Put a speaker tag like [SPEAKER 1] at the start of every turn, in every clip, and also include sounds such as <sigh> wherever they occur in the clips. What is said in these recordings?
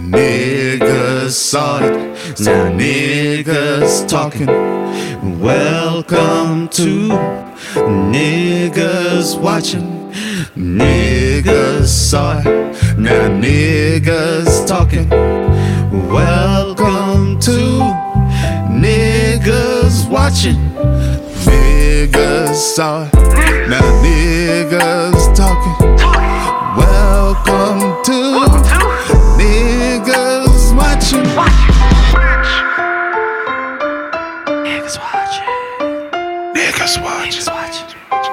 [SPEAKER 1] Niggas saw it, now niggas talking. Welcome to niggas watching. Niggas saw it, now niggas talking. Welcome to niggas watching. Niggas saw it, now niggas talking. Welcome to niggas watching.
[SPEAKER 2] Niggas watch.
[SPEAKER 1] Niggas watching.
[SPEAKER 2] watch.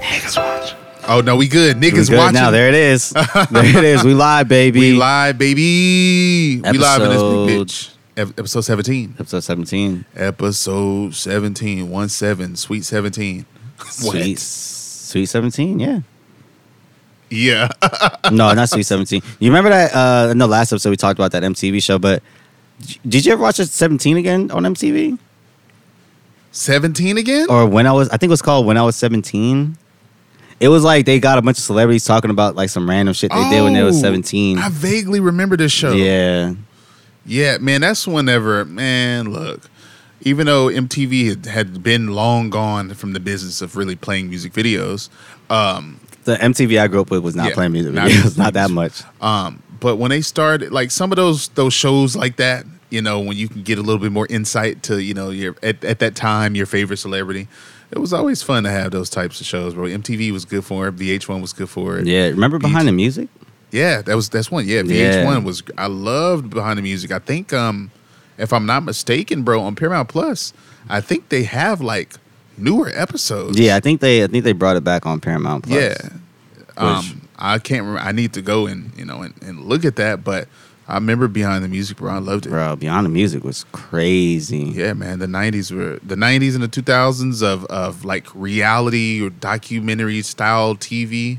[SPEAKER 2] Niggas watch.
[SPEAKER 1] Oh no, we good. Niggas
[SPEAKER 2] good
[SPEAKER 1] watching.
[SPEAKER 2] now. There
[SPEAKER 1] <laughs>
[SPEAKER 2] it is. There it is. We live, baby.
[SPEAKER 1] We live, baby. We live in this
[SPEAKER 2] Episode-
[SPEAKER 1] big bitch. Ep- Episode 17.
[SPEAKER 2] Episode 17.
[SPEAKER 1] Episode 17. 1 7. Sweet 17. <laughs> What?
[SPEAKER 2] Sweet, sweet 17, yeah.
[SPEAKER 1] Yeah. <laughs>
[SPEAKER 2] No, not Sweet 17. You remember that uh in the last episode we talked about that MTV show, but d- did you ever watch 17 again on MTV?
[SPEAKER 1] 17 again?
[SPEAKER 2] Or when I was I think it was called When I Was 17. It was like they got a bunch of celebrities talking about like some random shit they did when they was
[SPEAKER 1] Oh,
[SPEAKER 2] 17.
[SPEAKER 1] I vaguely remember this show.
[SPEAKER 2] Yeah.
[SPEAKER 1] Yeah, man, that's whenever, man, look, even though MTV had, had been long gone from the business of really playing music videos, um,
[SPEAKER 2] The MTV I grew up with was not
[SPEAKER 1] Yeah,
[SPEAKER 2] playing music <laughs>
[SPEAKER 1] not-
[SPEAKER 2] videos, not that much.
[SPEAKER 1] Um, but when they started, like some of those those shows like that, you know, when you can get a little bit more insight to, you know, your at, at that time your favorite celebrity, it was always fun to have those types of shows. Bro, MTV was good for it. VH1 was good for it.
[SPEAKER 2] Yeah, remember behind the music?
[SPEAKER 1] yeah, that was that's one. Yeah,
[SPEAKER 2] Yeah.
[SPEAKER 1] VH1 was. I loved Behind the Music. I think, um, if I'm not mistaken, bro, on Paramount Plus, I think they have like newer episodes.
[SPEAKER 2] Yeah, I think they I think they brought it back on Paramount Plus.
[SPEAKER 1] Yeah. Um, I can't remember. I need to go and you know and, and look at that. But I remember Behind the Music, bro. I loved it.
[SPEAKER 2] Bro, Beyond the Music was crazy.
[SPEAKER 1] Yeah, man. The '90s were the '90s and the 2000s of of like reality or documentary style TV.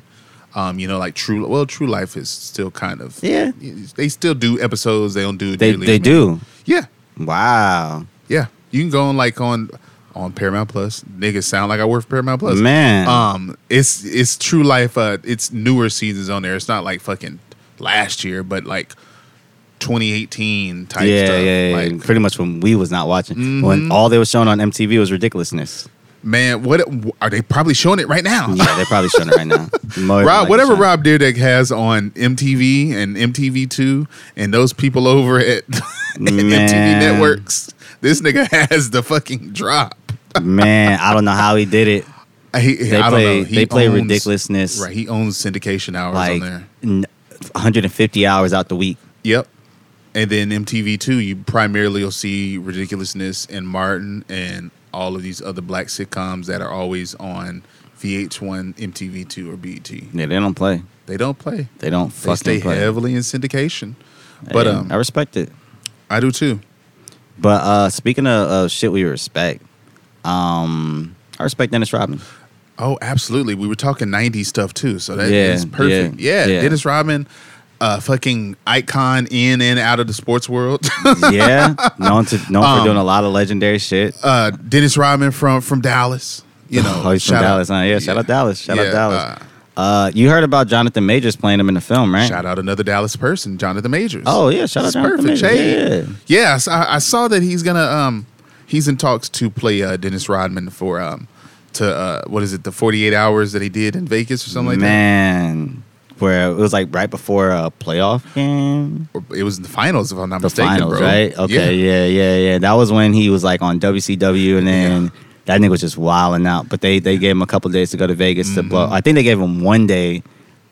[SPEAKER 1] Um, you know, like True. Well, True Life is still kind of.
[SPEAKER 2] Yeah.
[SPEAKER 1] They still do episodes. They don't do. it
[SPEAKER 2] They
[SPEAKER 1] daily.
[SPEAKER 2] they do.
[SPEAKER 1] Yeah,
[SPEAKER 2] Wow.
[SPEAKER 1] yeah. You can go on like on on Paramount Plus. Niggas sound like I work for Paramount Plus.
[SPEAKER 2] Man.
[SPEAKER 1] Um, it's it's True Life. Uh, it's newer seasons on there. It's not like fucking last year, but like 2018 type
[SPEAKER 2] yeah,
[SPEAKER 1] stuff.
[SPEAKER 2] yeah, yeah.
[SPEAKER 1] like,
[SPEAKER 2] Pretty much when we was not watching. When
[SPEAKER 1] Mhm.
[SPEAKER 2] all they was showing on MTV was ridiculousness.
[SPEAKER 1] man, what are they probably showing it right now?
[SPEAKER 2] Yeah, they're probably showing it right
[SPEAKER 1] <laughs>
[SPEAKER 2] now. More than
[SPEAKER 1] Rob,
[SPEAKER 2] likely
[SPEAKER 1] whatever
[SPEAKER 2] showing it.
[SPEAKER 1] Rob Dyrdek has on MTV and MTV2 and those people over at <laughs> MTV
[SPEAKER 2] Man.
[SPEAKER 1] Networks, this nigga has the fucking drop.
[SPEAKER 2] <laughs> Man, I don't know how he did it.
[SPEAKER 1] He,
[SPEAKER 2] They
[SPEAKER 1] I don't
[SPEAKER 2] play
[SPEAKER 1] know. He
[SPEAKER 2] they play
[SPEAKER 1] owns-
[SPEAKER 2] ridiculousness
[SPEAKER 1] Right, he owns syndication hours on
[SPEAKER 2] like
[SPEAKER 1] there.
[SPEAKER 2] n- 150 hours out the week.
[SPEAKER 1] Yep. And then MTV2, you primarily will see Ridiculousness and Martin and all of these other black sitcoms that are always on VH1, MTV2, or BET.
[SPEAKER 2] Yeah, they don't play.
[SPEAKER 1] They don't play.
[SPEAKER 2] They don't
[SPEAKER 1] They
[SPEAKER 2] fucking
[SPEAKER 1] stay
[SPEAKER 2] play.
[SPEAKER 1] heavily in syndication. But
[SPEAKER 2] Hey,
[SPEAKER 1] um,
[SPEAKER 2] I respect it.
[SPEAKER 1] I do too.
[SPEAKER 2] But uh speaking of uh, shit we respect, um I respect Dennis Rodman.
[SPEAKER 1] Oh, absolutely. We were talking 90s stuff too. So that is
[SPEAKER 2] Yeah,
[SPEAKER 1] perfect.
[SPEAKER 2] yeah,
[SPEAKER 1] Yeah,
[SPEAKER 2] yeah.
[SPEAKER 1] Dennis Rodman, uh, fucking icon in and out of the sports world. <laughs>
[SPEAKER 2] yeah, known to known for
[SPEAKER 1] Um,
[SPEAKER 2] doing a lot of legendary shit.
[SPEAKER 1] uh, Dennis Rodman from from Dallas. You know,
[SPEAKER 2] <laughs> oh, he's from
[SPEAKER 1] shout out-
[SPEAKER 2] Dallas, huh? Yeah, shout out Dallas, shout
[SPEAKER 1] Yeah,
[SPEAKER 2] out Dallas.
[SPEAKER 1] uh,
[SPEAKER 2] Uh, you heard about Jonathan Majors playing him in the film, right?
[SPEAKER 1] Shout out another Dallas person, Jonathan Majors.
[SPEAKER 2] Oh yeah, shout
[SPEAKER 1] That's
[SPEAKER 2] out Jonathan
[SPEAKER 1] perfect.
[SPEAKER 2] Majors.
[SPEAKER 1] Hey.
[SPEAKER 2] Yeah.
[SPEAKER 1] Yeah, I saw, I saw that he's gonna um he's in talks to play uh, Dennis Rodman for um to uh what is it the 48 hours that he did in Vegas or something like
[SPEAKER 2] Man, where it was like right before a playoff game,
[SPEAKER 1] that. Or it was in the finals if I'm not
[SPEAKER 2] the
[SPEAKER 1] mistaken,
[SPEAKER 2] finals,
[SPEAKER 1] bro.
[SPEAKER 2] right? Okay,
[SPEAKER 1] Yeah.
[SPEAKER 2] yeah. yeah, yeah, That was when he was like on WCW, and then
[SPEAKER 1] Yeah.
[SPEAKER 2] that nigga was just wilding out. But they they gave him a couple days to go to Vegas to blow.
[SPEAKER 1] Mm-hmm.
[SPEAKER 2] I think they gave him one day.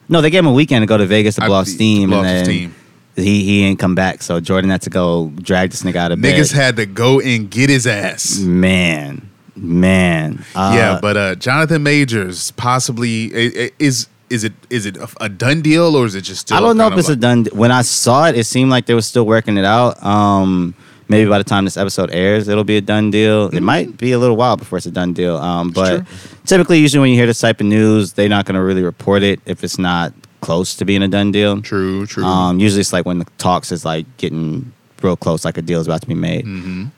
[SPEAKER 2] No, they gave him a weekend to go to Vegas to
[SPEAKER 1] I-
[SPEAKER 2] blow off
[SPEAKER 1] to
[SPEAKER 2] steam,
[SPEAKER 1] blow
[SPEAKER 2] and
[SPEAKER 1] off
[SPEAKER 2] then
[SPEAKER 1] his team.
[SPEAKER 2] he he ain't come back. So Jordan had to go drag this nigga out of
[SPEAKER 1] Niggas
[SPEAKER 2] bed.
[SPEAKER 1] had to go and get his ass.
[SPEAKER 2] man, man. Uh,
[SPEAKER 1] yeah, but uh Jonathan Majors possibly i- i- is is it is it a, a done deal or is it just still
[SPEAKER 2] I don't know
[SPEAKER 1] kind
[SPEAKER 2] if
[SPEAKER 1] of
[SPEAKER 2] it's a
[SPEAKER 1] like-
[SPEAKER 2] done. When I saw it, it seemed like they were still working it out. Um, maybe by the time this episode airs, it'll be a done deal. It might be a little while before it's a done deal. Um,
[SPEAKER 1] true.
[SPEAKER 2] but typically, usually when you hear this type of news, they're not going to really report it if it's not close to being a done deal.
[SPEAKER 1] true true.
[SPEAKER 2] Um, usually, it's like when the talks is like getting real close, like a deal is about to be made.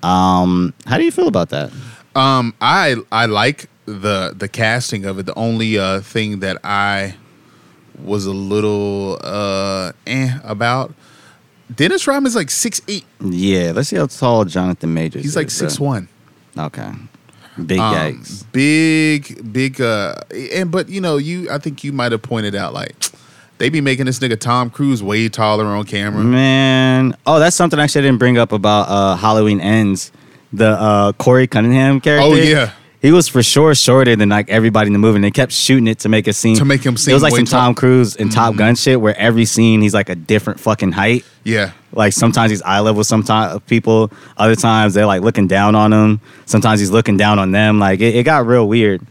[SPEAKER 2] Um, how do you feel about that?
[SPEAKER 1] Um, I I like the the casting of it. The only uh thing that I was a little uh eh about Dennis Rodman's like six eight.
[SPEAKER 2] Yeah, let's see how tall Jonathan Majors
[SPEAKER 1] He's like
[SPEAKER 2] is, bro.
[SPEAKER 1] six one.
[SPEAKER 2] Okay. Big
[SPEAKER 1] Um,
[SPEAKER 2] yikes.
[SPEAKER 1] Big, big. Uh, and but you know, you I think you might have pointed out like they be making this nigga Tom Cruise way taller on
[SPEAKER 2] Mm-hmm.
[SPEAKER 1] camera.
[SPEAKER 2] Man. Oh, that's something actually I didn't bring up about uh, Halloween Ends. The uh, Corey Cunningham character.
[SPEAKER 1] Oh, yeah.
[SPEAKER 2] He was for sure shorter than like everybody in the movie, and they kept shooting it to make a scene.
[SPEAKER 1] To make him
[SPEAKER 2] it
[SPEAKER 1] seem
[SPEAKER 2] was like
[SPEAKER 1] way
[SPEAKER 2] some
[SPEAKER 1] tall. Mm-hmm.
[SPEAKER 2] Tom Cruise and Top Gun shit, where every scene he's like a different fucking height.
[SPEAKER 1] Yeah,
[SPEAKER 2] Like sometimes he's eye level, sometimes uh, people, other times they're like looking down on him. Sometimes he's looking down on them. Like it, it got real weird.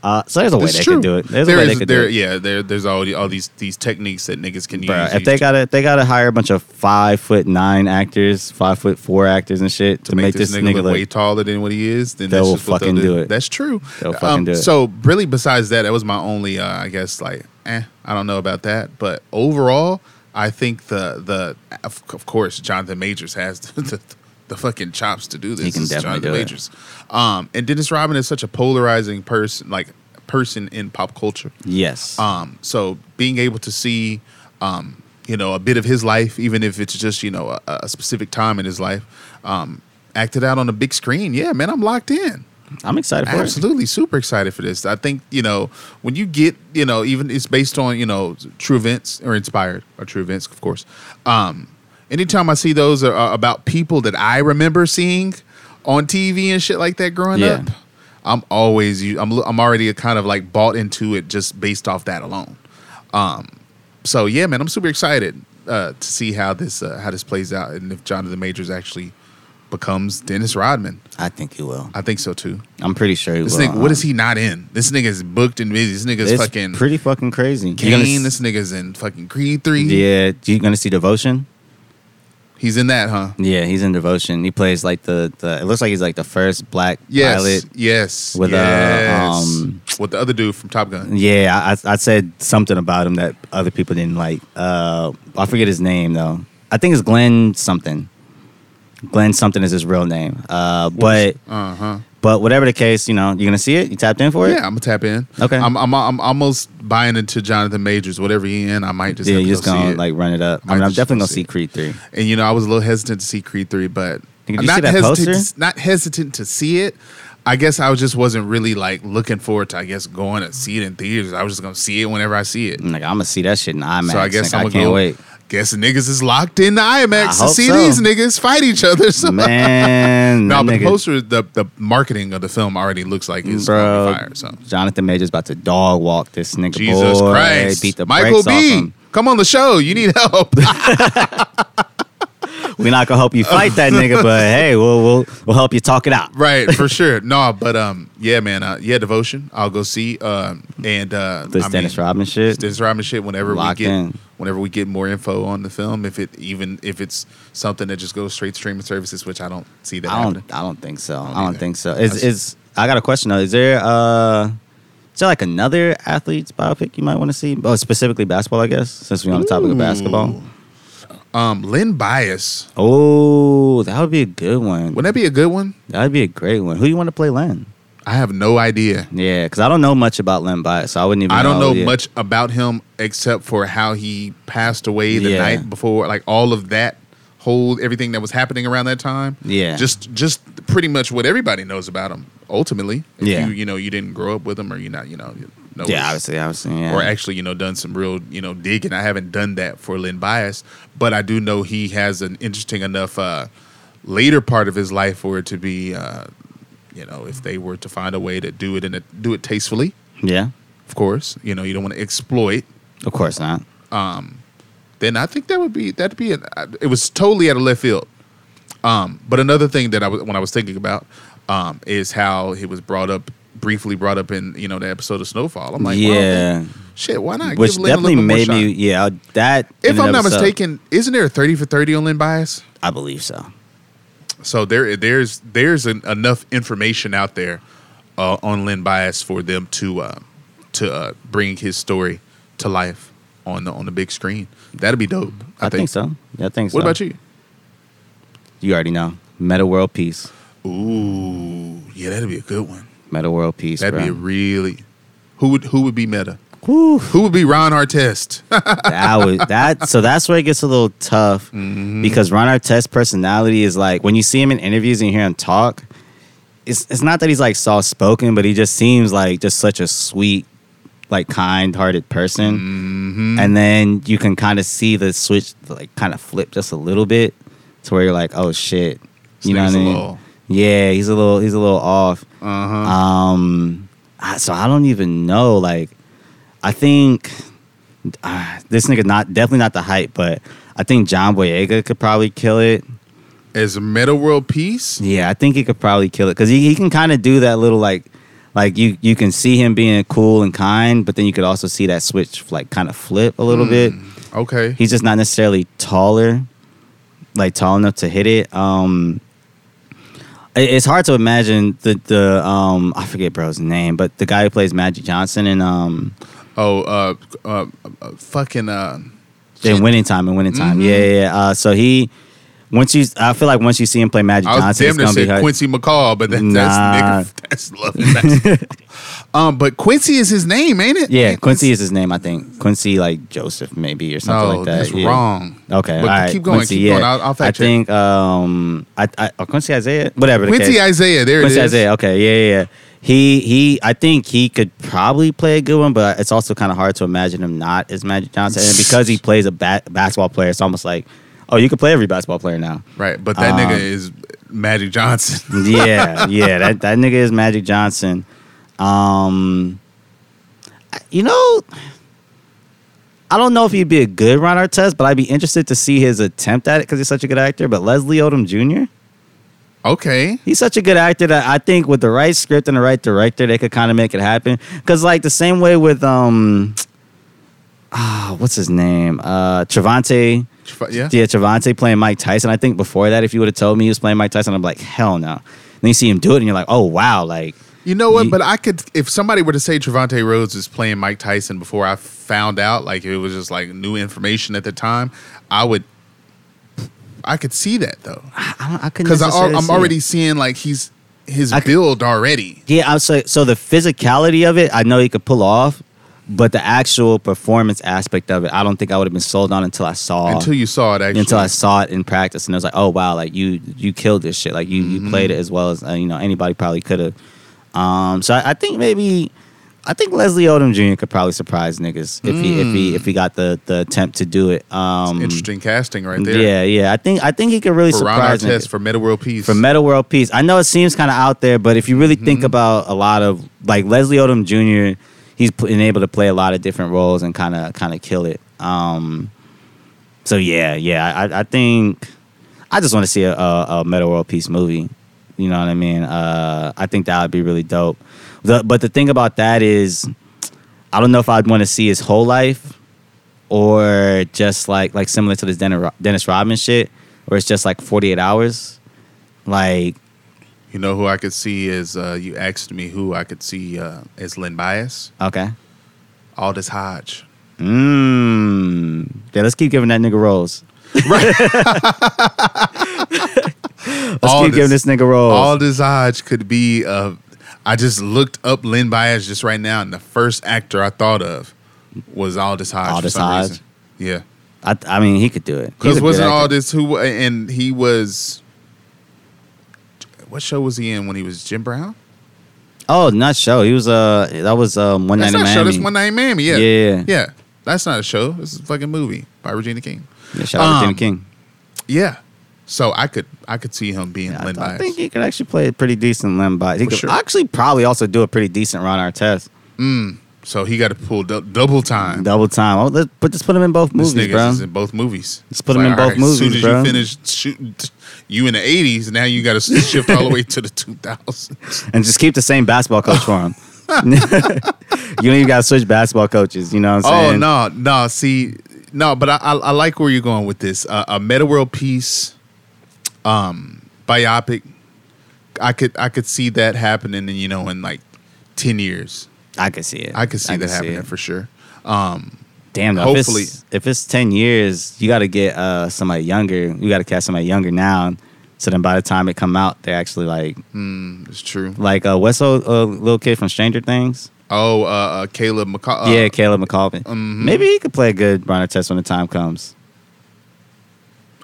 [SPEAKER 2] Uh, so there's a way
[SPEAKER 1] It's
[SPEAKER 2] they
[SPEAKER 1] true.
[SPEAKER 2] could do it. There's
[SPEAKER 1] There
[SPEAKER 2] a way
[SPEAKER 1] is-
[SPEAKER 2] they could
[SPEAKER 1] there-
[SPEAKER 2] do it.
[SPEAKER 1] Yeah, there, there's all, the- all these these techniques that niggas can
[SPEAKER 2] Bruh,
[SPEAKER 1] use.
[SPEAKER 2] if they gotta they gotta hire a bunch of five foot nine actors, five foot four actors and shit to, make, this, nigga, look.
[SPEAKER 1] way taller than what he is, then
[SPEAKER 2] They
[SPEAKER 1] that's
[SPEAKER 2] will
[SPEAKER 1] just what
[SPEAKER 2] fucking
[SPEAKER 1] they'll do.
[SPEAKER 2] do it.
[SPEAKER 1] That's true. Um,
[SPEAKER 2] They'll fucking do it.
[SPEAKER 1] So really, besides that, that was my only, uh, I guess, like, eh, I don't know about that, but overall, I think the the of, of course Jonathan Majors has <laughs> the, the, the fucking chops to do this.
[SPEAKER 2] He can
[SPEAKER 1] It's
[SPEAKER 2] definitely
[SPEAKER 1] Jonathan
[SPEAKER 2] do it.
[SPEAKER 1] Majors. Um, and Dennis Rodman is such a polarizing person, like person in pop culture.
[SPEAKER 2] yes.
[SPEAKER 1] Um, so being able to see, um, you know, a bit of his life, even if it's just you know a, a specific time in his life, um, acted out on the big screen. Yeah, man, I'm locked in.
[SPEAKER 2] I'm excited for
[SPEAKER 1] Absolutely, super excited for this. I think you know when you get you know even it's based on you know true events or inspired or true events, of course. Um, anytime I see those are, are about people that I remember seeing on TV and shit like that growing
[SPEAKER 2] Yeah.
[SPEAKER 1] up, I'm always you. I'm I'm already kind of like bought into it just based off that alone. Um, so yeah, man, I'm super excited uh, to see how this uh, how this plays out and if Jonathan Majors actually becomes Dennis Rodman.
[SPEAKER 2] it. I think he will.
[SPEAKER 1] I think so too.
[SPEAKER 2] I'm pretty sure he
[SPEAKER 1] This
[SPEAKER 2] will.
[SPEAKER 1] nigga, what is he not in? This nigga's booked and busy. This nigga's
[SPEAKER 2] It's
[SPEAKER 1] fucking
[SPEAKER 2] pretty fucking crazy. You're gonna
[SPEAKER 1] Kane.
[SPEAKER 2] s-
[SPEAKER 1] This nigga's in fucking Creed Three.
[SPEAKER 2] yeah, you gonna see Devotion?
[SPEAKER 1] He's in that, huh?
[SPEAKER 2] Yeah, he's in Devotion. He plays like the, the it looks like he's like the first black
[SPEAKER 1] Yes,
[SPEAKER 2] pilot.
[SPEAKER 1] yes,
[SPEAKER 2] with, uh,
[SPEAKER 1] yes.
[SPEAKER 2] um,
[SPEAKER 1] with the other dude from Top Gun.
[SPEAKER 2] Yeah, I, I I said something about him that other people didn't like. Uh, I forget his name though. I think it's Glenn something. Glenn something is his real name. Uh, but
[SPEAKER 1] Uh huh.
[SPEAKER 2] but whatever the case, you know, you're gonna see it. You tapped in for it.
[SPEAKER 1] Yeah, I'm gonna tap in.
[SPEAKER 2] Okay.
[SPEAKER 1] I'm, I'm I'm almost buying into Jonathan Majors. Whatever he in, I might just
[SPEAKER 2] Yeah,
[SPEAKER 1] have
[SPEAKER 2] you're
[SPEAKER 1] to
[SPEAKER 2] just
[SPEAKER 1] go see
[SPEAKER 2] gonna
[SPEAKER 1] it.
[SPEAKER 2] like run it up. I
[SPEAKER 1] Might
[SPEAKER 2] mean, I'm
[SPEAKER 1] just
[SPEAKER 2] definitely
[SPEAKER 1] go
[SPEAKER 2] gonna
[SPEAKER 1] see
[SPEAKER 2] see
[SPEAKER 1] it.
[SPEAKER 2] Creed three.
[SPEAKER 1] And you know, I was a little hesitant to see Creed three, but
[SPEAKER 2] Did
[SPEAKER 1] I'm
[SPEAKER 2] you
[SPEAKER 1] not
[SPEAKER 2] see that
[SPEAKER 1] hesitant,
[SPEAKER 2] poster?
[SPEAKER 1] not hesitant to see it. I guess I was just wasn't really like looking forward to. I guess going to see it in theaters. I was just gonna see it whenever I see it.
[SPEAKER 2] I'm like, I'm gonna see that shit in IMAX.
[SPEAKER 1] So I guess
[SPEAKER 2] Like,
[SPEAKER 1] I'm
[SPEAKER 2] I
[SPEAKER 1] gonna
[SPEAKER 2] can't
[SPEAKER 1] go.
[SPEAKER 2] wait.
[SPEAKER 1] <laughs> Guess niggas is locked in the IMAX
[SPEAKER 2] I
[SPEAKER 1] to
[SPEAKER 2] hope
[SPEAKER 1] see
[SPEAKER 2] so.
[SPEAKER 1] these niggas fight each other. <laughs> So.
[SPEAKER 2] Man,
[SPEAKER 1] no,
[SPEAKER 2] that
[SPEAKER 1] but the
[SPEAKER 2] nigga-
[SPEAKER 1] poster, the the marketing of the film already looks like it's
[SPEAKER 2] bro,
[SPEAKER 1] gonna be fire. So
[SPEAKER 2] Jonathan Major's about to dog walk this nigga.
[SPEAKER 1] Jesus
[SPEAKER 2] boy,
[SPEAKER 1] Christ,
[SPEAKER 2] beat the
[SPEAKER 1] Michael
[SPEAKER 2] brakes off
[SPEAKER 1] B,
[SPEAKER 2] him.
[SPEAKER 1] come on the show. You need help. <laughs>
[SPEAKER 2] We're not gonna help you fight that nigga, but hey, we'll we'll we'll help you talk
[SPEAKER 1] <laughs>
[SPEAKER 2] it out.
[SPEAKER 1] right for sure no but um yeah man uh, yeah devotion i'll go see um and uh
[SPEAKER 2] This
[SPEAKER 1] I
[SPEAKER 2] Dennis
[SPEAKER 1] mean,
[SPEAKER 2] Rodman shit.
[SPEAKER 1] this Rodman shit whenever
[SPEAKER 2] Lock
[SPEAKER 1] we get
[SPEAKER 2] in.
[SPEAKER 1] whenever we get more info on the film if it even if it's something that just goes straight to streaming services which i don't see that
[SPEAKER 2] I
[SPEAKER 1] happening
[SPEAKER 2] don't I don't think so. I don't,
[SPEAKER 1] either.
[SPEAKER 2] think so. Is
[SPEAKER 1] That's-
[SPEAKER 2] is I got a question though. Is there uh is there like another athlete's biopic you might want to see? Oh, specifically basketball, I guess, since we're on the topic of basketball.
[SPEAKER 1] um lynn bias
[SPEAKER 2] Oh, that would be a good one.
[SPEAKER 1] wouldn't that be a good one
[SPEAKER 2] That would be a great one. Who you want to play Len?
[SPEAKER 1] i have no idea
[SPEAKER 2] Yeah, because I don't know much about Len Bias, so I wouldn't even.
[SPEAKER 1] I don't know
[SPEAKER 2] yeah.
[SPEAKER 1] much about him except for how he passed away the
[SPEAKER 2] Yeah.
[SPEAKER 1] night before, like all of that whole everything that was happening around that time.
[SPEAKER 2] Yeah.
[SPEAKER 1] just just pretty much what everybody knows about him. Ultimately, if
[SPEAKER 2] Yeah.
[SPEAKER 1] you you know you didn't grow up with him or you're not you know you know
[SPEAKER 2] Yeah,
[SPEAKER 1] his-
[SPEAKER 2] obviously, obviously, yeah.
[SPEAKER 1] or actually you know done some real you know digging. I haven't done that for Lynn Bias, but I do know he has an interesting enough uh, later part of his life for it to be. Uh, you know, if they were to find a way to do it and do it tastefully,
[SPEAKER 2] yeah,
[SPEAKER 1] of course. You know, you don't want to exploit.
[SPEAKER 2] of course not.
[SPEAKER 1] Then I think that would be that'd be an, I- it was totally out of left field. Um, but another thing that I was when I was thinking about um, is how it was brought up briefly brought up in you know the episode of Snowfall. I'm like, well,
[SPEAKER 2] yeah,
[SPEAKER 1] shit, why not?
[SPEAKER 2] which
[SPEAKER 1] give Lynn a
[SPEAKER 2] definitely
[SPEAKER 1] little bit
[SPEAKER 2] made
[SPEAKER 1] more
[SPEAKER 2] me.
[SPEAKER 1] shot?
[SPEAKER 2] Yeah, that. in
[SPEAKER 1] If
[SPEAKER 2] and
[SPEAKER 1] I'm
[SPEAKER 2] of
[SPEAKER 1] not
[SPEAKER 2] itself,
[SPEAKER 1] mistaken, isn't there a 30 for 30 on Lynn Bias?
[SPEAKER 2] I believe so.
[SPEAKER 1] So there, there's there's an, enough information out there uh, on Lynn Bias for them to uh, to uh, bring his story to life on the on the big screen. That'd be dope.
[SPEAKER 2] I, think. so. Yeah, I think so.
[SPEAKER 1] What about you?
[SPEAKER 2] You already know. Meta World Peace.
[SPEAKER 1] Ooh, yeah, that'd be a good one.
[SPEAKER 2] Meta World Peace.
[SPEAKER 1] That'd
[SPEAKER 2] bro.
[SPEAKER 1] be a really who would who would be meta?
[SPEAKER 2] Whew.
[SPEAKER 1] Who would be Ron Artest? <laughs>
[SPEAKER 2] that was that. So that's where it gets a little tough
[SPEAKER 1] Mm-hmm.
[SPEAKER 2] because Ron Artest's personality is like when you see him in interviews and you hear him talk, it's it's not that he's like soft spoken, but he just seems like just such a sweet, like kind hearted person.
[SPEAKER 1] Mm-hmm.
[SPEAKER 2] And then you can kind of see the switch like kind of flip just a little bit to where you're like, oh shit, you know
[SPEAKER 1] Snakes
[SPEAKER 2] what I
[SPEAKER 1] a
[SPEAKER 2] mean?
[SPEAKER 1] little.
[SPEAKER 2] Yeah, he's a little he's a little off.
[SPEAKER 1] Uh huh.
[SPEAKER 2] Um, I, so I don't even know. Like, I think uh, this nigga not definitely not the hype, but I think John Boyega could probably kill it.
[SPEAKER 1] As a Metal World Peace,
[SPEAKER 2] Yeah, I think he could probably kill it because he, he can kind of do that little like like you you can see him being cool and kind, but then you could also see that switch like kind of flip a little bit.
[SPEAKER 1] okay.
[SPEAKER 2] He's just not necessarily taller, like tall enough to hit it. Um, it- it's hard to imagine the the um I forget bro's name, but the guy who plays Magic Johnson and um
[SPEAKER 1] oh, uh, uh, uh, fucking. Uh,
[SPEAKER 2] in Winning Time and Winning Time,
[SPEAKER 1] Mm-hmm.
[SPEAKER 2] yeah, yeah. yeah. Uh, so he once you I feel like once you see him play Magic
[SPEAKER 1] I was
[SPEAKER 2] Johnson, it's
[SPEAKER 1] damn near
[SPEAKER 2] gonna be
[SPEAKER 1] said
[SPEAKER 2] hard.
[SPEAKER 1] Quincy McCall, but that,
[SPEAKER 2] Nah.
[SPEAKER 1] that's nigga, <laughs> that's lovely. um, but Quincy is his name, ain't it?
[SPEAKER 2] Yeah, Quincy is his name, I think. Quincy like Joseph maybe or
[SPEAKER 1] No,
[SPEAKER 2] something like that.
[SPEAKER 1] Oh, that's
[SPEAKER 2] yeah.
[SPEAKER 1] wrong.
[SPEAKER 2] Okay,
[SPEAKER 1] But
[SPEAKER 2] all right.
[SPEAKER 1] keep going,
[SPEAKER 2] Quincy,
[SPEAKER 1] keep
[SPEAKER 2] yeah.
[SPEAKER 1] going. I'll- I'll fact
[SPEAKER 2] I
[SPEAKER 1] check.
[SPEAKER 2] think um I, I oh, Quincy Isaiah, whatever. the
[SPEAKER 1] Quincy
[SPEAKER 2] case.
[SPEAKER 1] Isaiah. There
[SPEAKER 2] Quincy
[SPEAKER 1] it is.
[SPEAKER 2] Isaiah. Okay, yeah, yeah, yeah. He he. I think he could probably play a good one, but it's also kind of hard to imagine him not as Magic Johnson. And because he plays a ba- basketball player, it's almost like, oh, you could play every basketball player now.
[SPEAKER 1] Right, but that
[SPEAKER 2] Um,
[SPEAKER 1] nigga is Magic Johnson. <laughs>
[SPEAKER 2] yeah, yeah. That that nigga is Magic Johnson. Um, I- you know, I don't know if he'd be a good Ron Artest, but I'd be interested to see his attempt at it because he's such a good actor. But Leslie Odom Jr.
[SPEAKER 1] Okay.
[SPEAKER 2] He's such a good actor that I think with the right script and the right director, they could kind of make it happen. Cause like the same way with um, ah, what's his name? Uh, Trevante.
[SPEAKER 1] Yeah.
[SPEAKER 2] Yeah, Trevante playing Mike Tyson. I think before that, if you would have told me he was playing Mike Tyson, I'm like, hell no. Then you see him do it, and you're like, oh wow, like
[SPEAKER 1] You know what?
[SPEAKER 2] Ye-
[SPEAKER 1] But I could, if somebody were to say Trevante Rhodes is playing Mike Tyson before I found out, like it was just like new information at the time, I would, I could see that though,
[SPEAKER 2] I, I, don't- I couldn't
[SPEAKER 1] because
[SPEAKER 2] necessarily
[SPEAKER 1] I'm
[SPEAKER 2] see
[SPEAKER 1] already
[SPEAKER 2] it.
[SPEAKER 1] seeing like he's his
[SPEAKER 2] I c-
[SPEAKER 1] build already.
[SPEAKER 2] yeah. I'm so so the physicality of it, I know he could pull off, but the actual performance aspect of it, I don't think I would have been sold on until I saw
[SPEAKER 1] Until you saw it, actually.
[SPEAKER 2] uh, until I saw it in practice, and it was like, oh wow, like you you killed this shit. Like you
[SPEAKER 1] Mm-hmm.
[SPEAKER 2] you played it as well as uh, you know anybody probably could have. Um, so I, I think maybe I think Leslie Odom Jr. could probably surprise niggas if he if he if he got the the attempt to do it. Um,
[SPEAKER 1] Interesting casting Mm. right there.
[SPEAKER 2] yeah, yeah. I think I think he could really
[SPEAKER 1] For Ron
[SPEAKER 2] surprise
[SPEAKER 1] Artest
[SPEAKER 2] niggas.
[SPEAKER 1] for Meta World Peace.
[SPEAKER 2] For Metal World Peace, I know it seems kind of out there, but if you really think about a lot of like Leslie Odom Jr., he's p- been able to play a lot of different roles and kind of kind of kill it. Um, so yeah, yeah, I, I think I just want to see a, a, a Metal World Peace movie. You know what I mean? Uh, I think that would be really dope. The, but the thing about that is, I don't know if I'd want to see his whole life or just like like similar to this Dennis Dennis Rodman shit, where it's just like 48 hours. Like,
[SPEAKER 1] you know who I could see is uh, you asked me who I could see uh, as Lynn Bias,
[SPEAKER 2] okay.
[SPEAKER 1] Aldous Hodge.
[SPEAKER 2] Mmm. Yeah, let's keep giving that nigga rolls. let's
[SPEAKER 1] Aldous.
[SPEAKER 2] keep giving this nigga rolls.
[SPEAKER 1] Aldous Hodge could be. Uh, I just looked up Lynn Bias just right now, and the first actor I thought of was Aldous Hodge.
[SPEAKER 2] Aldous
[SPEAKER 1] for some
[SPEAKER 2] Hodge?
[SPEAKER 1] reason. yeah,
[SPEAKER 2] I, I mean, he could do it.
[SPEAKER 1] because
[SPEAKER 2] He's a
[SPEAKER 1] wasn't
[SPEAKER 2] good actor.
[SPEAKER 1] Aldous who and he was. What show was he in when he was Jim Brown?
[SPEAKER 2] Oh, not show. He was uh that was um one night
[SPEAKER 1] That's
[SPEAKER 2] in
[SPEAKER 1] not a show.
[SPEAKER 2] Miami.
[SPEAKER 1] That's One Night in Miami. Yeah,
[SPEAKER 2] Yeah.
[SPEAKER 1] yeah. That's not a show. This is a fucking movie by Regina King.
[SPEAKER 2] Yeah, shout out
[SPEAKER 1] Um,
[SPEAKER 2] to Tim King.
[SPEAKER 1] Yeah. So I could I could see him being
[SPEAKER 2] Yeah, I,
[SPEAKER 1] Lynn
[SPEAKER 2] th- I
[SPEAKER 1] Bias.
[SPEAKER 2] think he could actually play a pretty decent Len Bias. He
[SPEAKER 1] For
[SPEAKER 2] could
[SPEAKER 1] sure.
[SPEAKER 2] actually probably also do a pretty decent Ron Artest.
[SPEAKER 1] so he got to pull dou- double time.
[SPEAKER 2] Double time. Oh, let's put just put him in both
[SPEAKER 1] This
[SPEAKER 2] movies,
[SPEAKER 1] nigga
[SPEAKER 2] bro.
[SPEAKER 1] is in both movies.
[SPEAKER 2] Let's put him in
[SPEAKER 1] all
[SPEAKER 2] both movies,
[SPEAKER 1] As soon as
[SPEAKER 2] bro.
[SPEAKER 1] you finish shooting, t- you in the eighties. Now you got to shift all the way to the two
[SPEAKER 2] <laughs>
[SPEAKER 1] thousands.
[SPEAKER 2] and just keep the same basketball coach
[SPEAKER 1] <laughs>
[SPEAKER 2] for him. <laughs> you don't even got to switch basketball coaches. You know what I'm
[SPEAKER 1] Oh
[SPEAKER 2] saying?
[SPEAKER 1] no, no. See, no. But I, I, I like where you're going with this. Uh, a meta world piece, um, biopic. I could I could see that happening, in, you know, in like ten years,
[SPEAKER 2] I could see it.
[SPEAKER 1] I could see that
[SPEAKER 2] see
[SPEAKER 1] happening
[SPEAKER 2] it.
[SPEAKER 1] for sure.
[SPEAKER 2] Damn, though,
[SPEAKER 1] Hopefully.
[SPEAKER 2] If it's, if it's ten years, you got to get uh, somebody younger. You got to cast somebody younger now. So then, by the time it
[SPEAKER 1] Mm-hmm.
[SPEAKER 2] come out, they actually like
[SPEAKER 1] It's true.
[SPEAKER 2] like uh, what's the uh, little kid from Stranger Things?
[SPEAKER 1] Oh, uh, uh, mm-hmm. Caleb McCall.
[SPEAKER 2] yeah, Caleb McCalvin. Maybe he could play a good runner test when the time comes.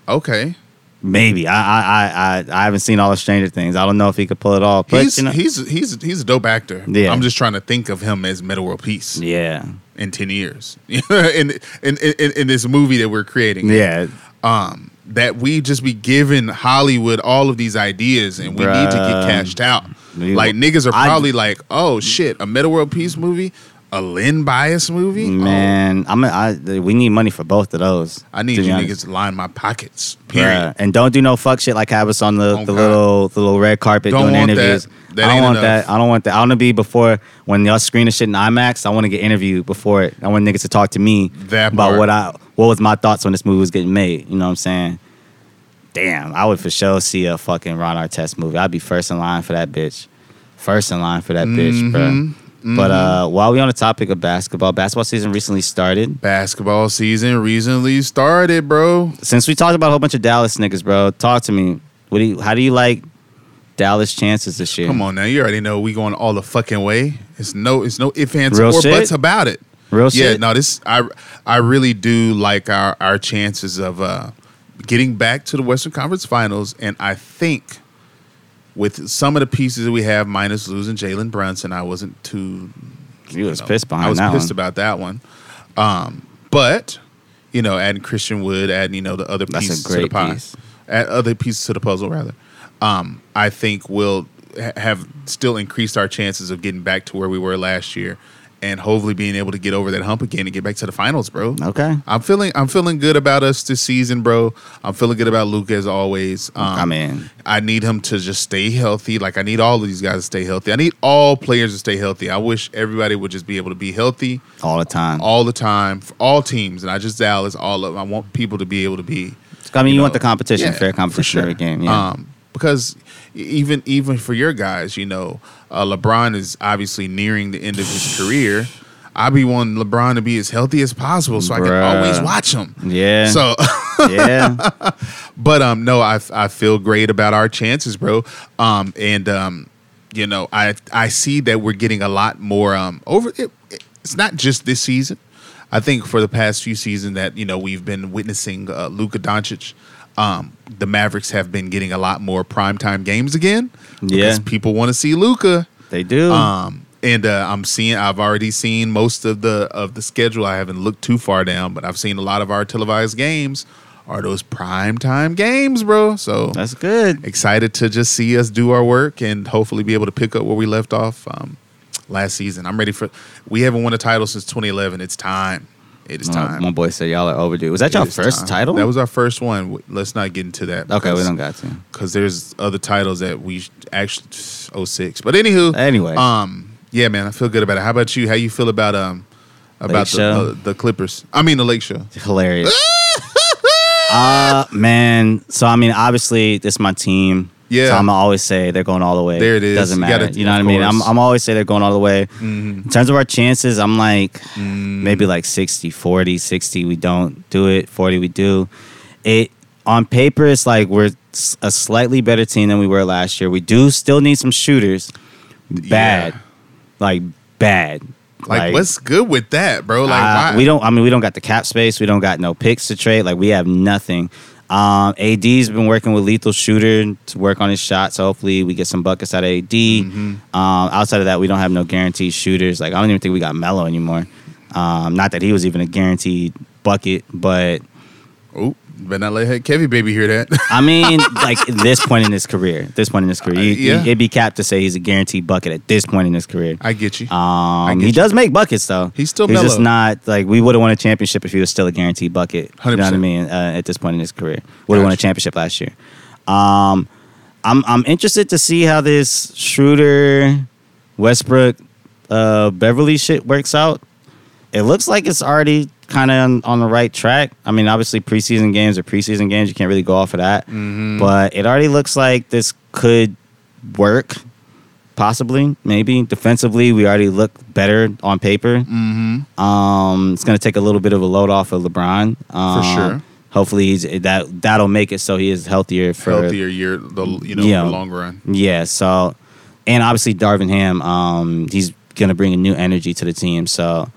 [SPEAKER 1] Okay.
[SPEAKER 2] Maybe I I I I, I haven't seen all the Stranger Things. I don't know if he could pull it off. But
[SPEAKER 1] he's,
[SPEAKER 2] you know,
[SPEAKER 1] he's he's he's a dope actor.
[SPEAKER 2] Yeah.
[SPEAKER 1] I'm just trying to think of him as Metal World Peace
[SPEAKER 2] yeah,
[SPEAKER 1] in ten years. <laughs> in, in in in this movie that we're creating.
[SPEAKER 2] yeah.
[SPEAKER 1] Um that we just be giving Hollywood all of these ideas and we need to
[SPEAKER 2] Bruh.
[SPEAKER 1] get cashed out.
[SPEAKER 2] We-
[SPEAKER 1] like niggas are
[SPEAKER 2] I-
[SPEAKER 1] probably like, oh shit, a Metal World Peace movie, a Lynn Bias movie. Oh,
[SPEAKER 2] Man, I'm a, I we need money for both of those.
[SPEAKER 1] I need
[SPEAKER 2] to be
[SPEAKER 1] you
[SPEAKER 2] honest.
[SPEAKER 1] niggas to line my pockets. Period.
[SPEAKER 2] Bruh. And don't do no fuck shit like have us on the,
[SPEAKER 1] Oh, God.
[SPEAKER 2] the little the little red carpet
[SPEAKER 1] Don't
[SPEAKER 2] doing
[SPEAKER 1] want
[SPEAKER 2] interviews.
[SPEAKER 1] that. That
[SPEAKER 2] I don't
[SPEAKER 1] ain't
[SPEAKER 2] want
[SPEAKER 1] enough.
[SPEAKER 2] that. I don't want that. I want to be before when y'all screen and shit in IMAX. I want to get interviewed before it. I want niggas to talk to me
[SPEAKER 1] That
[SPEAKER 2] about
[SPEAKER 1] part.
[SPEAKER 2] what I what was my thoughts when this movie was getting made. You know what I'm saying? Damn, I would for sure see a fucking Ron Artest movie. I'd be first in line for that bitch. First in line for that bitch, bro.
[SPEAKER 1] Mm-hmm.
[SPEAKER 2] But uh, while we on the topic of basketball, basketball season recently started.
[SPEAKER 1] Basketball season recently started, bro.
[SPEAKER 2] since we talked about a whole bunch of Dallas niggas, bro, talk to me. What do you? How do you like Dallas chances this year?
[SPEAKER 1] Come on now, you already know we going all the fucking way. It's no, it's no ifs ands
[SPEAKER 2] Real
[SPEAKER 1] or
[SPEAKER 2] shit?
[SPEAKER 1] buts about it.
[SPEAKER 2] Real
[SPEAKER 1] yeah,
[SPEAKER 2] shit?
[SPEAKER 1] no, this I I really do like our our chances of uh getting back to the Western Conference Finals, and I think with some of the pieces that we have, minus losing Jalen Brunson, I wasn't too
[SPEAKER 2] you was
[SPEAKER 1] know,
[SPEAKER 2] pissed behind
[SPEAKER 1] I was
[SPEAKER 2] that
[SPEAKER 1] pissed
[SPEAKER 2] one.
[SPEAKER 1] about that one. Um, but you know, adding Christian Wood, adding you know the other
[SPEAKER 2] That's a
[SPEAKER 1] pieces to the
[SPEAKER 2] great
[SPEAKER 1] pie,
[SPEAKER 2] piece.
[SPEAKER 1] add other pieces to the puzzle rather. Um, I think will ha- have still increased our chances of getting back to where we were last year, and hopefully being able to get over that hump again and get back to the finals, bro.
[SPEAKER 2] Okay.
[SPEAKER 1] I'm feeling I'm feeling good about us this season, bro. I'm feeling good about Luke as always. Um,
[SPEAKER 2] I mean-
[SPEAKER 1] I need him to just stay healthy. Like I need all of these guys to stay healthy. I need all players to stay healthy. I wish everybody would just be able to be healthy
[SPEAKER 2] all the time.
[SPEAKER 1] all the time for all teams, and I just Dallas all of. 'em. I want people to be able to be
[SPEAKER 2] I mean, you,
[SPEAKER 1] you
[SPEAKER 2] want
[SPEAKER 1] know,
[SPEAKER 2] the competition,
[SPEAKER 1] yeah,
[SPEAKER 2] fair
[SPEAKER 1] for
[SPEAKER 2] competition
[SPEAKER 1] sure.
[SPEAKER 2] every game. Yeah.
[SPEAKER 1] Um, because e- even even for your guys, you know, uh, LeBron is obviously nearing the end of his career. I be wanting LeBron to be as healthy as possible, so I can
[SPEAKER 2] Bruh.
[SPEAKER 1] always watch him.
[SPEAKER 2] yeah.
[SPEAKER 1] So, <laughs>
[SPEAKER 2] yeah.
[SPEAKER 1] but um, no, I I feel great about our chances, bro. Um, and um, you know, I I see that we're getting a lot more um over. It, it's not just this season. I think for the past few seasons that you know we've been witnessing uh, Luka Doncic. Um, the Mavericks have been getting a lot more primetime games again
[SPEAKER 2] Yeah.
[SPEAKER 1] people want to see Luka.
[SPEAKER 2] They do.
[SPEAKER 1] Um, and uh, I'm seeing. I've already seen most of the of the schedule. I haven't looked too far down, but I've seen a lot of our televised games are those prime time games, bro. So
[SPEAKER 2] That's good.
[SPEAKER 1] excited to just see us do our work and hopefully be able to pick up where we left off um, last season. I'm ready for. We haven't won a title since 2011. It's time. It is
[SPEAKER 2] My,
[SPEAKER 1] time.
[SPEAKER 2] my boy said y'all are overdue. Was that
[SPEAKER 1] It
[SPEAKER 2] y'all
[SPEAKER 1] is
[SPEAKER 2] first
[SPEAKER 1] time.
[SPEAKER 2] title?
[SPEAKER 1] That was our first one. W- Let's not get into that.
[SPEAKER 2] okay. We
[SPEAKER 1] because-
[SPEAKER 2] don't got to.
[SPEAKER 1] because there's other titles that we sh- actually 06. But anywho,
[SPEAKER 2] Anyway.
[SPEAKER 1] um, yeah, man, I feel good about it. How about you? How you feel about um about
[SPEAKER 2] Lake
[SPEAKER 1] the,
[SPEAKER 2] Show?
[SPEAKER 1] uh, the Clippers? I mean the Lake
[SPEAKER 2] <laughs>
[SPEAKER 1] Show.
[SPEAKER 2] Hilarious. uh man. So I mean, obviously, this is my team.
[SPEAKER 1] Yeah.
[SPEAKER 2] So I'm gonna always say they're going all the way.
[SPEAKER 1] There it is.
[SPEAKER 2] Doesn't
[SPEAKER 1] You
[SPEAKER 2] matter.
[SPEAKER 1] gotta-
[SPEAKER 2] You, know what
[SPEAKER 1] of
[SPEAKER 2] I mean? I'm
[SPEAKER 1] course. Mm-hmm.
[SPEAKER 2] I'm always say they're going all the way. In terms of our chances, I'm like
[SPEAKER 1] Mm.
[SPEAKER 2] maybe like 60, 40, 60 we don't do it, 40 we do. It on paper it's like we're s- a slightly better team than we were last year. We do still need some shooters. Bad.
[SPEAKER 1] Yeah.
[SPEAKER 2] Like bad.
[SPEAKER 1] Like, what's good with that, bro? Like
[SPEAKER 2] Uh,
[SPEAKER 1] why?
[SPEAKER 2] we don't. I mean, we don't got the cap space. We don't got no picks to trade. Like we have nothing. Um, AD's been working with Lethal Shooter to work on his shots. Hopefully, we get some buckets out of AD.
[SPEAKER 1] Mm-hmm.
[SPEAKER 2] Um, outside of that, we don't have no guaranteed shooters. Like I don't even think we got Mello anymore. Um, not that he was even a guaranteed bucket, but
[SPEAKER 1] Oh, better not let Kevin baby hear that. <laughs>
[SPEAKER 2] I mean, like at this point in his career, this point in his career, you,
[SPEAKER 1] Uh, yeah.
[SPEAKER 2] you- it'd be capped to say he's a guaranteed bucket at this point in his career.
[SPEAKER 1] I get you.
[SPEAKER 2] Um,
[SPEAKER 1] get
[SPEAKER 2] he
[SPEAKER 1] you.
[SPEAKER 2] does make buckets though.
[SPEAKER 1] He's still
[SPEAKER 2] He's just
[SPEAKER 1] mellow.
[SPEAKER 2] not like we would have won a championship if he was still a guaranteed bucket. You know what I
[SPEAKER 1] 100%.
[SPEAKER 2] mean? Uh, at this point in his career, would have won a
[SPEAKER 1] Gotcha.
[SPEAKER 2] championship last year. Um, I'm I'm interested to see how this Schroeder, Westbrook, uh, Beverly shit works out. It looks like it's already kind of on, on the right track. I mean, obviously preseason games are preseason games. You can't really go off of that,
[SPEAKER 1] Mm-hmm.
[SPEAKER 2] but it already looks like this could work. Possibly, maybe defensively, we already look better on paper.
[SPEAKER 1] Mm-hmm.
[SPEAKER 2] Um, it's going to take a little bit of a load off of LeBron. Um,
[SPEAKER 1] sure.
[SPEAKER 2] Hopefully, he's, that that'll make it so he is healthier for
[SPEAKER 1] Healthier year, the you know
[SPEAKER 2] Yeah.
[SPEAKER 1] the long run.
[SPEAKER 2] yeah, so and obviously Darvin Ham, um, he's going to bring a new energy to the team. So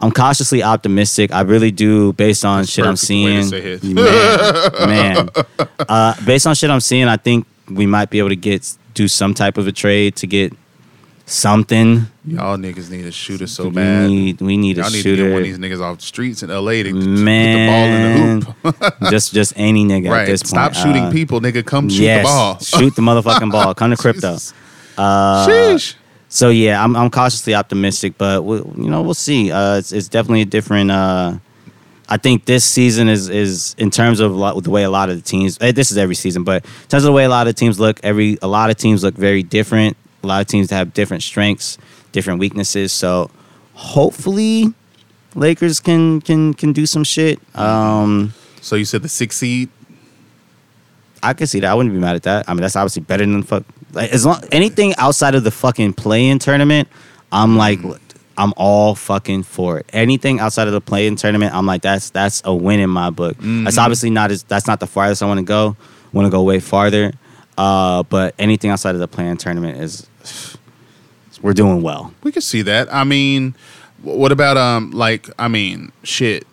[SPEAKER 2] I'm cautiously optimistic. I really do, based on shit I'm
[SPEAKER 1] perfect way to
[SPEAKER 2] seeing.
[SPEAKER 1] say it. <laughs>
[SPEAKER 2] Man, man. Uh, based on shit I'm seeing, I think we might be able to get do some type of a trade to get something.
[SPEAKER 1] Y'all niggas need a shooter so
[SPEAKER 2] we
[SPEAKER 1] bad.
[SPEAKER 2] need we need a
[SPEAKER 1] Y'all need to get
[SPEAKER 2] shooter.
[SPEAKER 1] one of these niggas off the streets in LA to
[SPEAKER 2] Man,
[SPEAKER 1] put the ball in the hoop.
[SPEAKER 2] <laughs> just just any nigga at
[SPEAKER 1] right.
[SPEAKER 2] this point.
[SPEAKER 1] Stop shooting
[SPEAKER 2] Uh,
[SPEAKER 1] people, nigga. Come shoot
[SPEAKER 2] yes,
[SPEAKER 1] the ball.
[SPEAKER 2] shoot the motherfucking ball.
[SPEAKER 1] <laughs>
[SPEAKER 2] Come to crypto.
[SPEAKER 1] Jesus. Sheesh.
[SPEAKER 2] So yeah, I'm I'm cautiously optimistic, but we, you know we'll see. Uh, it's it's definitely a different. Uh, I think this season is is in terms of lo- the way a lot of the teams. eh, This is every season, but in terms of the way a lot of teams look, every a lot of teams look very different. A lot of teams have different strengths, different weaknesses. So hopefully, Lakers can can can do some shit. Um,
[SPEAKER 1] So you said the sixth seed?
[SPEAKER 2] I could see that. I wouldn't be mad at that. I mean, that's obviously better than fuck. Like, as long anything outside of the fucking play-in tournament, I'm like, I'm all fucking for it. Anything outside of the play-in tournament, I'm like, that's that's a win in my book. That's obviously not as that's not the farthest I want to go. Want to go way farther, uh, but anything outside of the play-in tournament is <sighs> we're doing well.
[SPEAKER 1] We can see that. I mean, wh- what about um like I mean, shit.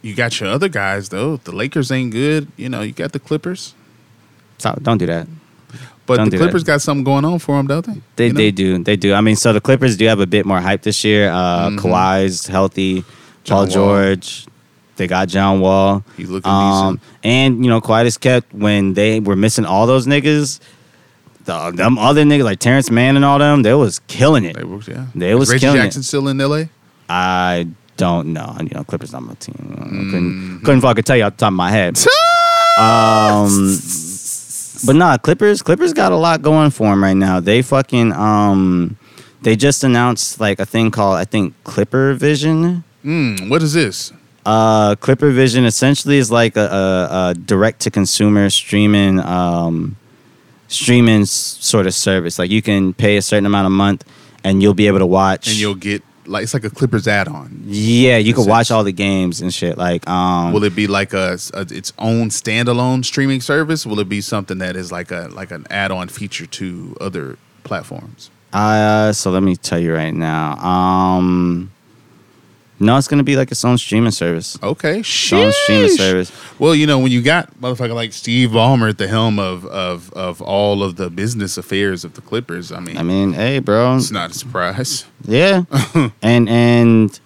[SPEAKER 1] You got your other guys though. If The Lakers ain't good. You know, you got the Clippers,
[SPEAKER 2] Stop! Don't do that.
[SPEAKER 1] but
[SPEAKER 2] Don't
[SPEAKER 1] the
[SPEAKER 2] do that.
[SPEAKER 1] Clippers got something going on for them, don't they?
[SPEAKER 2] They
[SPEAKER 1] You know?
[SPEAKER 2] they do they do. I mean, so the Clippers do have a bit more hype this year. Uh, Kawhi's healthy, Paul
[SPEAKER 1] Mm-hmm. John Wall.
[SPEAKER 2] George. They got John Wall. Um,
[SPEAKER 1] He's looking
[SPEAKER 2] And you know, quiet as kept when they were missing all those niggas. The, them other niggas like Terrence Mann and all them, they was killing it.
[SPEAKER 1] They were, yeah.
[SPEAKER 2] They
[SPEAKER 1] Is
[SPEAKER 2] was
[SPEAKER 1] Reggie
[SPEAKER 2] killing it.
[SPEAKER 1] Jackson still in L.A.
[SPEAKER 2] I don't know. You know, Clippers not my team.
[SPEAKER 1] Mm-hmm.
[SPEAKER 2] Couldn't, couldn't fucking tell you off the top of my
[SPEAKER 1] <laughs>
[SPEAKER 2] head. Um, but nah, Clippers. Clippers got a lot going for them right now. They fucking um, they just announced like a thing called I think Clipper Vision.
[SPEAKER 1] Mm, what is this?
[SPEAKER 2] Uh, Clipper Vision essentially is like a, a, a direct to consumer streaming um, streaming s- sort of service. Like you can pay a certain amount a month, and you'll be able to watch.
[SPEAKER 1] And you'll get like it's like a Clippers add-on.
[SPEAKER 2] yeah, you can
[SPEAKER 1] Sense.
[SPEAKER 2] watch all the games and shit. Like um,
[SPEAKER 1] Will it be like a, s- a- its own standalone streaming service? Will it be something that is like a like an add-on feature to other platforms?
[SPEAKER 2] Uh, so let me tell you right now. Um, no, it's gonna be like its own streaming service.
[SPEAKER 1] Okay,
[SPEAKER 2] Its own streaming
[SPEAKER 1] sheesh.
[SPEAKER 2] service.
[SPEAKER 1] Well, you know, when you got motherfucker like Steve Ballmer at the helm of of of all of the business affairs of the Clippers, I mean,
[SPEAKER 2] I mean, hey, bro.
[SPEAKER 1] it's not a surprise. <laughs>
[SPEAKER 2] Yeah, and and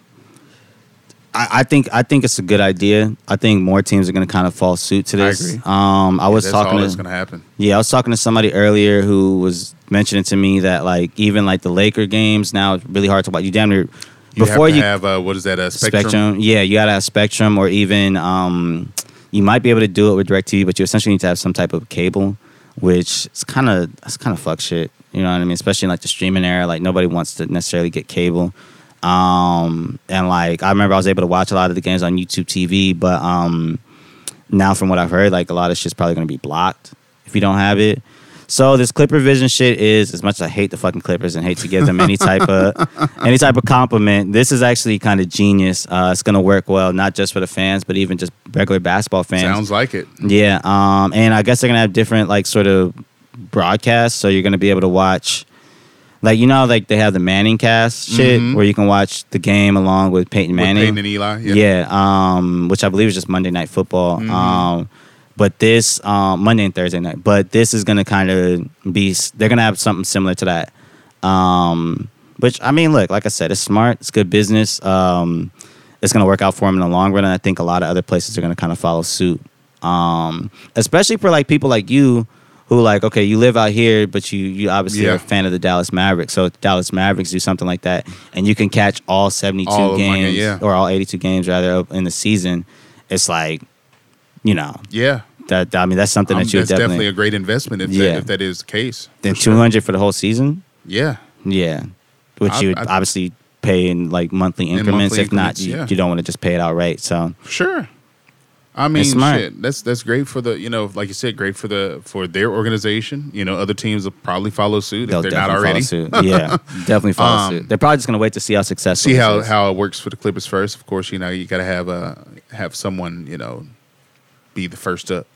[SPEAKER 2] I, I think I think it's a good idea. I think more teams are gonna kind of fall suit to
[SPEAKER 1] I
[SPEAKER 2] this.
[SPEAKER 1] agree.
[SPEAKER 2] Um, I was
[SPEAKER 1] That's
[SPEAKER 2] talking
[SPEAKER 1] all
[SPEAKER 2] to
[SPEAKER 1] that's gonna happen.
[SPEAKER 2] Yeah, I was talking to somebody earlier who was mentioning to me that like even like the Laker games now it's really hard to watch. You damn near
[SPEAKER 1] You
[SPEAKER 2] before
[SPEAKER 1] have to
[SPEAKER 2] you
[SPEAKER 1] have uh, what is that a
[SPEAKER 2] spectrum.
[SPEAKER 1] spectrum?
[SPEAKER 2] Yeah, you gotta have spectrum or even um, you might be able to do it with DirecTV, but you essentially need to have some type of cable, which it's kind of it's kind of fuck shit. You know what I mean? Especially in like the streaming era, like nobody wants to necessarily get cable. Um, and like I remember I was able to watch a lot of the games on YouTube TV, but um, now from what I've heard, like a lot of shit's probably gonna be blocked if you don't have it. So this Clipper Vision shit is as much as I hate the fucking Clippers and hate to give them any type
[SPEAKER 1] <laughs>
[SPEAKER 2] of any type of compliment. This is actually kind of genius. Uh, it's gonna work well, not just for the fans, but even just regular basketball fans.
[SPEAKER 1] Sounds like it.
[SPEAKER 2] Yeah, um, and I guess they're gonna have different like sort of broadcasts, so you're gonna be able to watch, like you know, how, like they have the Manning cast shit,
[SPEAKER 1] Mhm.
[SPEAKER 2] where you can watch the game along with Peyton
[SPEAKER 1] With
[SPEAKER 2] Manning.
[SPEAKER 1] Peyton and Eli.
[SPEAKER 2] yeah, um, which I believe is just Monday Night Football.
[SPEAKER 1] Mhm.
[SPEAKER 2] Um, but this um, Monday and Thursday night, but this is gonna kind of be, s- they're gonna have something similar to that. Um, which I mean, look, like I said, it's smart, it's good business. Um, it's gonna work out for them in the long run, and I think a lot of other places are gonna kind of follow suit. Um, especially for like people like you who like, okay, you live out here, but you you obviously are
[SPEAKER 1] Yeah.
[SPEAKER 2] a fan of the Dallas Mavericks. So if the Dallas Mavericks do something like that, and you can catch all seventy
[SPEAKER 1] All
[SPEAKER 2] two
[SPEAKER 1] of my ga-
[SPEAKER 2] games
[SPEAKER 1] yeah.
[SPEAKER 2] or all eighty two games rather of- in the season. It's like, you know,
[SPEAKER 1] yeah.
[SPEAKER 2] that I mean that's something
[SPEAKER 1] Um,
[SPEAKER 2] that you would
[SPEAKER 1] that's definitely
[SPEAKER 2] definitely,
[SPEAKER 1] a great investment if,
[SPEAKER 2] Yeah.
[SPEAKER 1] that, if that is the case.
[SPEAKER 2] then two hundred for the whole season.
[SPEAKER 1] Yeah.
[SPEAKER 2] Yeah, which
[SPEAKER 1] I-
[SPEAKER 2] you would
[SPEAKER 1] I-
[SPEAKER 2] obviously pay in like monthly
[SPEAKER 1] monthly
[SPEAKER 2] increments. if
[SPEAKER 1] increments,
[SPEAKER 2] not, you,
[SPEAKER 1] yeah.
[SPEAKER 2] you don't want to just pay it outright. So
[SPEAKER 1] Sure. I mean,
[SPEAKER 2] smart.
[SPEAKER 1] shit. That's that's great for the you know, like you said, great for the for their organization. You know, other teams will probably follow suit
[SPEAKER 2] they'll
[SPEAKER 1] if they're not
[SPEAKER 2] definitely
[SPEAKER 1] already. <laughs>
[SPEAKER 2] follow suit. Yeah, definitely follow
[SPEAKER 1] Um,
[SPEAKER 2] suit. They're probably just gonna wait to see how successful.
[SPEAKER 1] See
[SPEAKER 2] this
[SPEAKER 1] how
[SPEAKER 2] is.
[SPEAKER 1] how it works for the Clippers first. Of course, you know you got to have uh have someone you know be the first up.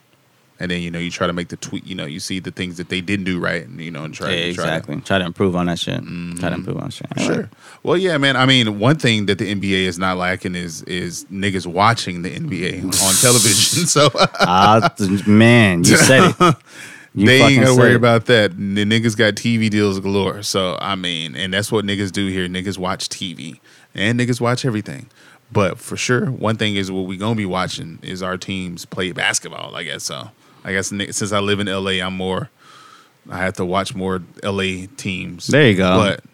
[SPEAKER 1] and then you know you try to make the tweet. You know, you see the things that they didn't do right, and you know, and try
[SPEAKER 2] Yeah,
[SPEAKER 1] to try to
[SPEAKER 2] exactly. Try to improve on that shit. Try to improve on shit. I like
[SPEAKER 1] Sure. Well, yeah, man. I mean, one thing that the NBA is not lacking is is niggas watching the NBA <laughs> on television. <laughs> So
[SPEAKER 2] Ah, th- man, you said it.
[SPEAKER 1] <laughs>
[SPEAKER 2] You
[SPEAKER 1] they ain't
[SPEAKER 2] fucking
[SPEAKER 1] gotta worry
[SPEAKER 2] said it.
[SPEAKER 1] about that. The niggas got TV deals galore. So I mean, and that's what niggas do here. Niggas watch TV and niggas watch everything. But for sure, one thing is what we gonna be watching is our teams play basketball. I guess so. I guess ni- since I live in LA, I'm more. I have to watch more LA teams.
[SPEAKER 2] There you go.
[SPEAKER 1] But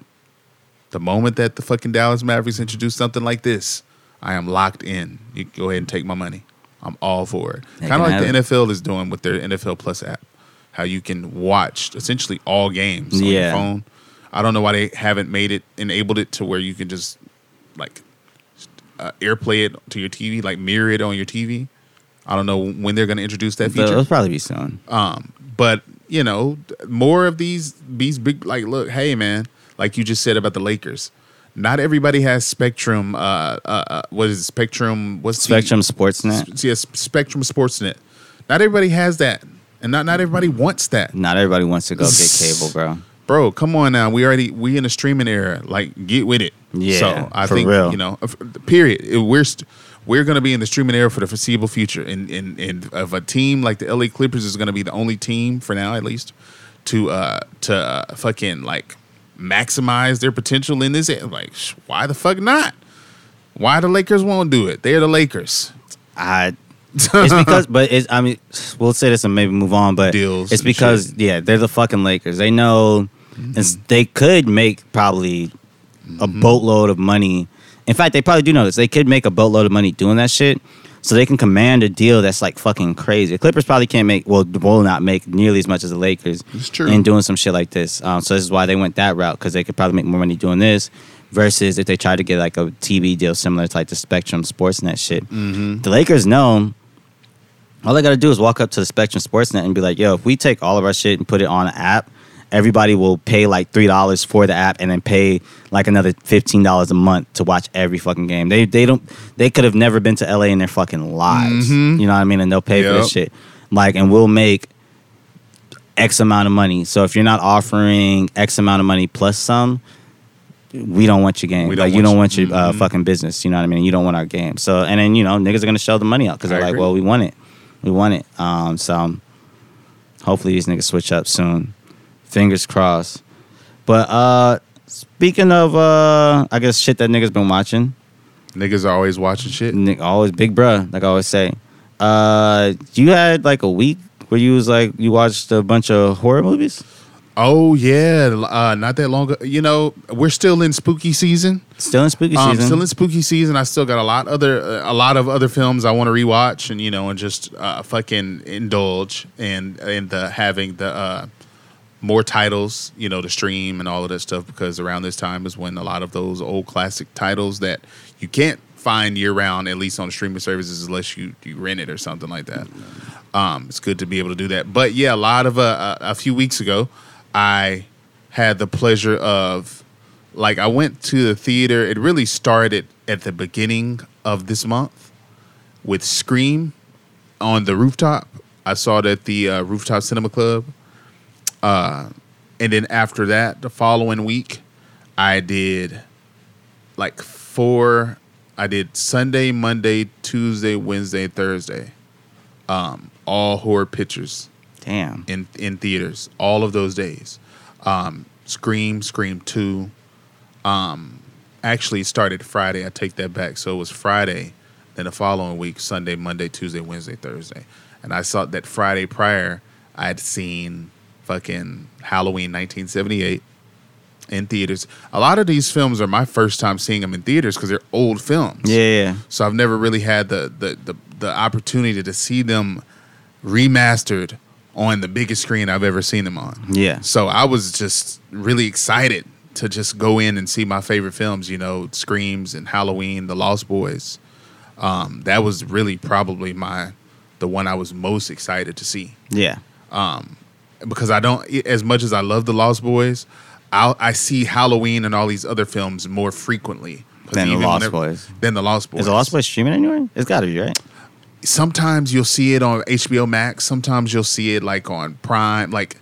[SPEAKER 1] the moment that the fucking Dallas Mavericks introduce something like this, I am locked in. You can go ahead and take my money. I'm all for it.
[SPEAKER 2] They
[SPEAKER 1] Kind of
[SPEAKER 2] can
[SPEAKER 1] like
[SPEAKER 2] have
[SPEAKER 1] the
[SPEAKER 2] it.
[SPEAKER 1] NFL is doing with their NFL Plus app, how you can watch essentially all games on your
[SPEAKER 2] Yeah.
[SPEAKER 1] phone. I don't know why they haven't made it enabled it to where you can just like uh, airplay it to your TV, like mirror it on your TV. I don't know when they're going to introduce that
[SPEAKER 2] But
[SPEAKER 1] feature.
[SPEAKER 2] it'll probably be soon.
[SPEAKER 1] Um, but you know, more of these these big like look, hey man, like you just said about the Lakers. Not everybody has Spectrum. Uh, uh, uh what is it, Spectrum? What's the-
[SPEAKER 2] Spectrum Sportsnet.
[SPEAKER 1] S- yes, Spectrum Sportsnet. Not everybody has that, and not not everybody wants that.
[SPEAKER 2] Not everybody wants to go get cable,
[SPEAKER 1] <laughs>
[SPEAKER 2] bro.
[SPEAKER 1] Bro, come on now. We already we in a streaming era. Like, get with it.
[SPEAKER 2] Yeah,
[SPEAKER 1] So I
[SPEAKER 2] for
[SPEAKER 1] think
[SPEAKER 2] real.
[SPEAKER 1] you know, f- period. It- We're st- we're gonna be in the streaming era for the foreseeable future. And and and if a team like the LA Clippers is gonna be the only team for now, at least, to uh to uh, fucking like maximize their potential in this. e- Like, sh- why the fuck not? Why the Lakers won't do it? They're the Lakers.
[SPEAKER 2] I. it's because, but it's, I mean, we'll say this and maybe move on. But
[SPEAKER 1] Deals
[SPEAKER 2] it's
[SPEAKER 1] and
[SPEAKER 2] because, yeah, they're the fucking Lakers. They know it's, they could make probably a
[SPEAKER 1] Mm-hmm.
[SPEAKER 2] boatload of money. In fact, they probably do know this. They could make a boatload of money doing that shit. So they can command a deal that's like fucking crazy. The Clippers probably can't make, well, will not make nearly as much as the Lakers
[SPEAKER 1] It's true.
[SPEAKER 2] in doing some shit like this. Um, so this is why they went that route because they could probably make more money doing this versus if they tried to get like a TV deal similar to like the Spectrum Sportsnet shit.
[SPEAKER 1] Mm-hmm.
[SPEAKER 2] The Lakers know all they got to do is walk up to the Spectrum Sportsnet and be like, yo, if we take all of our shit and put it on an app, everybody will pay like $3 for the app and then pay like another $15 a month to watch every fucking game. They they don't they could have never been to LA in their fucking lives. You know what I mean? And they'll pay for this
[SPEAKER 1] Mm-hmm. Yep.
[SPEAKER 2] shit. Like and we'll make X amount of money. So if you're not offering X amount of money plus some, we don't want your game.
[SPEAKER 1] We don't
[SPEAKER 2] like you
[SPEAKER 1] want
[SPEAKER 2] don't
[SPEAKER 1] you-
[SPEAKER 2] want your uh, fucking business. You know what I mean? You don't want our game. So and then you know niggas are gonna shell the money out because
[SPEAKER 1] I
[SPEAKER 2] they're like,
[SPEAKER 1] agree.
[SPEAKER 2] well, we want it, we want it. Um, so hopefully these niggas switch up soon. Fingers crossed. But uh, speaking of uh, I guess shit that niggas been watching.
[SPEAKER 1] Niggas are always watching shit.
[SPEAKER 2] Nick always big bruh, like I always say. Uh, you had like a week where you was like you watched a bunch of horror movies.
[SPEAKER 1] Oh yeah, uh, not that long. ago. You know, we're still in spooky season.
[SPEAKER 2] Still in spooky
[SPEAKER 1] Um,
[SPEAKER 2] season.
[SPEAKER 1] still in spooky season. I still got a lot other uh, a lot of other films I want to rewatch and you know and just uh, fucking indulge and and the having the uh, more titles you know to stream and all of that stuff because around this time is when a lot of those old classic titles that you can't find year round at least on streaming services unless you you rent it or something like that. Um, it's good to be able to do that. But yeah, a lot of uh, a, a few weeks ago, I had the pleasure of like I went to the theater. It really started at the beginning of this month with Scream on the rooftop. I saw it at the uh, rooftop cinema club, uh, and then after that, the following week, I did like four. I did Sunday, Monday, Tuesday, Wednesday, Thursday Um, all horror pictures
[SPEAKER 2] Damn.
[SPEAKER 1] in in theaters all of those days. Um, Scream, Scream Two. Um, actually, it started Friday. I take that back. So it was Friday, then the following week, Sunday, Monday, Tuesday, Wednesday, Thursday, and I saw that Friday prior. I had seen fucking Halloween 1978 in theaters. A lot of these films are my first time seeing them in theaters because they're old films.
[SPEAKER 2] Yeah, yeah.
[SPEAKER 1] So I've never really had the the the, the opportunity to see them remastered on the biggest screen I've ever seen them on.
[SPEAKER 2] Yeah.
[SPEAKER 1] So I was just really excited to just go in and see my favorite films, you know, Screams and Halloween, The Lost Boys. Um, that was really probably my the one I was most excited to see
[SPEAKER 2] Yeah.
[SPEAKER 1] because I don't e, as much as I love the Lost Boys, I I see Halloween and all these other films more frequently 'Cause
[SPEAKER 2] Than The
[SPEAKER 1] even
[SPEAKER 2] Lost
[SPEAKER 1] whenever-
[SPEAKER 2] Boys.
[SPEAKER 1] Than the Lost Boys.
[SPEAKER 2] Is The Lost Boy streaming anywhere? It's got to be, right?
[SPEAKER 1] sometimes you'll see it on HBO Max. Sometimes you'll see it like on Prime. Like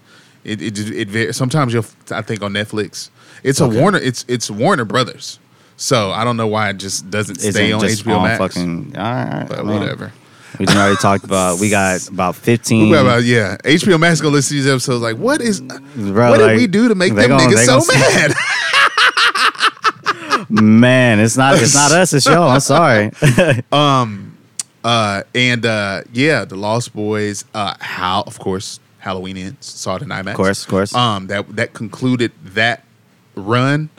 [SPEAKER 1] it, it, it, var- Sometimes you'll, I think, on Netflix. It's
[SPEAKER 2] Okay.
[SPEAKER 1] a Warner. It's it's Warner Brothers. So I don't know why it just doesn't stay
[SPEAKER 2] Isn't
[SPEAKER 1] on
[SPEAKER 2] just
[SPEAKER 1] HBO
[SPEAKER 2] on
[SPEAKER 1] Max.
[SPEAKER 2] Fucking, all right,
[SPEAKER 1] but
[SPEAKER 2] man.
[SPEAKER 1] whatever.
[SPEAKER 2] We done already talked about.
[SPEAKER 1] <laughs>
[SPEAKER 2] We got about fifteen.
[SPEAKER 1] Well, well, uh, yeah, HBO Max gonna listen to these episodes. Like, what is?
[SPEAKER 2] Bro,
[SPEAKER 1] what
[SPEAKER 2] like,
[SPEAKER 1] did we do to make
[SPEAKER 2] they
[SPEAKER 1] them
[SPEAKER 2] gonna- they
[SPEAKER 1] niggas so
[SPEAKER 2] gonna- <laughs>
[SPEAKER 1] mad?
[SPEAKER 2] Man, it's not. It's not us. It's y'all.
[SPEAKER 1] <laughs>
[SPEAKER 2] I'm sorry.
[SPEAKER 1] uh, and uh, yeah, the Lost Boys. Uh, how of course Halloween ends. Saw it in IMAX. Of
[SPEAKER 2] course, of course.
[SPEAKER 1] Um, that that concluded that run,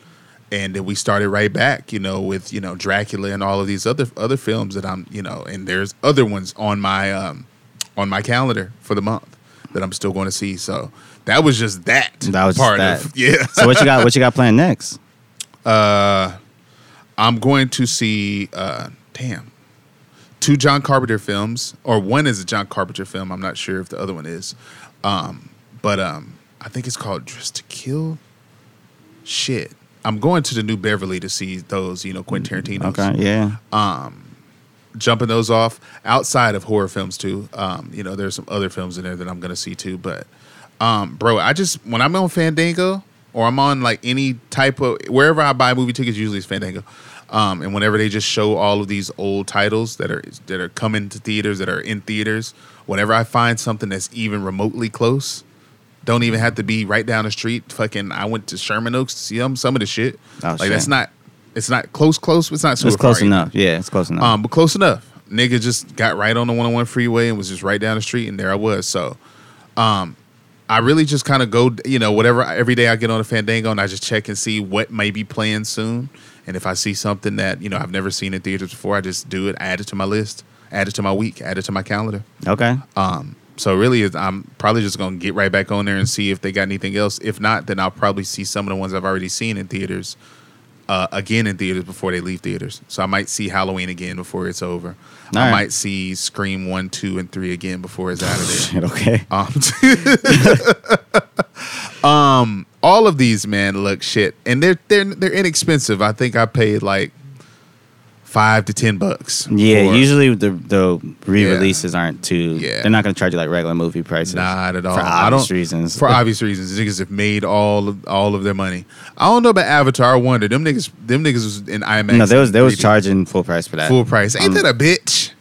[SPEAKER 1] and then we started right back. You know, with you know Dracula and all of these other other films that I'm you know, and there's other ones on my um on my calendar for the month that I'm still going to see. So that was just that.
[SPEAKER 2] That was just
[SPEAKER 1] part
[SPEAKER 2] that.
[SPEAKER 1] of <laughs> yeah.
[SPEAKER 2] so what you got? What you got planned next?
[SPEAKER 1] <laughs> I'm going to see uh damn two John Carpenter films or one is a John Carpenter film. I'm not sure if the other one is. Um but um I think it's called Dressed to Kill. Shit. I'm going to the New Beverly to see those, you know, Quentin Tarantino's
[SPEAKER 2] Mm, Okay. Yeah.
[SPEAKER 1] jumping those off outside of horror films too. Um, you know, there's some other films in there that I'm gonna see too. But um, bro, I just when I'm on Fandango or I'm on like any type of wherever I buy movie tickets, usually it's Fandango. Um, and whenever they just show all of these old titles that are that are coming to theaters that are in theaters, whenever I find something that's even remotely close, don't even have to be right down the street. Fucking, I went to Sherman Oaks to see them. Some of the shit,
[SPEAKER 2] Oh,
[SPEAKER 1] like
[SPEAKER 2] shit.
[SPEAKER 1] that's not, it's not close, close. but It's not super
[SPEAKER 2] it's close
[SPEAKER 1] far either.
[SPEAKER 2] enough. Yeah, it's close enough.
[SPEAKER 1] Um, but close enough. Nigga just got right on the 101 freeway and was just right down the street, and there I was. So, um, I really just kind of go, you know, whatever. Every day I get on a Fandango and I just check and see what may be playing soon, and if I see something that you know I've never seen in theaters before, I just do it, add it to my list, add it to my week, add it to my calendar.
[SPEAKER 2] okay.
[SPEAKER 1] Um, so really, it's- I'm probably just gonna get right back on there and see if they got anything else. If not, then I'll probably see some of the ones I've already seen in theaters uh, again in theaters before they leave theaters. So I might see Halloween again before it's over. I
[SPEAKER 2] Alright.
[SPEAKER 1] might see Scream one, two, and three again before it's out of there.
[SPEAKER 2] Shit, <laughs> okay.
[SPEAKER 1] Um,
[SPEAKER 2] <laughs>
[SPEAKER 1] um, <laughs> all of these, man, look shit, and they're they're they're inexpensive. I think I paid like five to ten bucks.
[SPEAKER 2] Yeah.
[SPEAKER 1] for-
[SPEAKER 2] usually the the re-releases aren't too.
[SPEAKER 1] Yeah.
[SPEAKER 2] They're not gonna charge you like regular movie prices.
[SPEAKER 1] Not at all.
[SPEAKER 2] For
[SPEAKER 1] I
[SPEAKER 2] obvious
[SPEAKER 1] don't-
[SPEAKER 2] reasons.
[SPEAKER 1] For obvious reasons, niggas have made all of all of their money. I don't know about Avatar. I wonder them niggas. Them niggas was in IMAX.
[SPEAKER 2] no, there was there was
[SPEAKER 1] 3D,
[SPEAKER 2] charging full price for that.
[SPEAKER 1] full price. Ain't
[SPEAKER 2] Um,
[SPEAKER 1] that a bitch?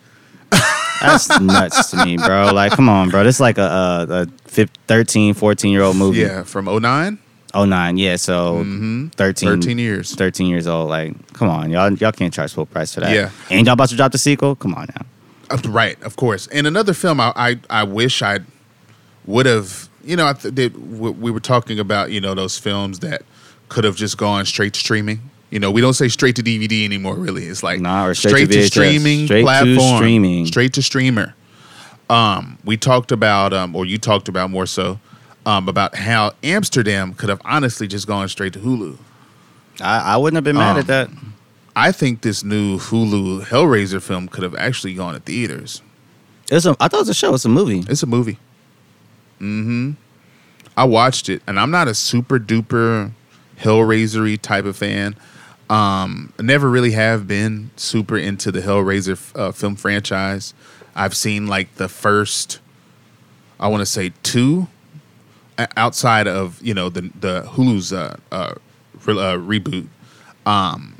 [SPEAKER 2] That's nuts to me, bro. Like, come on, bro. This is like a, a, a fif- 13, 14 year old movie.
[SPEAKER 1] Yeah, from 09?
[SPEAKER 2] Oh, nine. Yeah. So 13,
[SPEAKER 1] 13 Mm-hmm. years.
[SPEAKER 2] 13 years old. Like, come on. Y'all y'all can't charge full price for that.
[SPEAKER 1] Yeah.
[SPEAKER 2] And y'all about to drop the sequel? Come on now.
[SPEAKER 1] Uh, Right, of course. And another film I I, I wish I would have. You know, I th- did, w- we were talking about you know those films that could have just gone straight to streaming. You know, we don't say straight to DVD anymore. Really, it's like
[SPEAKER 2] Nah, or straight to VHS,
[SPEAKER 1] streaming
[SPEAKER 2] straight to
[SPEAKER 1] platform,
[SPEAKER 2] streaming.
[SPEAKER 1] straight to streamer. Um, we talked about, um, or you talked about more so, um, about how Amsterdam could have honestly just gone straight to Hulu.
[SPEAKER 2] I, I wouldn't have been mad at that.
[SPEAKER 1] I think this new Hulu Hellraiser film could have actually gone to theaters.
[SPEAKER 2] It's a, I thought it was a show. It's a movie.
[SPEAKER 1] It's a movie. Mm-hmm. I watched it, and I'm not a super duper Hellraisery type of fan. Um, I never really have been super into the Hellraiser uh, film franchise. I've seen like the first, I want to say two, o- outside of you know the the Hulu's uh, uh, re- uh, reboot. Um,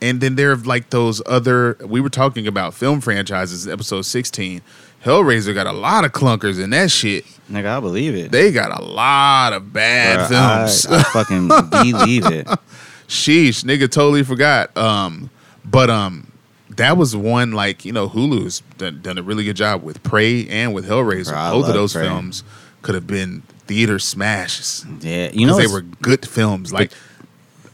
[SPEAKER 1] and then there are like those other we were talking about film franchises, episode sixteen. Hellraiser got a lot of clunkers in that shit.
[SPEAKER 2] Nigga, I believe it.
[SPEAKER 1] They got a lot of
[SPEAKER 2] Bro,
[SPEAKER 1] bad
[SPEAKER 2] I,
[SPEAKER 1] films.
[SPEAKER 2] I fucking
[SPEAKER 1] <laughs>
[SPEAKER 2] believe it.
[SPEAKER 1] Sheesh, nigga, totally forgot. Um, but um, that was one like you know Hulu's done, done a really good job with Prey and with Hellraiser.
[SPEAKER 2] Bro, I
[SPEAKER 1] Both
[SPEAKER 2] love
[SPEAKER 1] of those
[SPEAKER 2] Prey.
[SPEAKER 1] films could have been theater smashes.
[SPEAKER 2] Yeah. You
[SPEAKER 1] You
[SPEAKER 2] know,
[SPEAKER 1] know, they
[SPEAKER 2] it's-
[SPEAKER 1] were good films. Like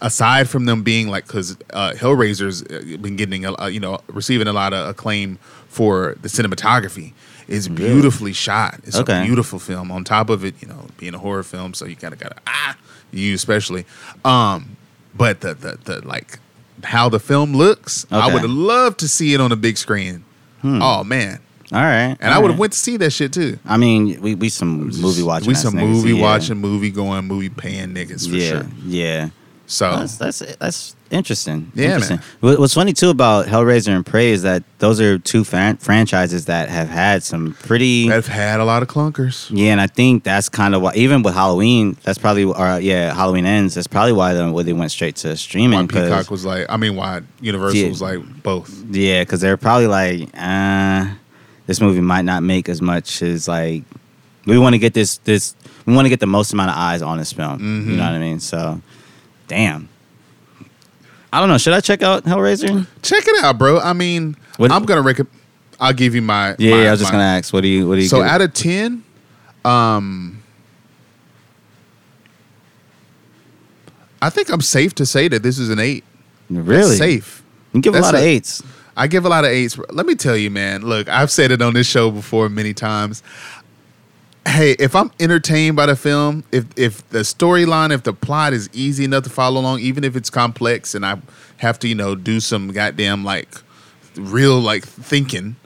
[SPEAKER 1] aside from them being like because uh, Hellraiser's uh, been getting a, uh, you know receiving a lot of acclaim for the cinematography. It's beautifully shot. It's
[SPEAKER 2] Okay.
[SPEAKER 1] a beautiful film. On top of it, you know, being a horror film, so you kind of gotta ah you especially. Um, but the the, the like how the film looks, I
[SPEAKER 2] Okay. Hmm.
[SPEAKER 1] would love to see it on a big screen. Oh man.
[SPEAKER 2] all right.
[SPEAKER 1] And I would have went to see that shit too.
[SPEAKER 2] I mean, we, we some movie watching.
[SPEAKER 1] We
[SPEAKER 2] ass
[SPEAKER 1] some
[SPEAKER 2] niggas,
[SPEAKER 1] movie
[SPEAKER 2] yeah.
[SPEAKER 1] watching, movie going, movie paying niggas for
[SPEAKER 2] yeah,
[SPEAKER 1] sure.
[SPEAKER 2] yeah.
[SPEAKER 1] So
[SPEAKER 2] That's that's that's interesting.
[SPEAKER 1] Yeah,
[SPEAKER 2] interesting.
[SPEAKER 1] man.
[SPEAKER 2] What- What's funny too about Hellraiser and Prey is that those are two fran- franchises that have had some pretty.
[SPEAKER 1] I've had a lot of clunkers.
[SPEAKER 2] yeah, and I think that's kind of why. Even with Halloween, that's probably or yeah, Halloween ends. That's probably why they, why they went straight to
[SPEAKER 1] Why
[SPEAKER 2] streaming. 'cause-
[SPEAKER 1] Peacock was like, I mean, why Universal
[SPEAKER 2] Yeah.
[SPEAKER 1] was like both.
[SPEAKER 2] yeah, because they're probably like, uh, this movie might not make as much as like we want to get this this we want to get the most amount of eyes on this film. You know what I mean? So, damn. I don't know. Should I check out Hellraiser?
[SPEAKER 1] Check it out, bro. I mean,
[SPEAKER 2] What-
[SPEAKER 1] I'm gonna recommend. I'll give you my.
[SPEAKER 2] Yeah,
[SPEAKER 1] my-
[SPEAKER 2] I was just
[SPEAKER 1] my-
[SPEAKER 2] gonna ask. What do you? What do you?
[SPEAKER 1] So
[SPEAKER 2] give it?
[SPEAKER 1] out of ten, um, I think I'm safe to say that this is an eight. That's
[SPEAKER 2] really
[SPEAKER 1] safe.
[SPEAKER 2] You give a
[SPEAKER 1] That's
[SPEAKER 2] lot of
[SPEAKER 1] a-
[SPEAKER 2] eights.
[SPEAKER 1] I give a lot of eights. Let me tell you, man. Look, I've said it on this show before many times. Hey, if I'm entertained by the film, if if the storyline, if the plot is easy enough to follow along, even if it's complex and I have to, you know, do some goddamn like real like thinking,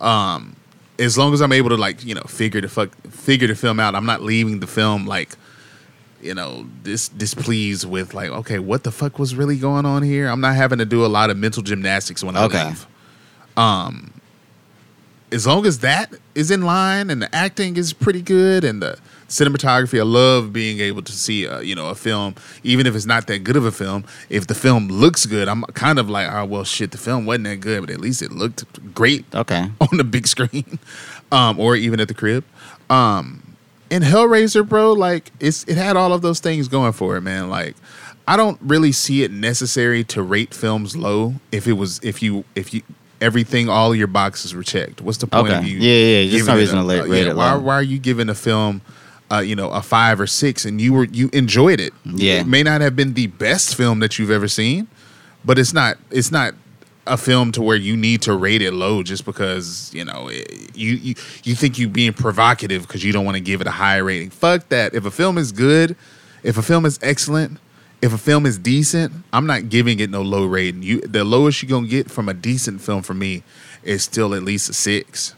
[SPEAKER 1] um, as long as I'm able to like, you know, figure the fuck figure the film out, I'm not leaving the film like you know, dis displeased with like, okay, what the fuck was really going on here? I'm not having to do a lot of mental gymnastics when I
[SPEAKER 2] Okay.
[SPEAKER 1] leave. Um, as long as that is in line and the acting is pretty good and the cinematography, I love being able to see, uh, you know, a film, even if it's not that good of a film. If the film looks good, I'm kind of like, oh well, shit, the film wasn't that good, but at least it looked great
[SPEAKER 2] Okay.
[SPEAKER 1] <laughs> on the big screen, um, or even at the crib. Um, and Hellraiser, bro, like it's it had all of those things going for it, man. Like I don't really see it necessary to rate films low if it was if you if you everything all your boxes were checked. What's the point of
[SPEAKER 2] Okay.
[SPEAKER 1] you?
[SPEAKER 2] Yeah, yeah, yeah. There's
[SPEAKER 1] giving
[SPEAKER 2] no
[SPEAKER 1] it
[SPEAKER 2] reason to la-
[SPEAKER 1] uh,
[SPEAKER 2] rate it
[SPEAKER 1] Why
[SPEAKER 2] low.
[SPEAKER 1] why are you giving a film? Uh, you know, a five or six, and you were you enjoyed it.
[SPEAKER 2] Yeah.
[SPEAKER 1] it may not have been the best film that you've ever seen, but it's not it's not a film to where you need to rate it low just because you know it, you, you you think you being provocative because you don't want to give it a high rating. Fuck that. If a film is good, if a film is excellent, if a film is decent, I'm not giving it no low rating. You the lowest you're gonna get from a decent film for me is still at least a six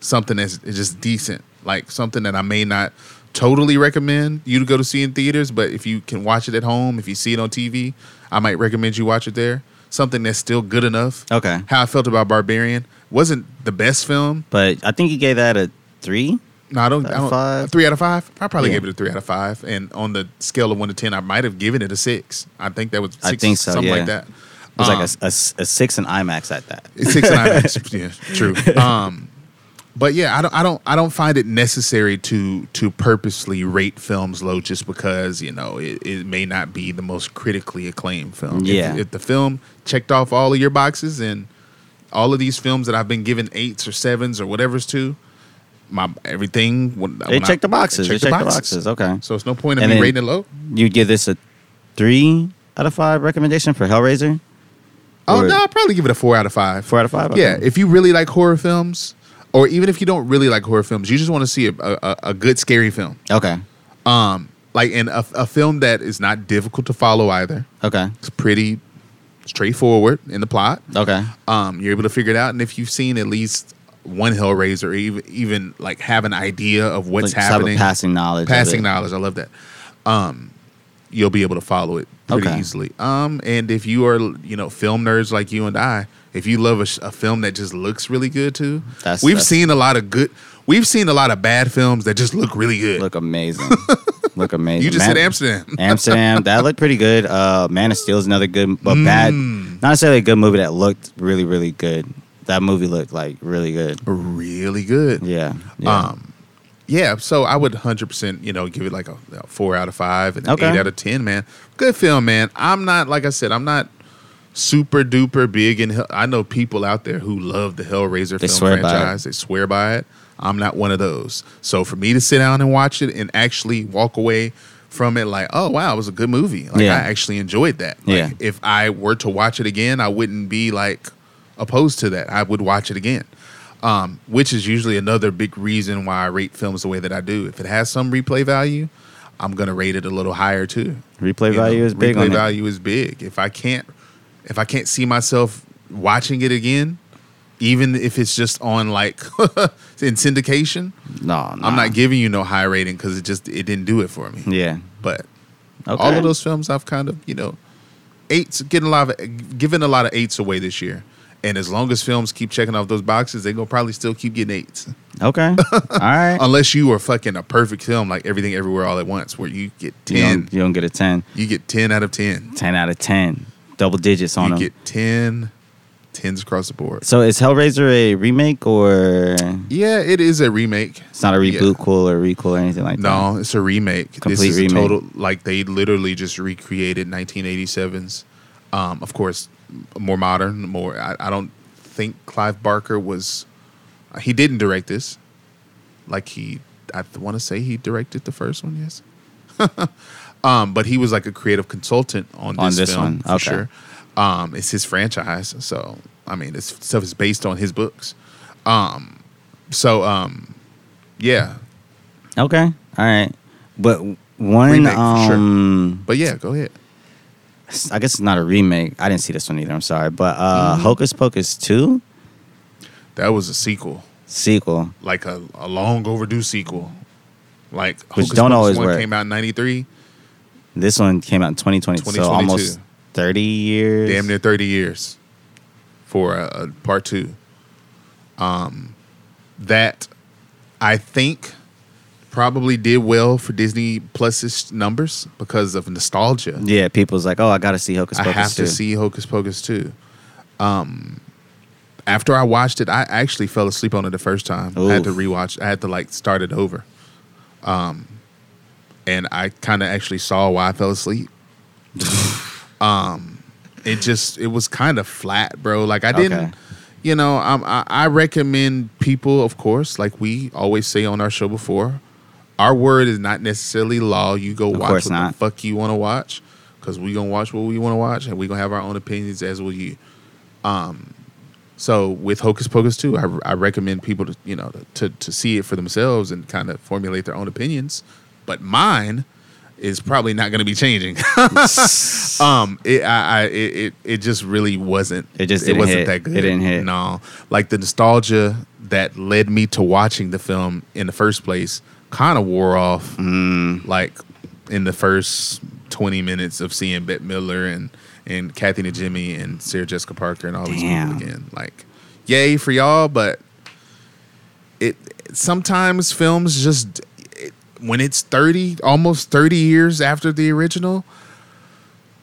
[SPEAKER 1] something that's is just decent, like something that I may not totally recommend you to go to see in theaters, but if you can watch it at home, if you see it on TV, I might recommend you watch it there. Something that's still good enough.
[SPEAKER 2] Okay.
[SPEAKER 1] How I felt about Barbarian wasn't the best film.
[SPEAKER 2] But I think you gave that a three.
[SPEAKER 1] No, I don't.
[SPEAKER 2] Out
[SPEAKER 1] I
[SPEAKER 2] of
[SPEAKER 1] don't
[SPEAKER 2] five?
[SPEAKER 1] Three out of five. I probably
[SPEAKER 2] Yeah.
[SPEAKER 1] gave it a three out of five, and on the scale of one to ten, I might have given it a six. I think that was six,
[SPEAKER 2] I think so,
[SPEAKER 1] something like
[SPEAKER 2] yeah.
[SPEAKER 1] that.
[SPEAKER 2] It was like
[SPEAKER 1] Um,
[SPEAKER 2] a s- a, s- a six in IMAX at that.
[SPEAKER 1] It's six and IMAX. yeah,
[SPEAKER 2] <laughs>
[SPEAKER 1] true. Um, but yeah, I don't, I don't, I don't find it necessary to to purposely rate films low just because you know it, it may not be the most critically acclaimed film. If-
[SPEAKER 2] Yeah.
[SPEAKER 1] If, the film checked off all of your boxes and all of these films that I've been given eights or sevens or whatever's to, my everything when,
[SPEAKER 2] They
[SPEAKER 1] when I-
[SPEAKER 2] checked the boxes.
[SPEAKER 1] checked
[SPEAKER 2] They checked the boxes. Okay.
[SPEAKER 1] So it's no point in
[SPEAKER 2] And
[SPEAKER 1] me
[SPEAKER 2] then-
[SPEAKER 1] rating it low.
[SPEAKER 2] You give this a three out of five recommendation for Hellraiser.
[SPEAKER 1] Oh
[SPEAKER 2] Or
[SPEAKER 1] no, I'll probably give it a four out of five.
[SPEAKER 2] Four out of five.
[SPEAKER 1] Yeah,
[SPEAKER 2] Okay.
[SPEAKER 1] if you really like horror films, or even if you don't really like horror films, you just want to see a, a, a good scary film.
[SPEAKER 2] Okay.
[SPEAKER 1] Um, like and a, a film that is not difficult to follow either.
[SPEAKER 2] Okay.
[SPEAKER 1] It's pretty straightforward in the plot.
[SPEAKER 2] Okay.
[SPEAKER 1] Um, you're able to figure it out, and if you've seen at least one Hellraiser, or even even like have an idea of what's
[SPEAKER 2] Like, just have
[SPEAKER 1] happening,
[SPEAKER 2] a passing knowledge. of
[SPEAKER 1] passing
[SPEAKER 2] it.
[SPEAKER 1] knowledge. I love that. Um, you'll be able to follow it pretty
[SPEAKER 2] Okay.
[SPEAKER 1] easily. Um, and if you are you know film nerds like you and I, if you love a, sh- a film that just looks really good too,
[SPEAKER 2] That's-
[SPEAKER 1] we've
[SPEAKER 2] that's-
[SPEAKER 1] seen a lot of good. We've seen a lot of bad films that just look really good.
[SPEAKER 2] Look <laughs> amazing. Look amazing.
[SPEAKER 1] you just
[SPEAKER 2] Man-
[SPEAKER 1] said Amsterdam.
[SPEAKER 2] Amsterdam. That looked pretty good. Uh, Man of Steel is another good,
[SPEAKER 1] Mm.
[SPEAKER 2] but bad. Not necessarily a good movie that looked really, really good. That movie looked like really good.
[SPEAKER 1] <laughs> really good.
[SPEAKER 2] Yeah. yeah.
[SPEAKER 1] Um, yeah. So I would hundred percent, you know, give it like a, a four out of five and an
[SPEAKER 2] Okay.
[SPEAKER 1] eight out of ten. Man, good film, man. I'm not like I said, I'm not super duper big in. Hell- I know people out there who love the Hellraiser
[SPEAKER 2] They
[SPEAKER 1] film
[SPEAKER 2] swear by it.
[SPEAKER 1] franchise. They swear by it. I'm not one of those. So for me to sit down and watch it and actually walk away from it like, oh wow, it was a good movie. Like
[SPEAKER 2] Yeah.
[SPEAKER 1] I actually enjoyed that. Like,
[SPEAKER 2] Yeah.
[SPEAKER 1] If I were to watch it again, I wouldn't be like opposed to that. I would watch it again um, which is usually another big reason why I rate films the way that I do. If it has some replay value, I'm gonna rate it a little higher too.
[SPEAKER 2] replay
[SPEAKER 1] You know,
[SPEAKER 2] value is big
[SPEAKER 1] Replay
[SPEAKER 2] on it.
[SPEAKER 1] value is big. If I can't, if I can't see myself watching it again, even if it's just on like <laughs> in syndication,
[SPEAKER 2] No,
[SPEAKER 1] I'm
[SPEAKER 2] nah.
[SPEAKER 1] not giving you no high rating because it just it didn't do it for me.
[SPEAKER 2] Yeah.
[SPEAKER 1] But
[SPEAKER 2] Okay.
[SPEAKER 1] All of those films I've kind of you know eights getting a lot of giving a lot of eights away this year. And as long as films keep checking off those boxes, they're gonna probably still keep getting eights. <laughs>
[SPEAKER 2] Okay. All right.
[SPEAKER 1] Unless you are fucking a perfect film like everything everywhere all at once, where you get
[SPEAKER 2] You
[SPEAKER 1] ten.
[SPEAKER 2] don't, you don't get a 10.
[SPEAKER 1] You get ten out of ten.
[SPEAKER 2] 10 out of 10. Double digits on
[SPEAKER 1] you
[SPEAKER 2] them.
[SPEAKER 1] get 10 10s across the board
[SPEAKER 2] So is Hellraiser a remake or
[SPEAKER 1] yeah it is a remake
[SPEAKER 2] it's not a
[SPEAKER 1] Yeah.
[SPEAKER 2] reboot, cool, or recoil, or anything like that?
[SPEAKER 1] no it's a remake this
[SPEAKER 2] Mm. Complete
[SPEAKER 1] is
[SPEAKER 2] remake.
[SPEAKER 1] a total like they literally just recreated 1987's um of course m- more modern more i, I don't think clive barker was uh, he didn't direct this like he i want to say he directed the first one yes <laughs> um but he was like a creative consultant on this,
[SPEAKER 2] On this
[SPEAKER 1] film
[SPEAKER 2] one,
[SPEAKER 1] for
[SPEAKER 2] okay.
[SPEAKER 1] sure um it's his franchise so i mean this stuff is based on his books um so um yeah
[SPEAKER 2] No. Okay. All right. But one,
[SPEAKER 1] Remake, for sure.
[SPEAKER 2] um,
[SPEAKER 1] but yeah go ahead
[SPEAKER 2] I guess it's not a remake. I didn't see this one either. I'm sorry. But uh,
[SPEAKER 1] Mhm.
[SPEAKER 2] Hocus Pocus 2
[SPEAKER 1] that was a sequel
[SPEAKER 2] sequel.
[SPEAKER 1] like a, a long overdue sequel like
[SPEAKER 2] Which don't always
[SPEAKER 1] one
[SPEAKER 2] work.
[SPEAKER 1] came out in 93
[SPEAKER 2] This one came out in 2020, so
[SPEAKER 1] 2022.
[SPEAKER 2] almost 30 years.
[SPEAKER 1] damn near 30 years for a, a part two. Um, that I think probably did well for Disney Plus's numbers because of nostalgia.
[SPEAKER 2] Yeah, people's like, oh, I got to see Hocus
[SPEAKER 1] I
[SPEAKER 2] Pocus
[SPEAKER 1] have
[SPEAKER 2] 2.
[SPEAKER 1] to see Hocus Pocus too. Um, after I watched it, I actually fell asleep on it the first time. I had to
[SPEAKER 2] Oof.
[SPEAKER 1] rewatch. I had to like start it over. Um, and I kind of actually saw why I fell
[SPEAKER 2] <laughs>
[SPEAKER 1] asleep. um, it just it was kind of flat, bro. Like I didn't.
[SPEAKER 2] Okay.
[SPEAKER 1] You know, um, I, I recommend people, of course, like we always say on our show before, our word is not necessarily law. You go
[SPEAKER 2] Of
[SPEAKER 1] watch
[SPEAKER 2] course
[SPEAKER 1] what
[SPEAKER 2] not.
[SPEAKER 1] the fuck you want to watch because we going to watch what we want to watch and we going to have our own opinions as will you. Um, so with Hocus Pocus 2, I, I recommend people to, you know, to, to see it for themselves and kind of formulate their own opinions. But mine is probably not going to be changing. <laughs> um, it, I, I, it, it, it just really wasn't.
[SPEAKER 2] It just didn't
[SPEAKER 1] wasn't
[SPEAKER 2] hit.
[SPEAKER 1] that good.
[SPEAKER 2] It didn't hit.
[SPEAKER 1] No, like the nostalgia that led me to watching the film in the first place kind of wore off.
[SPEAKER 2] Mm.
[SPEAKER 1] Like in the first twenty minutes of seeing Bette Miller and and Kathy and Jimmy and Sarah Jessica Parker and all these people
[SPEAKER 2] Damn.
[SPEAKER 1] again. Like, yay for y'all, but it sometimes films just it, when it's 30 almost 30 years after the original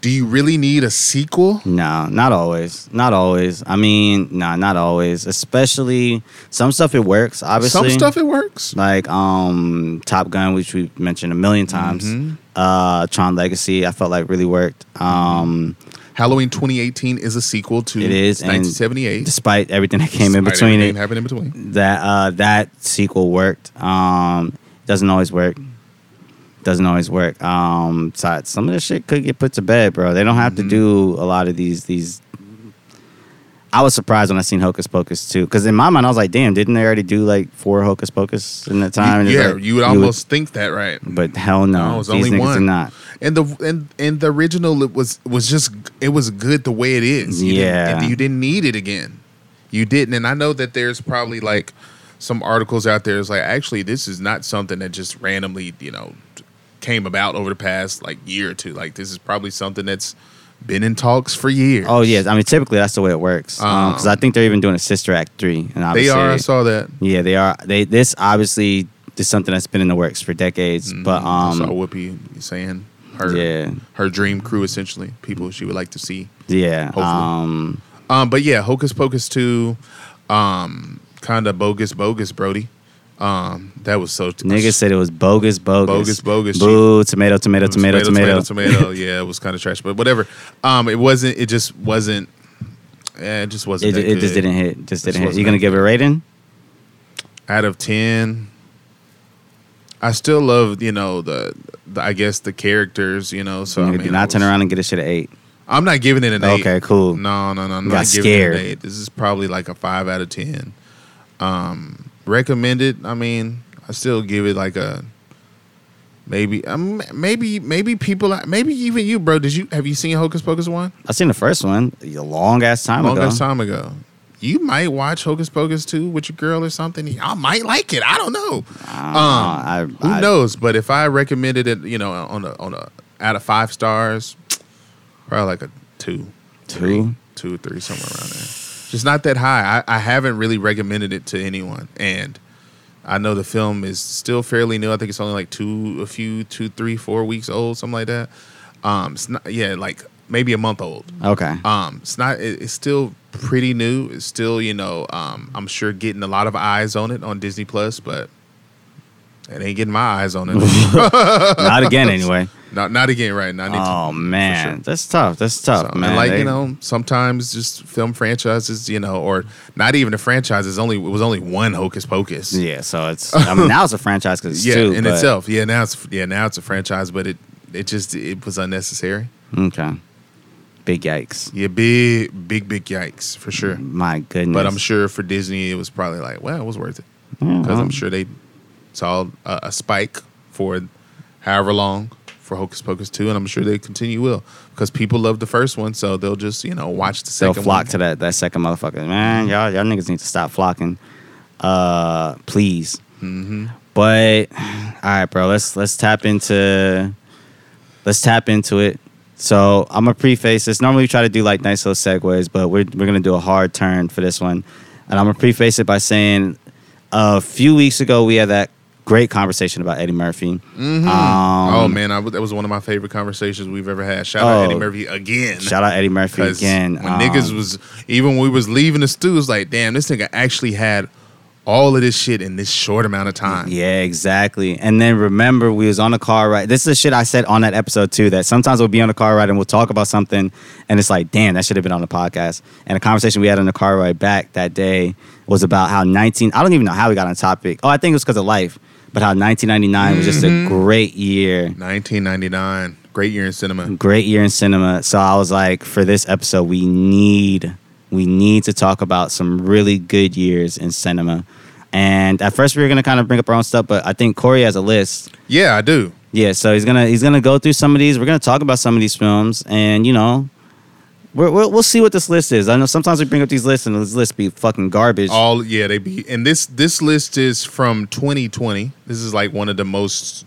[SPEAKER 1] do you really need a sequel
[SPEAKER 2] No, not always. Not always. I mean, nah, not always. Especially some stuff it works, obviously.
[SPEAKER 1] some stuff it works
[SPEAKER 2] like um Top Gun, which we mentioned a million times.
[SPEAKER 1] Mhm.
[SPEAKER 2] Uh Tron Legacy, I felt like really worked. Um
[SPEAKER 1] halloween 2018 is a sequel to
[SPEAKER 2] It is, and
[SPEAKER 1] 1978
[SPEAKER 2] despite everything that came in
[SPEAKER 1] Despite
[SPEAKER 2] between
[SPEAKER 1] everything
[SPEAKER 2] it,
[SPEAKER 1] happened in between
[SPEAKER 2] that uh that sequel worked. Um doesn't always work. Doesn't always work. Um so some of this shit could get put to bed, bro. They don't have
[SPEAKER 1] Mm-hmm.
[SPEAKER 2] to do a lot of these these I was surprised when I seen Hocus Pocus too, because in my mind I was like, "Damn, didn't they already do like four Hocus Pocus in that time?" And it's
[SPEAKER 1] yeah
[SPEAKER 2] like,
[SPEAKER 1] you would almost think that right
[SPEAKER 2] but hell no,
[SPEAKER 1] No, it's
[SPEAKER 2] these
[SPEAKER 1] only
[SPEAKER 2] niggas
[SPEAKER 1] one.
[SPEAKER 2] did not.
[SPEAKER 1] and the and and the original it was was just it was good the way it is. You didn't-
[SPEAKER 2] Yeah.
[SPEAKER 1] and you didn't need it again. You didn't, and I know that there's probably like some articles out there. It's like actually this is not something that just randomly you know came about over the past like year or two. Like this is probably something that's been in talks for years.
[SPEAKER 2] Oh yeah, I mean typically that's the way it works. Because I think they're even doing a Sister Act three, and
[SPEAKER 1] Um, they
[SPEAKER 2] obviously,
[SPEAKER 1] are. I saw that.
[SPEAKER 2] yeah, they are. They this obviously is something that's been in the works for decades.
[SPEAKER 1] Mm-hmm.
[SPEAKER 2] But
[SPEAKER 1] I saw
[SPEAKER 2] um,
[SPEAKER 1] Whoopi saying her
[SPEAKER 2] Yeah.
[SPEAKER 1] her dream crew essentially people she would like to see.
[SPEAKER 2] yeah,
[SPEAKER 1] Hopefully.
[SPEAKER 2] um,
[SPEAKER 1] Um, but yeah, Hocus Pocus two, um, kind of bogus, bogus, Brody. Um, that was so
[SPEAKER 2] niggas said it was bogus, bogus,
[SPEAKER 1] Bogus, bogus, Mm,
[SPEAKER 2] Boo, tomato, tomato, tomato,
[SPEAKER 1] tomato,
[SPEAKER 2] tomato, <laughs>
[SPEAKER 1] tomato. yeah, it was kind of trash, but whatever. Um, it wasn't. It just wasn't. eh, it just wasn't.
[SPEAKER 2] It,
[SPEAKER 1] that
[SPEAKER 2] it just
[SPEAKER 1] good.
[SPEAKER 2] didn't hit. Just
[SPEAKER 1] This
[SPEAKER 2] didn't hit.
[SPEAKER 1] wasn't
[SPEAKER 2] You gonna
[SPEAKER 1] that
[SPEAKER 2] give it a rating?
[SPEAKER 1] Out of ten, I still love you know the, the I guess the characters you know. So I
[SPEAKER 2] Nigga
[SPEAKER 1] mean,
[SPEAKER 2] did
[SPEAKER 1] I
[SPEAKER 2] not turn
[SPEAKER 1] was-
[SPEAKER 2] around and get a shit at eight.
[SPEAKER 1] I'm not giving it an eight.
[SPEAKER 2] Okay, cool.
[SPEAKER 1] No, no, no. I'm
[SPEAKER 2] You
[SPEAKER 1] not
[SPEAKER 2] got
[SPEAKER 1] giving
[SPEAKER 2] scared.
[SPEAKER 1] it an eight. This is probably like a five out of ten. Um, recommended. I mean, I still give it like a maybe. Um, maybe, maybe people. Maybe even you, bro. Did you have you seen Hocus Pocus one?
[SPEAKER 2] I seen the first one a long ass time
[SPEAKER 1] Long
[SPEAKER 2] ago.
[SPEAKER 1] ass time ago. You might watch Hocus Pocus two with your girl or something. I might like it. I don't know.
[SPEAKER 2] Uh, I don't know. I-
[SPEAKER 1] Um, Who
[SPEAKER 2] I-
[SPEAKER 1] knows? But if I recommended it, you know, on a on a out of five stars, probably like a two,
[SPEAKER 2] Two?
[SPEAKER 1] three, two, three, somewhere around there. Just not that high. I, I haven't really recommended it to anyone, and I know the film is still fairly new. I think it's only like two, a few, two, three, four weeks old, something like that. Um, it's not, yeah, like maybe a month old. <laughs>
[SPEAKER 2] Okay.
[SPEAKER 1] Um, it's not. It, it's still pretty new. It's still, you know, um, I'm sure getting a lot of eyes on it on Disney Plus, but it ain't getting my eyes on it. <laughs>
[SPEAKER 2] Not again, anyway.
[SPEAKER 1] not, not again, right now. I need
[SPEAKER 2] Oh man, that's tough. That's
[SPEAKER 1] to.
[SPEAKER 2] tough,
[SPEAKER 1] So,
[SPEAKER 2] Oh, man.
[SPEAKER 1] and like
[SPEAKER 2] They-
[SPEAKER 1] you know, sometimes just film franchises, you know, or not even a franchise. It's only it was only one Hocus Pocus.
[SPEAKER 2] Yeah, so it's. I mean, now it's a franchise because
[SPEAKER 1] <laughs>
[SPEAKER 2] it's
[SPEAKER 1] yeah,
[SPEAKER 2] two.
[SPEAKER 1] in
[SPEAKER 2] but-
[SPEAKER 1] itself. Yeah, now it's yeah now it's a franchise, but it it just it was unnecessary.
[SPEAKER 2] Okay. Big yikes.
[SPEAKER 1] Yeah, big big big yikes for sure.
[SPEAKER 2] My goodness.
[SPEAKER 1] But I'm sure for Disney, it was probably like, well, it was worth it
[SPEAKER 2] Yeah,
[SPEAKER 1] because I'm
[SPEAKER 2] well,
[SPEAKER 1] sure they saw a, a spike for however long for Hocus Pocus two, and I'm sure they continue will because people love the first one, so they'll just you know watch the
[SPEAKER 2] they'll
[SPEAKER 1] second.
[SPEAKER 2] flock
[SPEAKER 1] one.
[SPEAKER 2] to that that second motherfucker. Man, y'all y'all niggas need to stop flocking. Uh, please.
[SPEAKER 1] Mm-hmm.
[SPEAKER 2] But all right, bro. Let's let's tap into let's tap into it. So I'm a preface this. Normally we try to do like nice little segues, but we're we're gonna do a hard turn for this one, and I'm gonna preface it by saying a few weeks ago we had that great conversation about Eddie Murphy.
[SPEAKER 1] Mhm.
[SPEAKER 2] Um,
[SPEAKER 1] oh man, I, w- that was one of my favorite conversations we've ever had. Shout out
[SPEAKER 2] Oh.
[SPEAKER 1] Eddie Murphy again.
[SPEAKER 2] Shout out Eddie
[SPEAKER 1] <laughs>
[SPEAKER 2] Murphy
[SPEAKER 1] 'Cause
[SPEAKER 2] again.
[SPEAKER 1] When niggas
[SPEAKER 2] Um,
[SPEAKER 1] was even when we was leaving the stew, it was like, damn, this nigga actually had all of this shit in this short amount of time.
[SPEAKER 2] Yeah, exactly. And then remember, we was on a car ride. This is the shit I said on that episode too. That sometimes we'll be on a car ride and we'll talk about something, and it's like, damn, that should have been on the podcast. And the conversation we had on the car ride back that day was about how 19. I don't even know how we got on topic. Oh, I think it was because of life, but how 1999 was just a great year,
[SPEAKER 1] 1999, great year in cinema.
[SPEAKER 2] great year in cinema. So I was like, for this episode, we need we need to talk about some really good years in cinema. And at first, we were gonna kind of bring up our own stuff, but I think Corey has a list.
[SPEAKER 1] Yeah, I do.
[SPEAKER 2] Yeah, so he's gonna he's gonna go through some of these. We're gonna talk about some of these films, and you know, we're, we'll we'll see what this list is. I know sometimes we bring up these lists, and these lists be fucking garbage.
[SPEAKER 1] All yeah, they be and this this list is from 2020. This is like one of the most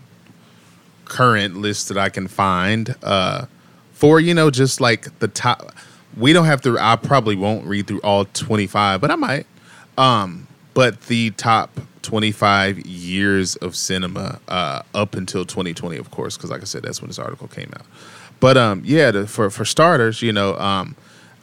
[SPEAKER 1] current lists that I can find. Uh for, you know, just like the top we don't have to I probably won't read through all 25, but I might. Um but the top 25 years of cinema uh up until 2020, of course, cuz like I said that's when this article came out. But um yeah, the, for for starters, you know, um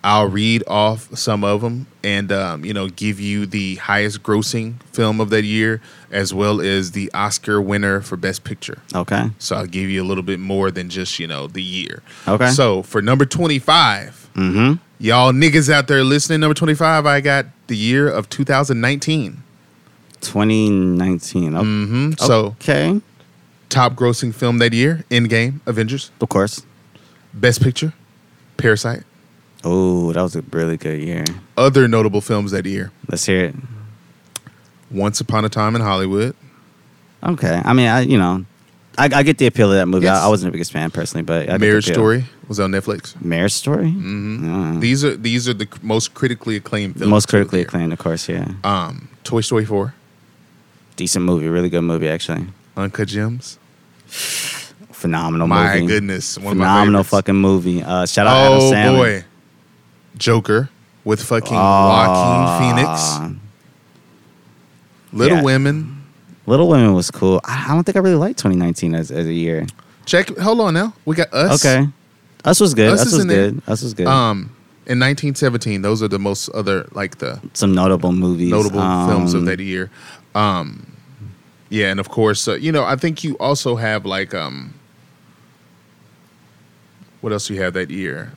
[SPEAKER 1] I'll read off some of them and um, you know give you the highest grossing film of that year as well as the Oscar winner for best picture.
[SPEAKER 2] okay,
[SPEAKER 1] So I'll give you a little bit more than just, you know, the year.
[SPEAKER 2] Okay.
[SPEAKER 1] So for number 25,
[SPEAKER 2] mm-hmm.
[SPEAKER 1] y'all niggas out there listening, number 25, I got the year of 2019.
[SPEAKER 2] 2019. Oh,
[SPEAKER 1] hmm So
[SPEAKER 2] okay,
[SPEAKER 1] top grossing film that year, Endgame, Avengers,
[SPEAKER 2] of course.
[SPEAKER 1] Best Picture, Parasite.
[SPEAKER 2] Oh, that was a really good year.
[SPEAKER 1] Other notable films that year,
[SPEAKER 2] Let's hear it.
[SPEAKER 1] Once Upon a Time in Hollywood,
[SPEAKER 2] Okay, I mean, I you know, I, I get the appeal of that movie.
[SPEAKER 1] Yes.
[SPEAKER 2] I, I wasn't the biggest fan personally, but I get the
[SPEAKER 1] Marriage
[SPEAKER 2] appeal.
[SPEAKER 1] Story was on Netflix.
[SPEAKER 2] Marriage Story.
[SPEAKER 1] Mm-hmm.
[SPEAKER 2] Yeah.
[SPEAKER 1] These are these are the c- most critically acclaimed films.
[SPEAKER 2] Mm. Most
[SPEAKER 1] of the
[SPEAKER 2] critically
[SPEAKER 1] year.
[SPEAKER 2] acclaimed, of course. Yeah,
[SPEAKER 1] Um, Toy Story 4,
[SPEAKER 2] decent movie, really good movie actually.
[SPEAKER 1] Uncut Gems.
[SPEAKER 2] Phenomenal
[SPEAKER 1] my
[SPEAKER 2] movie.
[SPEAKER 1] goodness, one
[SPEAKER 2] Phenomenal
[SPEAKER 1] of my favorites.
[SPEAKER 2] fucking movie. Uh, shout out
[SPEAKER 1] Oh
[SPEAKER 2] Adam Sandler.
[SPEAKER 1] boy, Joker with fucking Joaquin Phoenix.
[SPEAKER 2] Phoenix.
[SPEAKER 1] Little
[SPEAKER 2] Ah. yeah.
[SPEAKER 1] Women.
[SPEAKER 2] Little Women was cool. I, I don't think I really liked 2019 as, as a year.
[SPEAKER 1] Check. Hold on now. We got us.
[SPEAKER 2] Okay, Us was good.
[SPEAKER 1] Us
[SPEAKER 2] Us,
[SPEAKER 1] is
[SPEAKER 2] was
[SPEAKER 1] in there.
[SPEAKER 2] good. Us was good.
[SPEAKER 1] Um, in 1917, those are the most other like the
[SPEAKER 2] Some notable movies.
[SPEAKER 1] notable
[SPEAKER 2] Um,
[SPEAKER 1] films of that year. Um, yeah, and of course, uh, you know, I think you also have like um, what else you have that year?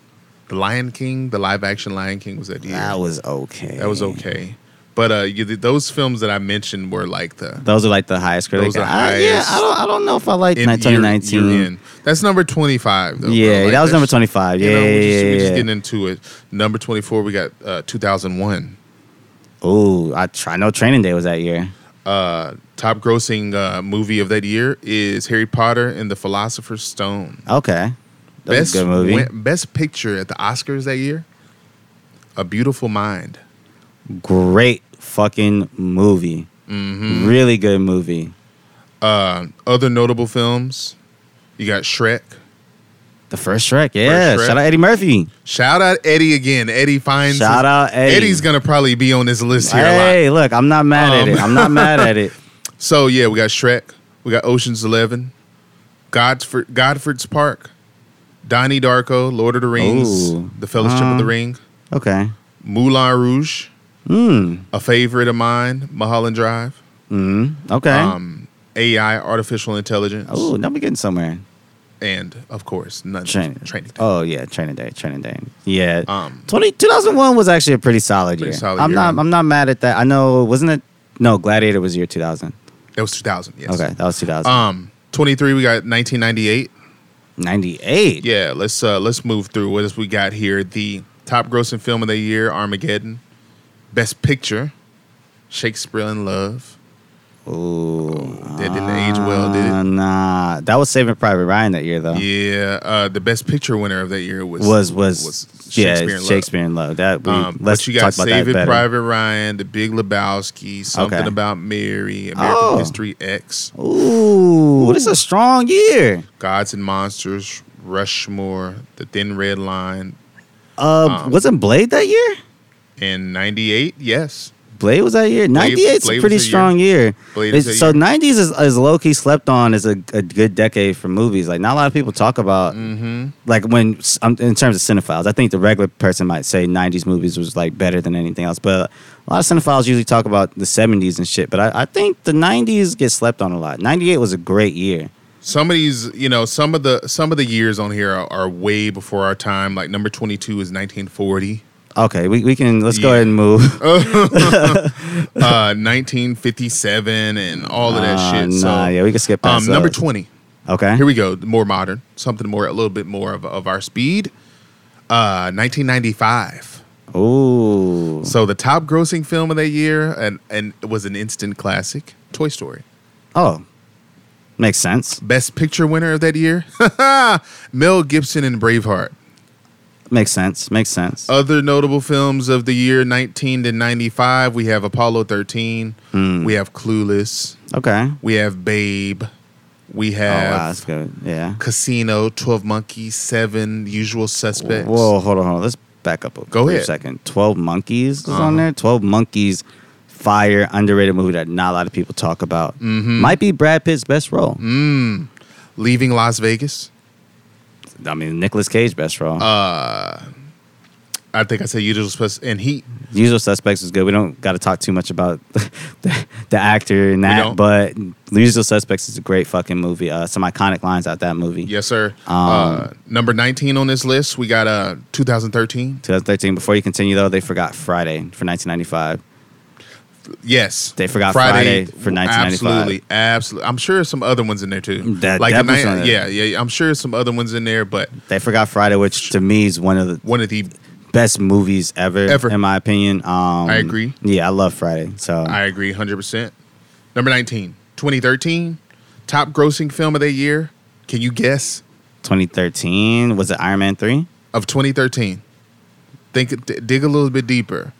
[SPEAKER 1] The Lion King, the live action Lion King was that year.
[SPEAKER 2] That was okay.
[SPEAKER 1] That was okay. But uh, you, those films that I mentioned were like the
[SPEAKER 2] Those are like the highest critic.
[SPEAKER 1] Those are
[SPEAKER 2] I, yeah,
[SPEAKER 1] highest.
[SPEAKER 2] I don't. I don't know if I liked
[SPEAKER 1] in- year-
[SPEAKER 2] 2019.
[SPEAKER 1] year in. That's number twenty five.
[SPEAKER 2] yeah, that was number 25. Yeah,
[SPEAKER 1] we're just,
[SPEAKER 2] yeah,
[SPEAKER 1] we're just
[SPEAKER 2] yeah,
[SPEAKER 1] getting into it. Number twenty four, we got uh, two thousand one.
[SPEAKER 2] Oh, I try. No Training Day was that year.
[SPEAKER 1] Uh, top grossing uh, movie of that year is Harry Potter and the Philosopher's Stone.
[SPEAKER 2] Okay, that was a good movie.
[SPEAKER 1] win- best picture at the Oscars that year. A Beautiful Mind.
[SPEAKER 2] Great fucking movie.
[SPEAKER 1] Mm-hmm.
[SPEAKER 2] Really good movie.
[SPEAKER 1] Uh, other notable films, you got Shrek,
[SPEAKER 2] The first Shrek, yeah.
[SPEAKER 1] Shrek.
[SPEAKER 2] Shout out Eddie Murphy.
[SPEAKER 1] Shout out Eddie again. Eddie finds.
[SPEAKER 2] Shout out Eddie.
[SPEAKER 1] Eddie's gonna probably be on this list here a lot.
[SPEAKER 2] Hey, look, I'm not mad at
[SPEAKER 1] Um,
[SPEAKER 2] it. I'm not mad
[SPEAKER 1] <laughs>
[SPEAKER 2] at it.
[SPEAKER 1] So yeah, we got Shrek. We got Ocean's Eleven. Godford, Godford's Park. Donnie Darko, Lord of the Rings,
[SPEAKER 2] Ooh.
[SPEAKER 1] The Fellowship of the
[SPEAKER 2] Uh.
[SPEAKER 1] Ring,
[SPEAKER 2] Okay.
[SPEAKER 1] Moulin Rouge,
[SPEAKER 2] Mm.
[SPEAKER 1] a favorite of mine, Mulholland Drive.
[SPEAKER 2] Mm. Okay.
[SPEAKER 1] Um, AI, artificial intelligence,
[SPEAKER 2] oh, now we're getting somewhere.
[SPEAKER 1] and of course, none
[SPEAKER 2] Training.
[SPEAKER 1] training. training.
[SPEAKER 2] Oh yeah, training day, training day. Yeah.
[SPEAKER 1] Um,
[SPEAKER 2] 20, 2001 was actually a pretty solid
[SPEAKER 1] Pretty
[SPEAKER 2] year.
[SPEAKER 1] solid
[SPEAKER 2] I'm
[SPEAKER 1] year.
[SPEAKER 2] not I'm not mad at that. I know wasn't it no, Gladiator was year 2000.
[SPEAKER 1] that was 2000. Yes.
[SPEAKER 2] Okay, that was 2000.
[SPEAKER 1] Um, 23. We got 1998.
[SPEAKER 2] 98.
[SPEAKER 1] Yeah. Let's uh let's move through. What else we got here? The top grossing film of the year, Armageddon. Best Picture, Shakespeare in Love.
[SPEAKER 2] Ooh.
[SPEAKER 1] That didn't age well, did it?
[SPEAKER 2] Ah, Nah. That was Saving Private Ryan that year though.
[SPEAKER 1] Yeah. Uh, the Best Picture winner of that year was
[SPEAKER 2] Was was, yeah,
[SPEAKER 1] in Love.
[SPEAKER 2] Shakespeare in Love. That we,
[SPEAKER 1] Um,
[SPEAKER 2] let's
[SPEAKER 1] but you got
[SPEAKER 2] talk about that
[SPEAKER 1] Saving
[SPEAKER 2] better.
[SPEAKER 1] Private Ryan, The Big Lebowski, something
[SPEAKER 2] Okay.
[SPEAKER 1] about Mary, American
[SPEAKER 2] Oh.
[SPEAKER 1] History X,
[SPEAKER 2] Ooh, this is a strong year.
[SPEAKER 1] Gods and Monsters, Rushmore, The Thin Red Line,
[SPEAKER 2] Uh,
[SPEAKER 1] Um,
[SPEAKER 2] wasn't Blade that year?
[SPEAKER 1] and '98. Yes,
[SPEAKER 2] Blade was that year. Ninety eight's
[SPEAKER 1] Blade
[SPEAKER 2] a
[SPEAKER 1] was
[SPEAKER 2] pretty
[SPEAKER 1] the year.
[SPEAKER 2] strong year.
[SPEAKER 1] Blade
[SPEAKER 2] It's-
[SPEAKER 1] is the
[SPEAKER 2] so
[SPEAKER 1] year.
[SPEAKER 2] nineties is, is low key slept on is a, a good decade for movies. Like not a lot of people talk about
[SPEAKER 1] Mm-hmm.
[SPEAKER 2] like when s- um, in terms of cinephiles. I think the regular person might say nineties movies was like better than anything else, but a lot of cinephiles usually talk about the seventies and shit. But I, I think the nineties get slept on a lot. Ninety eight was a great year.
[SPEAKER 1] some of these, you know, some of the some of the years on here are, are way before our time. Like number 22 is 1940.
[SPEAKER 2] Okay, we, we can let's go
[SPEAKER 1] Yeah.
[SPEAKER 2] ahead
[SPEAKER 1] <laughs>
[SPEAKER 2] and move.
[SPEAKER 1] Uh, 1957 and all of that
[SPEAKER 2] Uh,
[SPEAKER 1] shit.
[SPEAKER 2] nah,
[SPEAKER 1] so,
[SPEAKER 2] yeah, we can skip past
[SPEAKER 1] um, number
[SPEAKER 2] those.
[SPEAKER 1] 20.
[SPEAKER 2] Okay,
[SPEAKER 1] Here we go. More modern, something more, a little bit more of, of our speed. Uh, 1995.
[SPEAKER 2] Ooh,
[SPEAKER 1] So the top grossing film of that year, and and it was an instant classic, Toy Story.
[SPEAKER 2] oh, makes sense.
[SPEAKER 1] Best Picture winner of that year, <laughs> Mel Gibson and Braveheart.
[SPEAKER 2] Makes sense. Makes sense.
[SPEAKER 1] Other notable films of the year 19 to 95, we have Apollo 13,
[SPEAKER 2] Hmm.
[SPEAKER 1] we have Clueless,
[SPEAKER 2] Okay.
[SPEAKER 1] we have Babe, we
[SPEAKER 2] Oh, wow,
[SPEAKER 1] have
[SPEAKER 2] that's good. Yeah.
[SPEAKER 1] Casino, 12 Monkeys, Seven, Usual Suspects.
[SPEAKER 2] Whoa, hold on, hold on. Let's back up a
[SPEAKER 1] Go
[SPEAKER 2] brief
[SPEAKER 1] ahead.
[SPEAKER 2] second. Twelve Monkeys is on
[SPEAKER 1] Uh-huh.
[SPEAKER 2] there. Twelve Monkeys, fire underrated movie that not a lot of people talk about.
[SPEAKER 1] Mm-hmm.
[SPEAKER 2] Might be Brad Pitt's best role.
[SPEAKER 1] Mm. Leaving Las Vegas.
[SPEAKER 2] I mean, Nicolas Cage best role.
[SPEAKER 1] I think I said Usual Suspects and Heat.
[SPEAKER 2] Usual Suspects is good. We don't got to talk too much about <laughs> the, the actor and
[SPEAKER 1] don't.
[SPEAKER 2] that, but Usual Suspects is a great fucking movie. Uh, some iconic lines out that movie.
[SPEAKER 1] Yes, sir.
[SPEAKER 2] Um.
[SPEAKER 1] uh, number 19 on this list, we got uh, 2013.
[SPEAKER 2] 2013. Before you continue though, they forgot Friday for 1995.
[SPEAKER 1] Yes,
[SPEAKER 2] They forgot Friday for 1995.
[SPEAKER 1] Absolutely, absolutely. I'm sure some other ones in there too.
[SPEAKER 2] That-
[SPEAKER 1] like
[SPEAKER 2] that
[SPEAKER 1] in
[SPEAKER 2] was
[SPEAKER 1] nine-
[SPEAKER 2] on
[SPEAKER 1] yeah,
[SPEAKER 2] there.
[SPEAKER 1] yeah. I'm sure some other ones in there, but
[SPEAKER 2] They forgot Friday, which to me is one of the
[SPEAKER 1] one of the
[SPEAKER 2] best movies ever,
[SPEAKER 1] Ever.
[SPEAKER 2] in my opinion. Um,
[SPEAKER 1] I agree.
[SPEAKER 2] Yeah, I love Friday. So
[SPEAKER 1] I agree 100. percent Number 19, 2013, top grossing film of the year. Can you guess
[SPEAKER 2] 2013 was it Iron Man three?
[SPEAKER 1] of 2013? Think, d- dig a little bit deeper.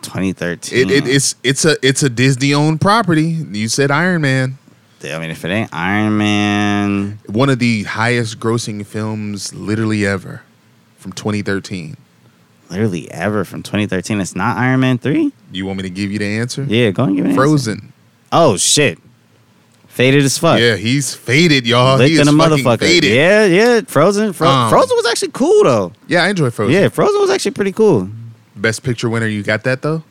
[SPEAKER 2] 2013.
[SPEAKER 1] It, it, it's it's a it's a Disney owned property. You said Iron Man.
[SPEAKER 2] I mean, if it ain't Iron Man,
[SPEAKER 1] one of the highest grossing films literally ever from 2013.
[SPEAKER 2] literally ever from 2013, it's not Iron Man three.
[SPEAKER 1] You want me to give you the answer?
[SPEAKER 2] Yeah, go and give it.
[SPEAKER 1] Frozen.
[SPEAKER 2] Oh shit, faded as fuck.
[SPEAKER 1] Yeah, he's faded, y'all.
[SPEAKER 2] Licked
[SPEAKER 1] he
[SPEAKER 2] in
[SPEAKER 1] is
[SPEAKER 2] a
[SPEAKER 1] fucking
[SPEAKER 2] motherfucker.
[SPEAKER 1] faded. Yeah.
[SPEAKER 2] Yeah, yeah. Frozen. Fro-
[SPEAKER 1] Um,
[SPEAKER 2] Frozen was actually cool though.
[SPEAKER 1] I enjoy Frozen.
[SPEAKER 2] Yeah, Frozen was actually pretty cool.
[SPEAKER 1] Best picture winner, you got that though?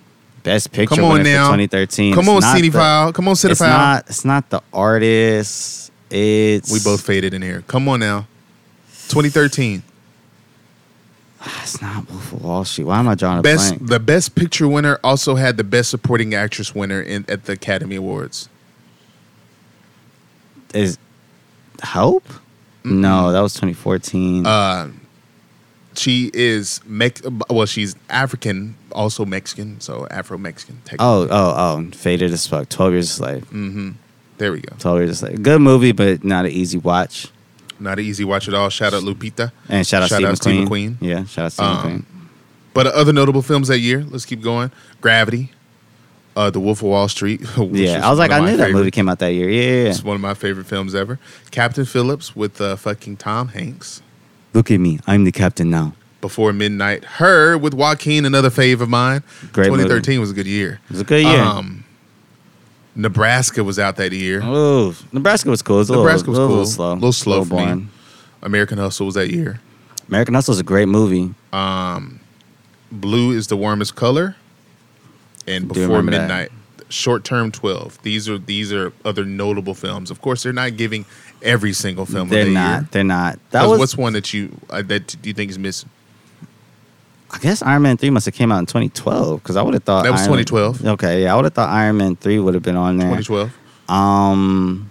[SPEAKER 2] Best picture.
[SPEAKER 1] Come on
[SPEAKER 2] winner for
[SPEAKER 1] now.
[SPEAKER 2] 2013.
[SPEAKER 1] Come
[SPEAKER 2] It's
[SPEAKER 1] on,
[SPEAKER 2] not the-
[SPEAKER 1] Cinephile. Come on,
[SPEAKER 2] It's
[SPEAKER 1] Cinephile.
[SPEAKER 2] not. It's not the artist. It's
[SPEAKER 1] We both faded in here. Come on now. 2013.
[SPEAKER 2] It's not Wolf of Wall Street. Why am I drawing a
[SPEAKER 1] Best
[SPEAKER 2] blank?
[SPEAKER 1] the best picture winner also had the best supporting actress winner in at the Academy Awards.
[SPEAKER 2] Is Help? No, that was 2014.
[SPEAKER 1] Uh, she is Mex- well, she's African, also Mexican, so Afro Mexican.
[SPEAKER 2] oh, oh, oh! Faded as fuck. 12 Years a Slave.
[SPEAKER 1] Mm-hmm. There we go.
[SPEAKER 2] 12 Years a Slave. Good movie, but not an easy watch.
[SPEAKER 1] Not an easy watch at all. Shout out Lupita.
[SPEAKER 2] And shout out
[SPEAKER 1] Shout
[SPEAKER 2] Steve
[SPEAKER 1] out Steve
[SPEAKER 2] McQueen.
[SPEAKER 1] McQueen.
[SPEAKER 2] Yeah, shout out Steve
[SPEAKER 1] Um,
[SPEAKER 2] McQueen.
[SPEAKER 1] But other notable films that year. Let's keep going. Gravity, uh, The Wolf of Wall Street. <laughs> which
[SPEAKER 2] Yeah, I was
[SPEAKER 1] one of
[SPEAKER 2] like, I
[SPEAKER 1] my
[SPEAKER 2] knew that
[SPEAKER 1] favorite-
[SPEAKER 2] movie came out that year. Yeah, yeah,
[SPEAKER 1] It's one of my favorite films ever. Captain Phillips with uh, fucking Tom Hanks.
[SPEAKER 2] Look at me. I'm the captain now.
[SPEAKER 1] Before Midnight, Her with Joaquin, another fave of mine.
[SPEAKER 2] Great movie.
[SPEAKER 1] 2013 was a good year.
[SPEAKER 2] It was a good year.
[SPEAKER 1] Um, Nebraska was out that year.
[SPEAKER 2] oh, Nebraska was cool. It was a
[SPEAKER 1] Nebraska was
[SPEAKER 2] little,
[SPEAKER 1] cool.
[SPEAKER 2] little
[SPEAKER 1] A
[SPEAKER 2] slow.
[SPEAKER 1] little slow for me.
[SPEAKER 2] boring.
[SPEAKER 1] American Hustle was that year.
[SPEAKER 2] American Hustle is a great movie.
[SPEAKER 1] Blue is the warmest color, and
[SPEAKER 2] Do
[SPEAKER 1] Before
[SPEAKER 2] remember that.
[SPEAKER 1] Midnight, Short Term Twelve. These are these are other notable films. Of course, they're not giving every single film.
[SPEAKER 2] They're
[SPEAKER 1] of the
[SPEAKER 2] not.
[SPEAKER 1] Year.
[SPEAKER 2] They're not. That
[SPEAKER 1] 'Cause
[SPEAKER 2] was.
[SPEAKER 1] what's one that you uh, that you think is missing?
[SPEAKER 2] I guess Iron Man three must have came out in 2012 because I would have thought
[SPEAKER 1] That was
[SPEAKER 2] Iron Man-
[SPEAKER 1] 2012.
[SPEAKER 2] Okay, yeah, I would have thought Iron Man three would have been on there.
[SPEAKER 1] Twenty twelve.
[SPEAKER 2] Um,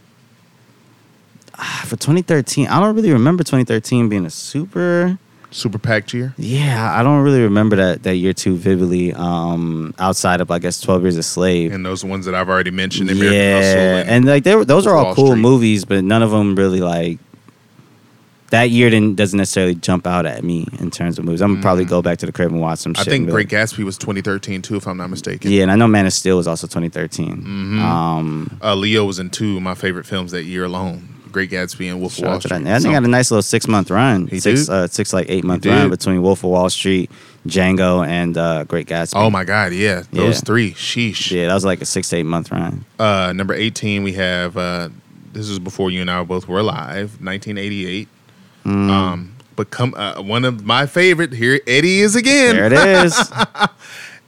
[SPEAKER 2] ah, for 2013, I don't really remember 2013 being a super.
[SPEAKER 1] Super packed year.
[SPEAKER 2] Yeah, I don't really remember that that year too vividly. Um, outside of I guess 12 Years a Slave.
[SPEAKER 1] And those ones that I've already mentioned, American Hustle,
[SPEAKER 2] yeah,
[SPEAKER 1] and,
[SPEAKER 2] and like they were, those are all
[SPEAKER 1] Wall
[SPEAKER 2] cool
[SPEAKER 1] Street.
[SPEAKER 2] movies, but none of them really like that year didn't doesn't necessarily jump out at me in terms of movies. I'm gonna probably go back to the crib and watch some.
[SPEAKER 1] Mm. I
[SPEAKER 2] shit
[SPEAKER 1] think
[SPEAKER 2] and be
[SPEAKER 1] Great
[SPEAKER 2] like-
[SPEAKER 1] Gatsby was twenty thirteen too, if I'm not mistaken.
[SPEAKER 2] Yeah, and I know Man of Steel was also 2013.
[SPEAKER 1] Mm-hmm.
[SPEAKER 2] Um,
[SPEAKER 1] Uh, Leo was in two of my favorite films that year alone: Great Gatsby and Wolf of
[SPEAKER 2] shout
[SPEAKER 1] Wall
[SPEAKER 2] out to that.
[SPEAKER 1] Street.
[SPEAKER 2] I think I had a nice little six month run,
[SPEAKER 1] He
[SPEAKER 2] six
[SPEAKER 1] did.
[SPEAKER 2] uh, six like eight month
[SPEAKER 1] did.
[SPEAKER 2] run between Wolf of Wall Street, Django, and uh, Great Gatsby.
[SPEAKER 1] oh my God, yeah, those
[SPEAKER 2] Yeah.
[SPEAKER 1] three. Sheesh.
[SPEAKER 2] Yeah, that was like a six to eight month run.
[SPEAKER 1] Uh, number 18, we have uh, this is before you and I both were alive, 1988.
[SPEAKER 2] Mm.
[SPEAKER 1] Um, but come uh, one of my favorite here, Eddie is
[SPEAKER 2] There
[SPEAKER 1] again. <laughs>
[SPEAKER 2] it is.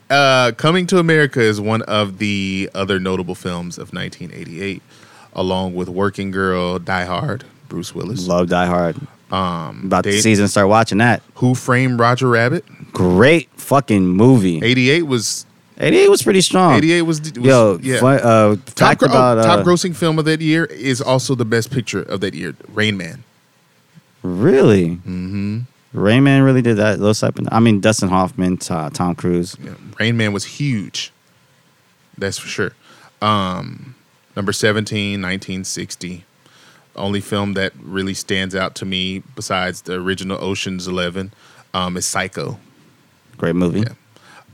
[SPEAKER 1] Uh, Coming to America is one of the other notable films of 1988, along with Working Girl, Die Hard, Bruce Willis,
[SPEAKER 2] Love Die Hard. Um, About the
[SPEAKER 1] they-
[SPEAKER 2] season, start watching that.
[SPEAKER 1] Who Framed Roger Rabbit.
[SPEAKER 2] Great fucking movie.
[SPEAKER 1] 88 was
[SPEAKER 2] 88 was pretty strong.
[SPEAKER 1] 88 was, was
[SPEAKER 2] Yo,
[SPEAKER 1] yeah.
[SPEAKER 2] fun- uh,
[SPEAKER 1] top,
[SPEAKER 2] fact
[SPEAKER 1] gro- oh,
[SPEAKER 2] about
[SPEAKER 1] top
[SPEAKER 2] uh,
[SPEAKER 1] grossing film of that year is also the best picture of that year, Rain Man.
[SPEAKER 2] really. Mm-hmm. Rayman really did that. Those type of, I mean, Dustin Hoffman, to- Tom Cruise.
[SPEAKER 1] Yeah, Rain Man was huge. That's for sure. Um, number 17, 1960. Only film that really stands out to me besides the original Ocean's 11 um, is Psycho.
[SPEAKER 2] Great movie.
[SPEAKER 1] Yeah.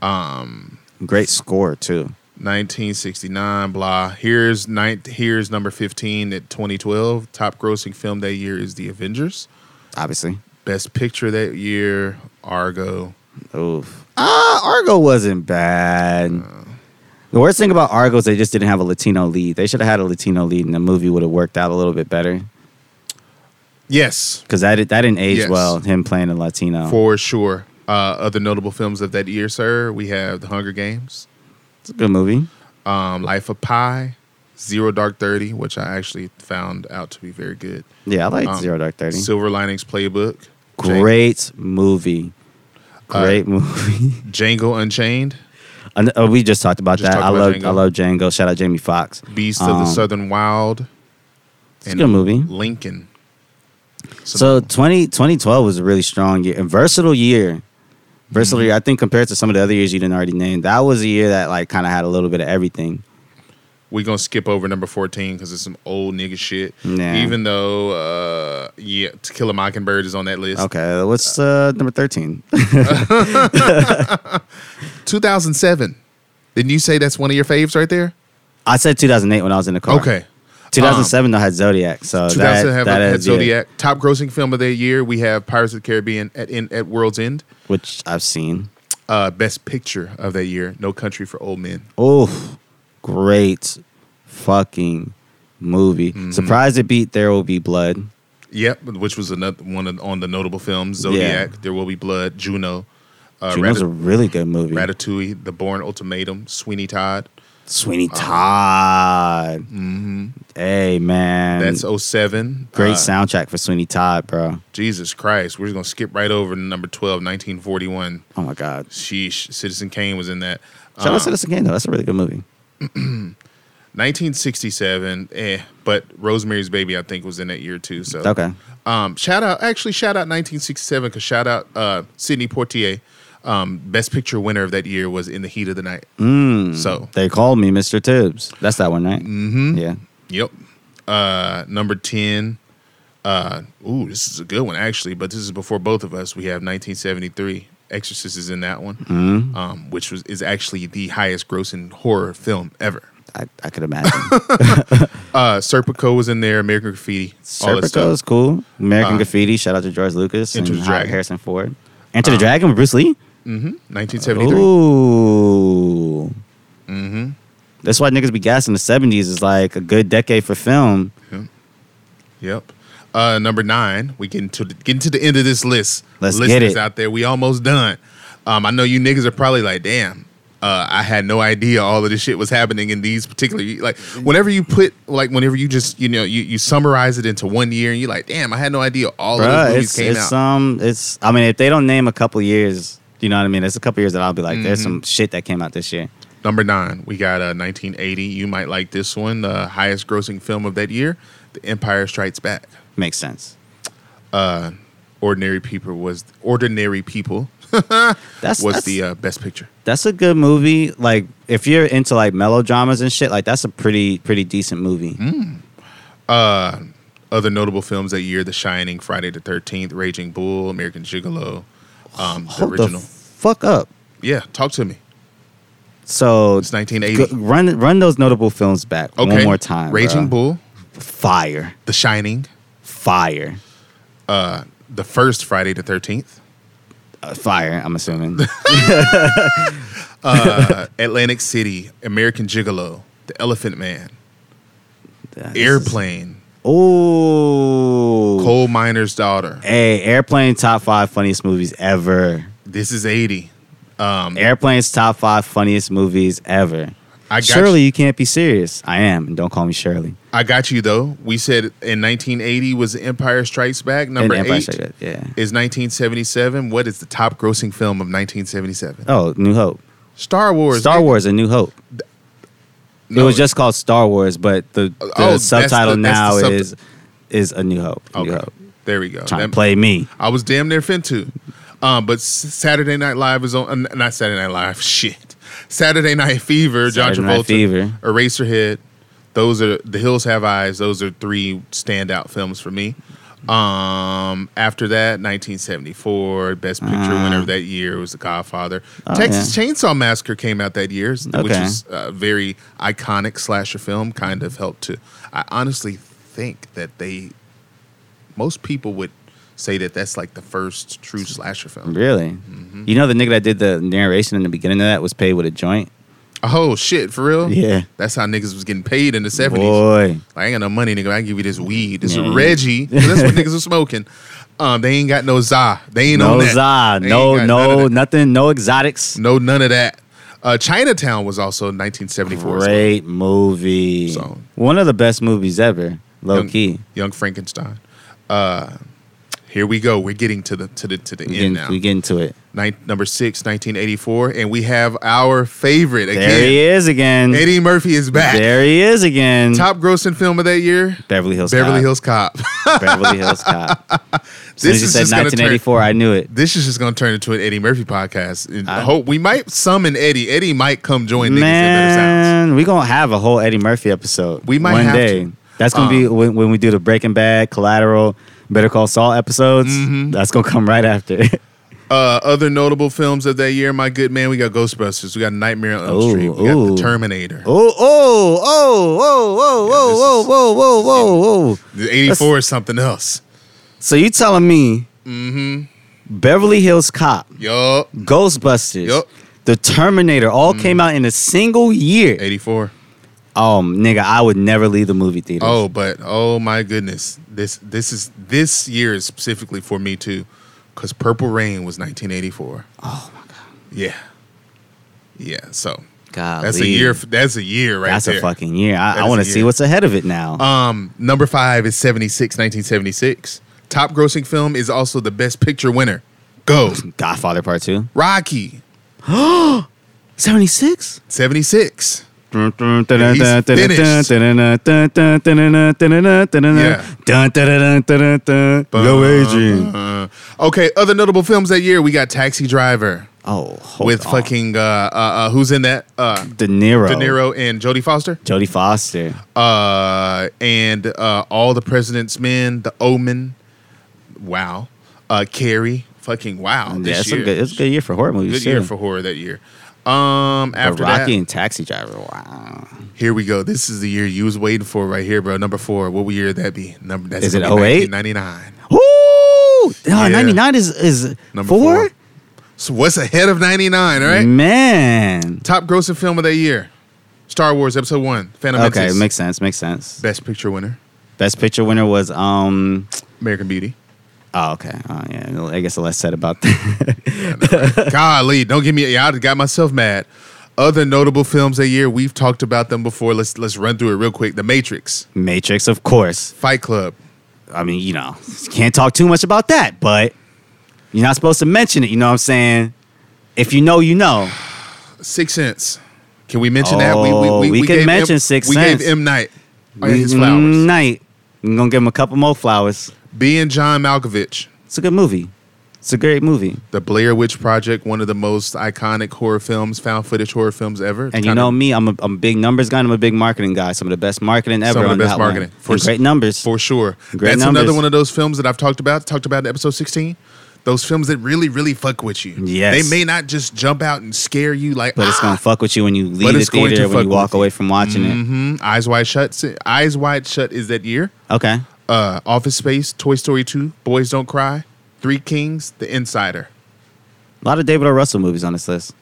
[SPEAKER 1] Um,
[SPEAKER 2] Great score too.
[SPEAKER 1] 1969, blah. Here's ninth, here's number 15 at 2012. Top grossing film that year is The Avengers.
[SPEAKER 2] Obviously.
[SPEAKER 1] Best picture that year, Argo.
[SPEAKER 2] Oof. Ah, Argo wasn't bad.
[SPEAKER 1] Uh.
[SPEAKER 2] The worst thing about Argo is they just didn't have a Latino lead. They should have had a Latino lead, and the movie would have worked out a little bit better.
[SPEAKER 1] Yes,
[SPEAKER 2] Because that di- that didn't age
[SPEAKER 1] Yes.
[SPEAKER 2] well. Him playing a Latino.
[SPEAKER 1] for sure. Uh, other notable films of that year, sir, we have The Hunger Games,
[SPEAKER 2] it's a good movie.
[SPEAKER 1] um, Life of Pi, Zero Dark Thirty, which I actually found out to be very good.
[SPEAKER 2] Yeah, I like
[SPEAKER 1] Um,
[SPEAKER 2] Zero Dark Thirty.
[SPEAKER 1] Silver Linings Playbook, Jan-
[SPEAKER 2] Great movie.
[SPEAKER 1] Uh,
[SPEAKER 2] Great movie. <laughs>
[SPEAKER 1] Django Unchained,
[SPEAKER 2] And, uh, we just talked about
[SPEAKER 1] Just
[SPEAKER 2] that.
[SPEAKER 1] talked
[SPEAKER 2] I
[SPEAKER 1] about
[SPEAKER 2] love
[SPEAKER 1] Django.
[SPEAKER 2] I love Django. Shout out Jamie Foxx.
[SPEAKER 1] Beast of the
[SPEAKER 2] Um,
[SPEAKER 1] Southern Wild,
[SPEAKER 2] It's a good movie.
[SPEAKER 1] Lincoln.
[SPEAKER 2] So 20, 2012 was a really strong year, a versatile year. Versatile
[SPEAKER 1] Mm-hmm.
[SPEAKER 2] year, I think compared to some of the other years you didn't already name, that was a year that like kind of had a little bit of everything.
[SPEAKER 1] we're gonna skip over number fourteen because it's some old nigga shit.
[SPEAKER 2] Nah.
[SPEAKER 1] Even though, uh, yeah, To Kill a Mockingbird is on that list.
[SPEAKER 2] Okay, what's uh, number thirteen? <laughs>
[SPEAKER 1] 2007. Didn't you say that's one of your faves right there?
[SPEAKER 2] I said two thousand eight when I was in the car.
[SPEAKER 1] Okay. Um,
[SPEAKER 2] 2007 though had Zodiac, so that,
[SPEAKER 1] 2007
[SPEAKER 2] that
[SPEAKER 1] had
[SPEAKER 2] is, yeah,
[SPEAKER 1] Zodiac. Top grossing film of the year. We have Pirates of the Caribbean at in, at World's End.
[SPEAKER 2] which I've seen.
[SPEAKER 1] Uh, best picture of that year. No Country for Old Men.
[SPEAKER 2] Oh, great fucking movie!
[SPEAKER 1] Mm-hmm.
[SPEAKER 2] Surprised it beat There Will Be Blood.
[SPEAKER 1] Yep, which was another one of, on the notable films. Zodiac. There will be blood. Juno. Uh,
[SPEAKER 2] Dude, that was a
[SPEAKER 1] Ratat-
[SPEAKER 2] really good movie.
[SPEAKER 1] Ratatouille. The Born Ultimatum. Sweeney Todd.
[SPEAKER 2] Sweeney
[SPEAKER 1] Uh-huh.
[SPEAKER 2] Todd. Hey man,
[SPEAKER 1] Mm-hmm. That's 07.
[SPEAKER 2] Great
[SPEAKER 1] Uh,
[SPEAKER 2] soundtrack for Sweeney Todd, bro.
[SPEAKER 1] Jesus Christ. We're just gonna skip right over to number 12, 1941.
[SPEAKER 2] Oh my God.
[SPEAKER 1] Uh-huh. Sheesh. Citizen Kane was in that. Um,
[SPEAKER 2] Shout out to this again, though. That's a really good movie.
[SPEAKER 1] 1967, eh, but Rosemary's Baby, I think, was in that year too. So
[SPEAKER 2] Okay.
[SPEAKER 1] Um, shout out, actually, shout out 1967 because shout out uh, Sidney Poitier, um, best picture winner of that year was In the Heat of the Night. So,
[SPEAKER 2] They called me Mr. Tibbs. That's that one, right? Mm-hmm. Yeah.
[SPEAKER 1] yep. Uh, number 10. Uh, ooh, this is a good one actually, but this is before both of us. We have 1973. Exorcist is in that one, um, which was is actually the highest grossing horror film ever. <laughs>
[SPEAKER 2] I, I could imagine.
[SPEAKER 1] Uh, Serpico was in there. American Graffiti. all that
[SPEAKER 2] Serpico
[SPEAKER 1] stuff.
[SPEAKER 2] is cool. American
[SPEAKER 1] Uh,
[SPEAKER 2] Graffiti. Shout out to George Lucas and
[SPEAKER 1] Enter the
[SPEAKER 2] Har-
[SPEAKER 1] Dragon. Uh-huh.
[SPEAKER 2] Harrison Ford. Enter the Dragon with Bruce Lee.
[SPEAKER 1] 1973.
[SPEAKER 2] Ooh.
[SPEAKER 1] Mm-hmm.
[SPEAKER 2] That's why niggas be gassing the 70s is like a good decade for film.
[SPEAKER 1] Yep. Uh, number nine, we getting to the, getting to the end of this list.
[SPEAKER 2] Let's
[SPEAKER 1] Listeners
[SPEAKER 2] get it.
[SPEAKER 1] out there, we almost done. Um, I know you niggas are probably like, damn, uh, I had no idea all of this shit was happening in these particular like whenever you put like whenever you just you know you, you summarize it into one year and you're like, damn, I had no idea all of
[SPEAKER 2] Bruh,
[SPEAKER 1] those movies
[SPEAKER 2] it's,
[SPEAKER 1] came out.
[SPEAKER 2] it's um, it's. I mean, if they don't name a couple years, you know what I mean. There's a couple years that I'll be like, there's
[SPEAKER 1] Mm-hmm.
[SPEAKER 2] some shit that came out this year.
[SPEAKER 1] Number nine, we got uh, 1980. You might like this one, the highest grossing film of that year, The Empire Strikes Back.
[SPEAKER 2] Makes sense.
[SPEAKER 1] Ordinary People was Ordinary People was
[SPEAKER 2] That's <laughs> that's,
[SPEAKER 1] the uh, best picture.
[SPEAKER 2] that's a good movie. Like if you're into like melodramas and shit, like that's a pretty pretty decent movie.
[SPEAKER 1] Mm, other notable films that year: The Shining, Friday the Thirteenth, Raging Bull, American Gigolo, um, the
[SPEAKER 2] Hold the
[SPEAKER 1] original.
[SPEAKER 2] fuck up.
[SPEAKER 1] yeah, talk to me.
[SPEAKER 2] So
[SPEAKER 1] It's 1980.
[SPEAKER 2] go- run run those notable films back
[SPEAKER 1] Okay,
[SPEAKER 2] one more time.
[SPEAKER 1] Raging
[SPEAKER 2] bruh.
[SPEAKER 1] Bull,
[SPEAKER 2] fire,
[SPEAKER 1] The Shining,
[SPEAKER 2] fire,
[SPEAKER 1] the first Friday the Thirteenth,
[SPEAKER 2] Uh, fire.
[SPEAKER 1] <laughs>
[SPEAKER 2] I'm assuming.
[SPEAKER 1] uh, Atlantic City, American Gigolo, The Elephant Man, Airplane,
[SPEAKER 2] Oh.
[SPEAKER 1] Coal Miner's Daughter.
[SPEAKER 2] Hey, Airplane top five funniest movies ever.
[SPEAKER 1] This is 80. Um,
[SPEAKER 2] Airplane's top five funniest movies ever.
[SPEAKER 1] I got
[SPEAKER 2] Shirley, you. can't be serious. I am, and don't call me Shirley.
[SPEAKER 1] I got you though. We said in 1980 was The Empire Strikes Back. Number
[SPEAKER 2] And Empire
[SPEAKER 1] eight
[SPEAKER 2] Strikes Back, yeah.
[SPEAKER 1] is 1977. What is the top grossing film of 1977?
[SPEAKER 2] Oh, New Hope.
[SPEAKER 1] Star Wars.
[SPEAKER 2] Star
[SPEAKER 1] nigga.
[SPEAKER 2] Wars, A New Hope.
[SPEAKER 1] No,
[SPEAKER 2] It was just called Star Wars, but the, the
[SPEAKER 1] Oh, that's the- that's the
[SPEAKER 2] subtitle now
[SPEAKER 1] sub-
[SPEAKER 2] is is A New Hope. A New
[SPEAKER 1] okay.
[SPEAKER 2] Hope.
[SPEAKER 1] There we go.
[SPEAKER 2] Trying
[SPEAKER 1] That-
[SPEAKER 2] to play me.
[SPEAKER 1] I was damn near fin to. Um, but S- Saturday Night Live is on. Uh, not Saturday Night Live. <laughs> Shit. Saturday Night Fever. John
[SPEAKER 2] Saturday
[SPEAKER 1] Travolta.
[SPEAKER 2] Night Fever.
[SPEAKER 1] Eraserhead. Those are The Hills Have Eyes. Those are three standout films for me. Um, after that, 1974, Best Picture winner
[SPEAKER 2] Uh-huh.
[SPEAKER 1] of that year was The Godfather. Texas Chainsaw Massacre came out that year, s- which
[SPEAKER 2] Oh, Okay.
[SPEAKER 1] is a very iconic slasher film. Kind of helped to. I honestly think that they most people would say that that's like the first true slasher film.
[SPEAKER 2] Really?
[SPEAKER 1] Mm-hmm.
[SPEAKER 2] You know the nigga that did the narration in the beginning of that was paid with a joint?
[SPEAKER 1] Oh shit, for real?
[SPEAKER 2] Yeah.
[SPEAKER 1] That's how niggas was getting paid in the seventies.
[SPEAKER 2] Boy.
[SPEAKER 1] I ain't got no money, nigga. I can give you this weed. This
[SPEAKER 2] Yeah. <laughs>
[SPEAKER 1] Reggie. 'cause That's what niggas was smoking. Um, they ain't got no za. They ain't on
[SPEAKER 2] No
[SPEAKER 1] that.
[SPEAKER 2] za.
[SPEAKER 1] They ain't
[SPEAKER 2] No,
[SPEAKER 1] got none of
[SPEAKER 2] no,
[SPEAKER 1] that.
[SPEAKER 2] nothing. No exotics.
[SPEAKER 1] no, none of that. Uh, Chinatown was also 1974. as well.
[SPEAKER 2] Great movie.
[SPEAKER 1] So-
[SPEAKER 2] One of the best movies ever. Low
[SPEAKER 1] Young,
[SPEAKER 2] key.
[SPEAKER 1] Young Frankenstein. Uh, here we go. We're getting to the to the to the end
[SPEAKER 2] We getting,
[SPEAKER 1] now.
[SPEAKER 2] we getting to it.
[SPEAKER 1] Nin- number six, 1984, and we have our favorite again.
[SPEAKER 2] There he is again.
[SPEAKER 1] <laughs> Eddie Murphy is back.
[SPEAKER 2] There he is again.
[SPEAKER 1] Top grossing film of that year,
[SPEAKER 2] Beverly Hills
[SPEAKER 1] Beverly
[SPEAKER 2] Cop.
[SPEAKER 1] Hills Cop. <laughs>
[SPEAKER 2] Beverly Hills Cop. As soon
[SPEAKER 1] This
[SPEAKER 2] as you
[SPEAKER 1] is
[SPEAKER 2] said
[SPEAKER 1] just gonna turn-
[SPEAKER 2] 1984, I knew it.
[SPEAKER 1] this is just going to turn into an Eddie Murphy podcast. And I
[SPEAKER 2] I-
[SPEAKER 1] hope we might summon Eddie. Eddie might come join niggas in Better Sounds.
[SPEAKER 2] Man, we gonna have a whole Eddie Murphy episode.
[SPEAKER 1] We might
[SPEAKER 2] one
[SPEAKER 1] have
[SPEAKER 2] day.
[SPEAKER 1] to. Um,
[SPEAKER 2] That's gonna be when, when we do the Breaking Bad, Collateral, Better Call Saul episodes.
[SPEAKER 1] Mm-hmm.
[SPEAKER 2] That's gonna come right after. <laughs>
[SPEAKER 1] Uh, other notable films of that year, my good man, we got Ghostbusters, we got Nightmare on Elm
[SPEAKER 2] Ooh,
[SPEAKER 1] Street, we got
[SPEAKER 2] ooh.
[SPEAKER 1] The Terminator.
[SPEAKER 2] Oh, oh, oh, oh, oh,
[SPEAKER 1] this
[SPEAKER 2] oh,
[SPEAKER 1] is-
[SPEAKER 2] oh, whoa, whoa, whoa, whoa.
[SPEAKER 1] The 84 is something else.
[SPEAKER 2] So you telling me
[SPEAKER 1] Mm-hmm.
[SPEAKER 2] Beverly Hills Cop,
[SPEAKER 1] Yup,
[SPEAKER 2] Ghostbusters,
[SPEAKER 1] Yup. Mm-hmm.
[SPEAKER 2] The Terminator all came out in a single year.
[SPEAKER 1] 84.
[SPEAKER 2] Oh, nigga, I would never leave the movie theater.
[SPEAKER 1] Oh, but oh my goodness, this this is this year is specifically for me too, because Purple Rain was 1984. Oh my god. Yeah, yeah. So
[SPEAKER 2] God.
[SPEAKER 1] that's a year. That's a year right
[SPEAKER 2] That's
[SPEAKER 1] there.
[SPEAKER 2] a fucking year. I,
[SPEAKER 1] That
[SPEAKER 2] I
[SPEAKER 1] is
[SPEAKER 2] want
[SPEAKER 1] a
[SPEAKER 2] to see
[SPEAKER 1] year.
[SPEAKER 2] what's ahead of it now.
[SPEAKER 1] Um, number five is 76, 1976. Top grossing film is also the Best Picture winner. Go
[SPEAKER 2] Godfather Part 2.
[SPEAKER 1] Rocky
[SPEAKER 2] 76?
[SPEAKER 1] 76.
[SPEAKER 2] Yo, Adrian.
[SPEAKER 1] Uh, okay, other notable films that year we got Taxi Driver
[SPEAKER 2] Oh, hold
[SPEAKER 1] with
[SPEAKER 2] on.
[SPEAKER 1] fucking uh, uh, uh, who's in that? Uh,
[SPEAKER 2] De Niro.
[SPEAKER 1] De Niro and Jodie Foster.
[SPEAKER 2] Jodie Foster.
[SPEAKER 1] uh, and uh, all the president's men, the Omen, wow, uh, Carrie, fucking wow,
[SPEAKER 2] yeah,
[SPEAKER 1] Oh, this
[SPEAKER 2] it's
[SPEAKER 1] year,
[SPEAKER 2] a good, it's a good year for horror movies.
[SPEAKER 1] Good
[SPEAKER 2] too.
[SPEAKER 1] year for horror that year. Um,
[SPEAKER 2] But
[SPEAKER 1] after
[SPEAKER 2] Rocky
[SPEAKER 1] that,
[SPEAKER 2] and Taxi Driver. Wow.
[SPEAKER 1] here we go. This is the year you was waiting for right here, bro. Number four. What year would that be? Number that's
[SPEAKER 2] Is it 08?
[SPEAKER 1] Ninety nine.
[SPEAKER 2] Woo! Oh,
[SPEAKER 1] Yeah.
[SPEAKER 2] 99 is, is
[SPEAKER 1] Number
[SPEAKER 2] four? Mm.
[SPEAKER 1] four. So what's ahead of ninety nine? All right.
[SPEAKER 2] Man.
[SPEAKER 1] Top grossing film of that year, Star Wars Episode One. Phantom
[SPEAKER 2] Okay,
[SPEAKER 1] Menace.
[SPEAKER 2] makes sense. Makes sense.
[SPEAKER 1] Best Picture winner,
[SPEAKER 2] Best picture winner was um.
[SPEAKER 1] American Beauty.
[SPEAKER 2] Oh, okay. Oh, yeah. I guess the less said about <laughs> that.
[SPEAKER 1] Golly, don't give me. Yeah, I got myself mad. Other notable films that year, we've talked about them before. Let's let's run through it real quick. The Matrix,
[SPEAKER 2] Matrix, of course.
[SPEAKER 1] Fight Club,
[SPEAKER 2] I mean, you know, can't talk too much about that, but you're not supposed to mention it. You know what I'm saying? If you know, you know.
[SPEAKER 1] Six Sense. Can we mention that?
[SPEAKER 2] Oh, we can
[SPEAKER 1] gave
[SPEAKER 2] mention
[SPEAKER 1] M,
[SPEAKER 2] Sixth
[SPEAKER 1] We
[SPEAKER 2] Sense.
[SPEAKER 1] gave M Night Oh, his flowers.
[SPEAKER 2] Night. I'm gonna give him a couple more flowers.
[SPEAKER 1] Being John Malkovich,
[SPEAKER 2] It's a good movie. It's a great movie.
[SPEAKER 1] The Blair Witch Project, one of the most iconic horror films, found footage horror films ever.
[SPEAKER 2] And you
[SPEAKER 1] Kinda
[SPEAKER 2] know me, I'm a, I'm a big numbers guy. and I'm a big marketing guy. Some of the best marketing ever.
[SPEAKER 1] Some of the
[SPEAKER 2] on
[SPEAKER 1] best
[SPEAKER 2] that one.
[SPEAKER 1] marketing. For
[SPEAKER 2] And
[SPEAKER 1] s-
[SPEAKER 2] great numbers.
[SPEAKER 1] for sure.
[SPEAKER 2] Great
[SPEAKER 1] That's
[SPEAKER 2] numbers.
[SPEAKER 1] another one of those films that I've talked about. Talked about in episode sixteen. Those films that really, really fuck with you.
[SPEAKER 2] Yes.
[SPEAKER 1] they may not just jump out and scare you like,
[SPEAKER 2] but it's gonna
[SPEAKER 1] "Ah!"
[SPEAKER 2] fuck with you when you leave the
[SPEAKER 1] it's going to
[SPEAKER 2] theater when
[SPEAKER 1] fuck
[SPEAKER 2] you walk
[SPEAKER 1] with you.
[SPEAKER 2] away from watching
[SPEAKER 1] Mhm. Eyes Wide Shut. si- Eyes Wide Shut is that year.
[SPEAKER 2] it. Okay.
[SPEAKER 1] Uh, Office Space, Toy Story Two, Boys Don't Cry, Three Kings, The Insider.
[SPEAKER 2] A lot of David O. Russell movies on this list.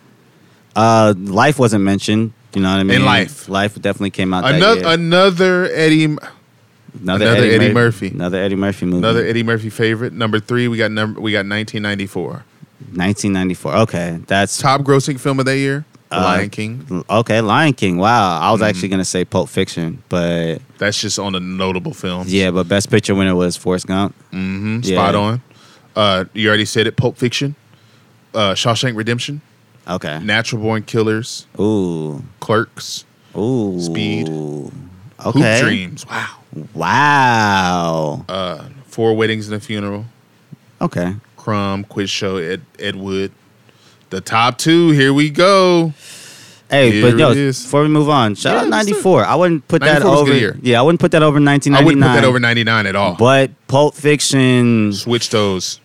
[SPEAKER 2] Uh, Life wasn't mentioned. You know what I mean?
[SPEAKER 1] Life.
[SPEAKER 2] Life definitely came out.
[SPEAKER 1] Another
[SPEAKER 2] that year.
[SPEAKER 1] another Eddie M-
[SPEAKER 2] another,
[SPEAKER 1] another Eddie
[SPEAKER 2] Mur-
[SPEAKER 1] Murphy.
[SPEAKER 2] Another Eddie Murphy movie.
[SPEAKER 1] another Eddie Murphy favorite. Number three, we got number we got 1994.
[SPEAKER 2] 1994. Okay, that's
[SPEAKER 1] Top grossing film of that year, The
[SPEAKER 2] Uh,
[SPEAKER 1] Lion King.
[SPEAKER 2] okay. Lion King. Wow, I was
[SPEAKER 1] Mm-hmm.
[SPEAKER 2] actually gonna say Pulp Fiction, but
[SPEAKER 1] That's just on the notable film.
[SPEAKER 2] yeah, but Best Picture winner was Forrest Gump.
[SPEAKER 1] hmm
[SPEAKER 2] Yeah.
[SPEAKER 1] spot on. Uh, you already said it. Pulp Fiction, uh, Shawshank Redemption,
[SPEAKER 2] Okay.
[SPEAKER 1] Natural Born Killers,
[SPEAKER 2] Ooh,
[SPEAKER 1] Clerks,
[SPEAKER 2] ooh.
[SPEAKER 1] Speed.
[SPEAKER 2] Okay.
[SPEAKER 1] Hoop Dreams. Wow.
[SPEAKER 2] Wow.
[SPEAKER 1] Uh, Four Weddings and a Funeral,
[SPEAKER 2] Okay.
[SPEAKER 1] Crumb, Quiz Show, Ed, Ed Wood. The top two. Here we go.
[SPEAKER 2] Hey,
[SPEAKER 1] Here
[SPEAKER 2] but yo,
[SPEAKER 1] it is.
[SPEAKER 2] before we move on, shout
[SPEAKER 1] Yeah,
[SPEAKER 2] out
[SPEAKER 1] let's do it.
[SPEAKER 2] '94. I wouldn't put that
[SPEAKER 1] 94 was a good
[SPEAKER 2] over.
[SPEAKER 1] year.
[SPEAKER 2] Yeah, I wouldn't put that over 1999.
[SPEAKER 1] I wouldn't put that over 99 at all.
[SPEAKER 2] But Pulp Fiction,
[SPEAKER 1] Switch those.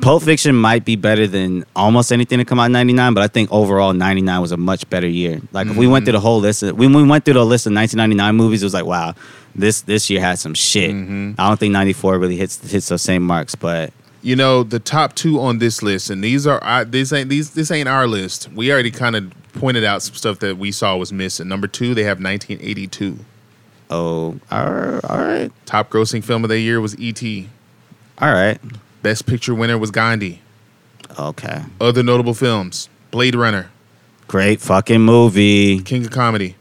[SPEAKER 2] Pulp Fiction might be better than almost anything to come out in '99, but I think overall '99 was a much better year. Like if we went through the whole list, of, when we went through the list of 1999 movies, it was like, wow, this this year had some shit. I don't think '94 really hits hits those same marks, but
[SPEAKER 1] you know the top two on this list, and these are I, these ain't these this ain't our list. We already kind of pointed out some stuff that we saw was missing. Number two, they have 1982.
[SPEAKER 2] oh, all right, all right,
[SPEAKER 1] Top grossing film of the year was E.T.
[SPEAKER 2] all right,
[SPEAKER 1] Best picture winner was Gandhi.
[SPEAKER 2] okay,
[SPEAKER 1] Other notable films: Blade Runner,
[SPEAKER 2] great fucking movie,
[SPEAKER 1] King of Comedy,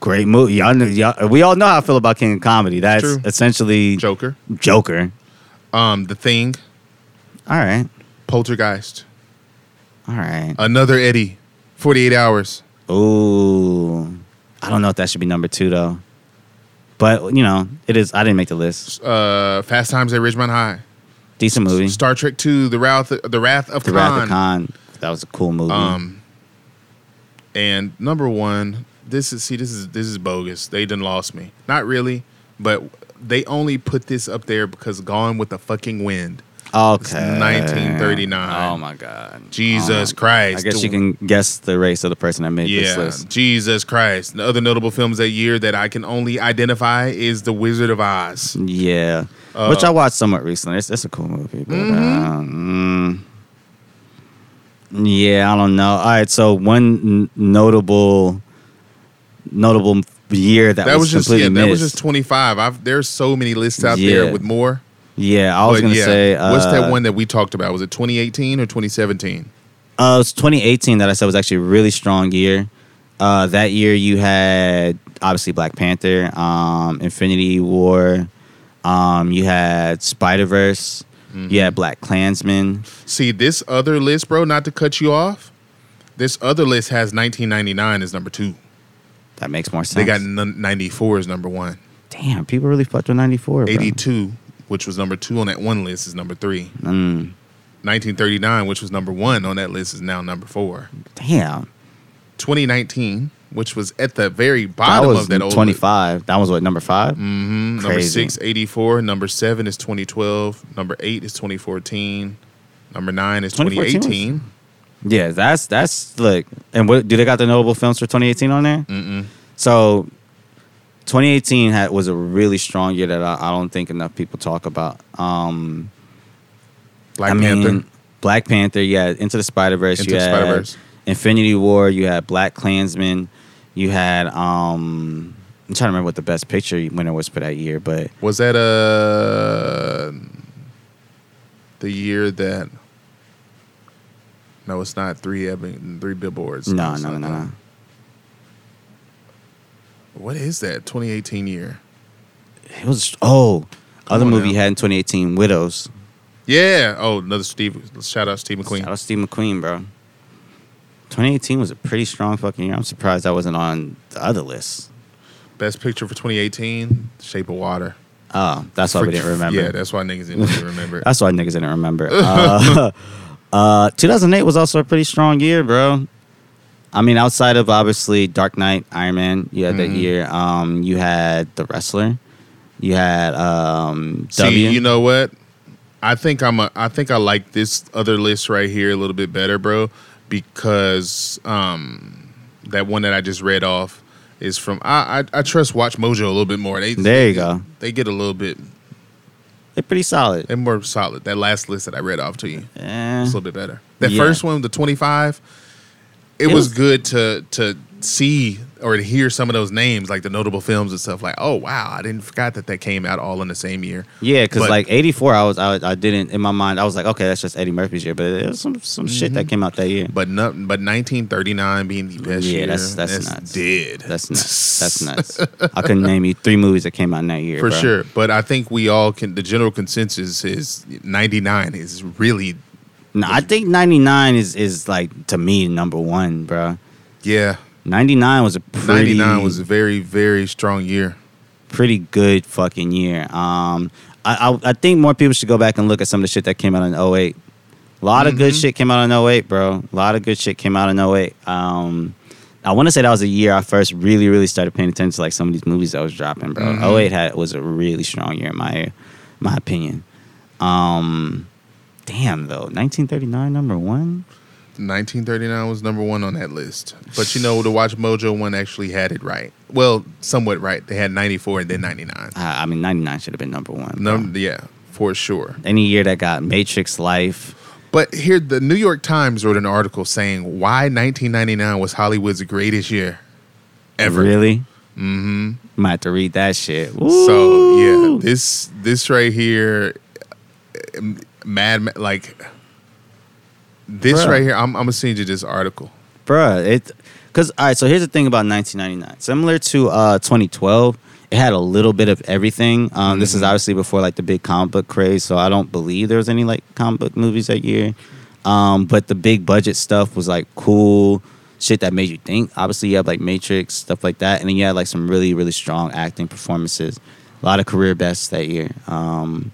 [SPEAKER 2] great movie. Y'all, know- y'all, we all know how I feel about King of Comedy. That's
[SPEAKER 1] True.
[SPEAKER 2] essentially
[SPEAKER 1] Joker,
[SPEAKER 2] Joker.
[SPEAKER 1] um, The Thing,
[SPEAKER 2] All right,
[SPEAKER 1] Poltergeist,
[SPEAKER 2] all right.
[SPEAKER 1] Another Eddie, 48 Hours,
[SPEAKER 2] Ooh, I don't know if that should be number two though. But you know, it is. I didn't make the list.
[SPEAKER 1] uh, Fast Times at Ridgemont High,
[SPEAKER 2] Decent movie.
[SPEAKER 1] Star Trek II: The Wrath, The Wrath of
[SPEAKER 2] the
[SPEAKER 1] Khan,
[SPEAKER 2] Wrath of Khan. That was a cool movie.
[SPEAKER 1] Um, and number one, this is see, this is this is bogus. They done lost me. Not really, but they only put this up there because Gone with the Fucking Wind.
[SPEAKER 2] okay.
[SPEAKER 1] 1939.
[SPEAKER 2] Uh, Oh my god.
[SPEAKER 1] Jesus
[SPEAKER 2] Um,
[SPEAKER 1] Christ!
[SPEAKER 2] I guess you
[SPEAKER 1] The-
[SPEAKER 2] can guess the race of the person that made this
[SPEAKER 1] Yeah,
[SPEAKER 2] list.
[SPEAKER 1] Jesus Christ. The other notable films that year that I can only identify is The Wizard of Oz.
[SPEAKER 2] Yeah.
[SPEAKER 1] Uh,
[SPEAKER 2] Which I watched somewhat recently. It's, it's a cool movie. But,
[SPEAKER 1] Mm-hmm.
[SPEAKER 2] um, mm, yeah, I don't know. All right, so one n- notable notable year that,
[SPEAKER 1] That, was, just yeah,
[SPEAKER 2] completely
[SPEAKER 1] that was
[SPEAKER 2] missed.
[SPEAKER 1] just twenty five. I've there's so many lists out
[SPEAKER 2] Yeah.
[SPEAKER 1] there with more.
[SPEAKER 2] Yeah, I was
[SPEAKER 1] But
[SPEAKER 2] gonna
[SPEAKER 1] yeah,
[SPEAKER 2] say. Uh,
[SPEAKER 1] what's that one that we talked about? Was it 2018 or 2017?
[SPEAKER 2] Uh, it was 2018 that I said was actually a really strong year. Uh, that year you had obviously Black Panther, um, Infinity War, um, you had Spider Verse,
[SPEAKER 1] Mm-hmm.
[SPEAKER 2] you had Black Klansman.
[SPEAKER 1] See, this other list, bro, not to cut you off, this other list has 1999 as number two.
[SPEAKER 2] That makes more sense.
[SPEAKER 1] They got n- 94 as number one.
[SPEAKER 2] damn people really fucked with 94. bro.
[SPEAKER 1] 82, which was number two on that one list, is number three.
[SPEAKER 2] Mm,
[SPEAKER 1] 1939, which was number one on that list, is now number four.
[SPEAKER 2] damn,
[SPEAKER 1] 2019, which was at the very
[SPEAKER 2] that
[SPEAKER 1] bottom
[SPEAKER 2] was
[SPEAKER 1] of that old
[SPEAKER 2] 25. That was what number 5
[SPEAKER 1] Mm, number
[SPEAKER 2] Crazy.
[SPEAKER 1] six, 84. Number seven is 2012. Number eight is 2014. Number nine is
[SPEAKER 2] 2014 was-
[SPEAKER 1] 2018.
[SPEAKER 2] Yeah, that's that's look. And what do they got the notable films for 2018 on there?
[SPEAKER 1] Mm-mm.
[SPEAKER 2] So 2018 had was a really strong year that I, I don't think enough people talk about. Um,
[SPEAKER 1] Black
[SPEAKER 2] I
[SPEAKER 1] Panther,
[SPEAKER 2] mean, Black Panther. You had Into the Spider Verse.
[SPEAKER 1] Into
[SPEAKER 2] you
[SPEAKER 1] the
[SPEAKER 2] had
[SPEAKER 1] Spider-Verse.
[SPEAKER 2] Infinity War. You had Black Klansman. You had um, I'm trying to remember what the best picture winner was for that year, but
[SPEAKER 1] was that uh the year that? No, it's not three Eb- three billboards.
[SPEAKER 2] no,
[SPEAKER 1] It's
[SPEAKER 2] no, no,
[SPEAKER 1] not
[SPEAKER 2] no.
[SPEAKER 1] that.
[SPEAKER 2] no.
[SPEAKER 1] What is that? 2018 year.
[SPEAKER 2] It was oh, other
[SPEAKER 1] on
[SPEAKER 2] movie
[SPEAKER 1] now.
[SPEAKER 2] you had in 2018, Widows.
[SPEAKER 1] Yeah. Oh, another Steve. Shout out Steve McQueen.
[SPEAKER 2] Shout out Steve McQueen, bro. 2018 was a pretty strong fucking year. I'm surprised I wasn't on the other list.
[SPEAKER 1] Best picture for 2018, Shape of Water.
[SPEAKER 2] Oh, that's why we didn't remember.
[SPEAKER 1] Yeah, that's why niggas didn't really
[SPEAKER 2] <laughs>
[SPEAKER 1] remember. it.
[SPEAKER 2] That's why niggas
[SPEAKER 1] <laughs>
[SPEAKER 2] didn't remember. Uh, <laughs> uh, 2008 was also a pretty strong year, bro. I mean, outside of obviously Dark Knight, Iron Man, you had that
[SPEAKER 1] Mhm.
[SPEAKER 2] year. Um, you had The Wrestler. You had um,
[SPEAKER 1] See,
[SPEAKER 2] W.
[SPEAKER 1] you know what? I think I'm a. I think I like this other list right here a little bit better, bro, because um, that one that I just read off is from. I I, I trust Watch Mojo a little bit more. They
[SPEAKER 2] there you go.
[SPEAKER 1] They get a little bit.
[SPEAKER 2] They're pretty solid.
[SPEAKER 1] They're more solid. That last list that I read off to you.
[SPEAKER 2] Eh.
[SPEAKER 1] It's a little bit better. That
[SPEAKER 2] Yeah.
[SPEAKER 1] first one, the twenty five, it,
[SPEAKER 2] It
[SPEAKER 1] was,
[SPEAKER 2] was-
[SPEAKER 1] good to to see or to hear some of those names, like the notable films and stuff. Like, oh wow, I didn't forgot that that came out all in the same year.
[SPEAKER 2] Yeah, because
[SPEAKER 1] But-
[SPEAKER 2] like '84, I was I, I didn't in my mind I was like, okay, that's just Eddie Murphy's year, but there was some some shit
[SPEAKER 1] Mm-hmm.
[SPEAKER 2] that came out that year.
[SPEAKER 1] But no, but nineteen thirty nine being the best
[SPEAKER 2] Yeah,
[SPEAKER 1] year,
[SPEAKER 2] that's- that's nuts.
[SPEAKER 1] Did
[SPEAKER 2] That's
[SPEAKER 1] <laughs>
[SPEAKER 2] nuts. That's nuts. I couldn't name you three movies that came out in that year
[SPEAKER 1] for
[SPEAKER 2] bro.
[SPEAKER 1] sure. But I think we all can. The general consensus is ninety nine is really
[SPEAKER 2] No, I think '99 is is like to me number one, bro.
[SPEAKER 1] yeah.
[SPEAKER 2] '99 was a pretty
[SPEAKER 1] Ninety nine was a very very strong year.
[SPEAKER 2] pretty good fucking year. Um, I, I I think more people should go back and look at some of the shit that came out in 08. A lot of good shit came out in 08, bro. A lot of good shit came out in 08. Um, I want to say that was a year I first really, really started paying attention to like some of these movies I was dropping, bro.
[SPEAKER 1] Mhm.
[SPEAKER 2] 08 had was a really strong year in my my opinion. Um, damn though, 1939 number one.
[SPEAKER 1] 1939 was number one on that list. But you know, the Watch Mojo one actually had it right. Well, somewhat right. They had 94 and then 99.
[SPEAKER 2] I, I mean, 99 should have been number one. bro.
[SPEAKER 1] Num- yeah, for sure.
[SPEAKER 2] Any year that got Matrix Life.
[SPEAKER 1] But here, the New York Times wrote an article saying why 1999 was Hollywood's greatest year ever.
[SPEAKER 2] Really? Mm-hmm. Might have to read that shit.
[SPEAKER 1] So yeah,
[SPEAKER 2] Woo!
[SPEAKER 1] this this right here, um, mad Ma- like this
[SPEAKER 2] Bruh.
[SPEAKER 1] right here. I'm, I'm gonna send you this article.
[SPEAKER 2] bruh, it because all right. So here's the thing about 1999. Similar to uh 2012, it had a little bit of everything. Um, This is
[SPEAKER 1] Mm-hmm.
[SPEAKER 2] obviously before like the big comic book craze, so I don't believe there was any like comic book movies that year. Um, but the big budget stuff was like cool shit that made you think. Obviously, you have like Matrix stuff like that, and then you had like some really really strong acting performances. A lot of career bests that year. Um,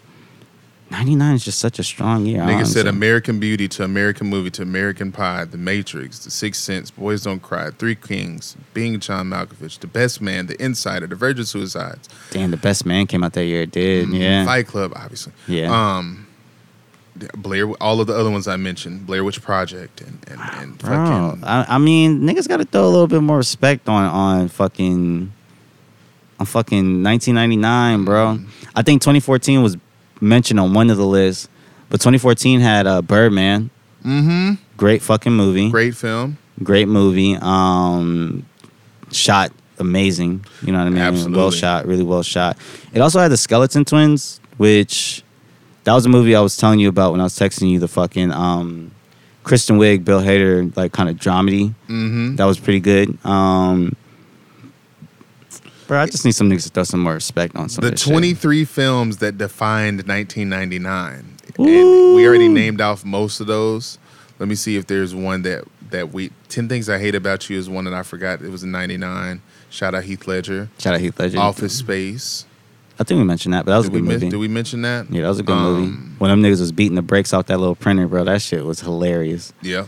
[SPEAKER 2] 99 is just such a strong year.
[SPEAKER 1] Nigga said
[SPEAKER 2] honestly.
[SPEAKER 1] American Beauty to American Movie to American Pie, The Matrix, The Sixth Sense, Boys Don't Cry, Three Kings, Being John Malkovich, The Best Man, The Insider, The Virgin Suicides,
[SPEAKER 2] Damn, the best man came out that year. It did.
[SPEAKER 1] Mm-hmm.
[SPEAKER 2] Yeah.
[SPEAKER 1] Fight Club, obviously.
[SPEAKER 2] Yeah.
[SPEAKER 1] Um, Blair, all of the other ones I mentioned, Blair Witch Project, and and, and
[SPEAKER 2] Bro,
[SPEAKER 1] fucking.
[SPEAKER 2] Oh. I, I mean, niggas got to throw a little bit more respect on on fucking on fucking 1999, bro.
[SPEAKER 1] Mm.
[SPEAKER 2] I think 2014 was mentioned on one of the lists, but 2014 had uh, Birdman,
[SPEAKER 1] Mm-hmm.
[SPEAKER 2] great fucking movie, great,
[SPEAKER 1] Great film.
[SPEAKER 2] movie, um, shot amazing. You know what I mean?
[SPEAKER 1] Absolutely.
[SPEAKER 2] Well shot, really well shot. It also had the Skeleton Twins, which that was a movie I was telling you about when I was texting you the fucking um, Kristen Wiig, Bill Hader, like kind of dramedy.
[SPEAKER 1] Mm-hmm.
[SPEAKER 2] That was pretty good. Um, bro, I just need some niggas to throw some more respect on some
[SPEAKER 1] The
[SPEAKER 2] of this shit.
[SPEAKER 1] 23 films that defined 1999. And
[SPEAKER 2] Ooh.
[SPEAKER 1] we already named off most of those. Let me see if there's one that that we 10 Things I Hate About You is one that I forgot. It was in 99. Shout out Heath Ledger.
[SPEAKER 2] Shout out Heath Ledger.
[SPEAKER 1] Office Space.
[SPEAKER 2] I think we mentioned that, but that was
[SPEAKER 1] Did
[SPEAKER 2] a
[SPEAKER 1] we,
[SPEAKER 2] good
[SPEAKER 1] men-
[SPEAKER 2] movie.
[SPEAKER 1] did we mention that?
[SPEAKER 2] yeah, that was a good
[SPEAKER 1] Um,
[SPEAKER 2] movie. When them niggas was beating the brakes off that little printer, bro, that shit was hilarious.
[SPEAKER 1] Yeah.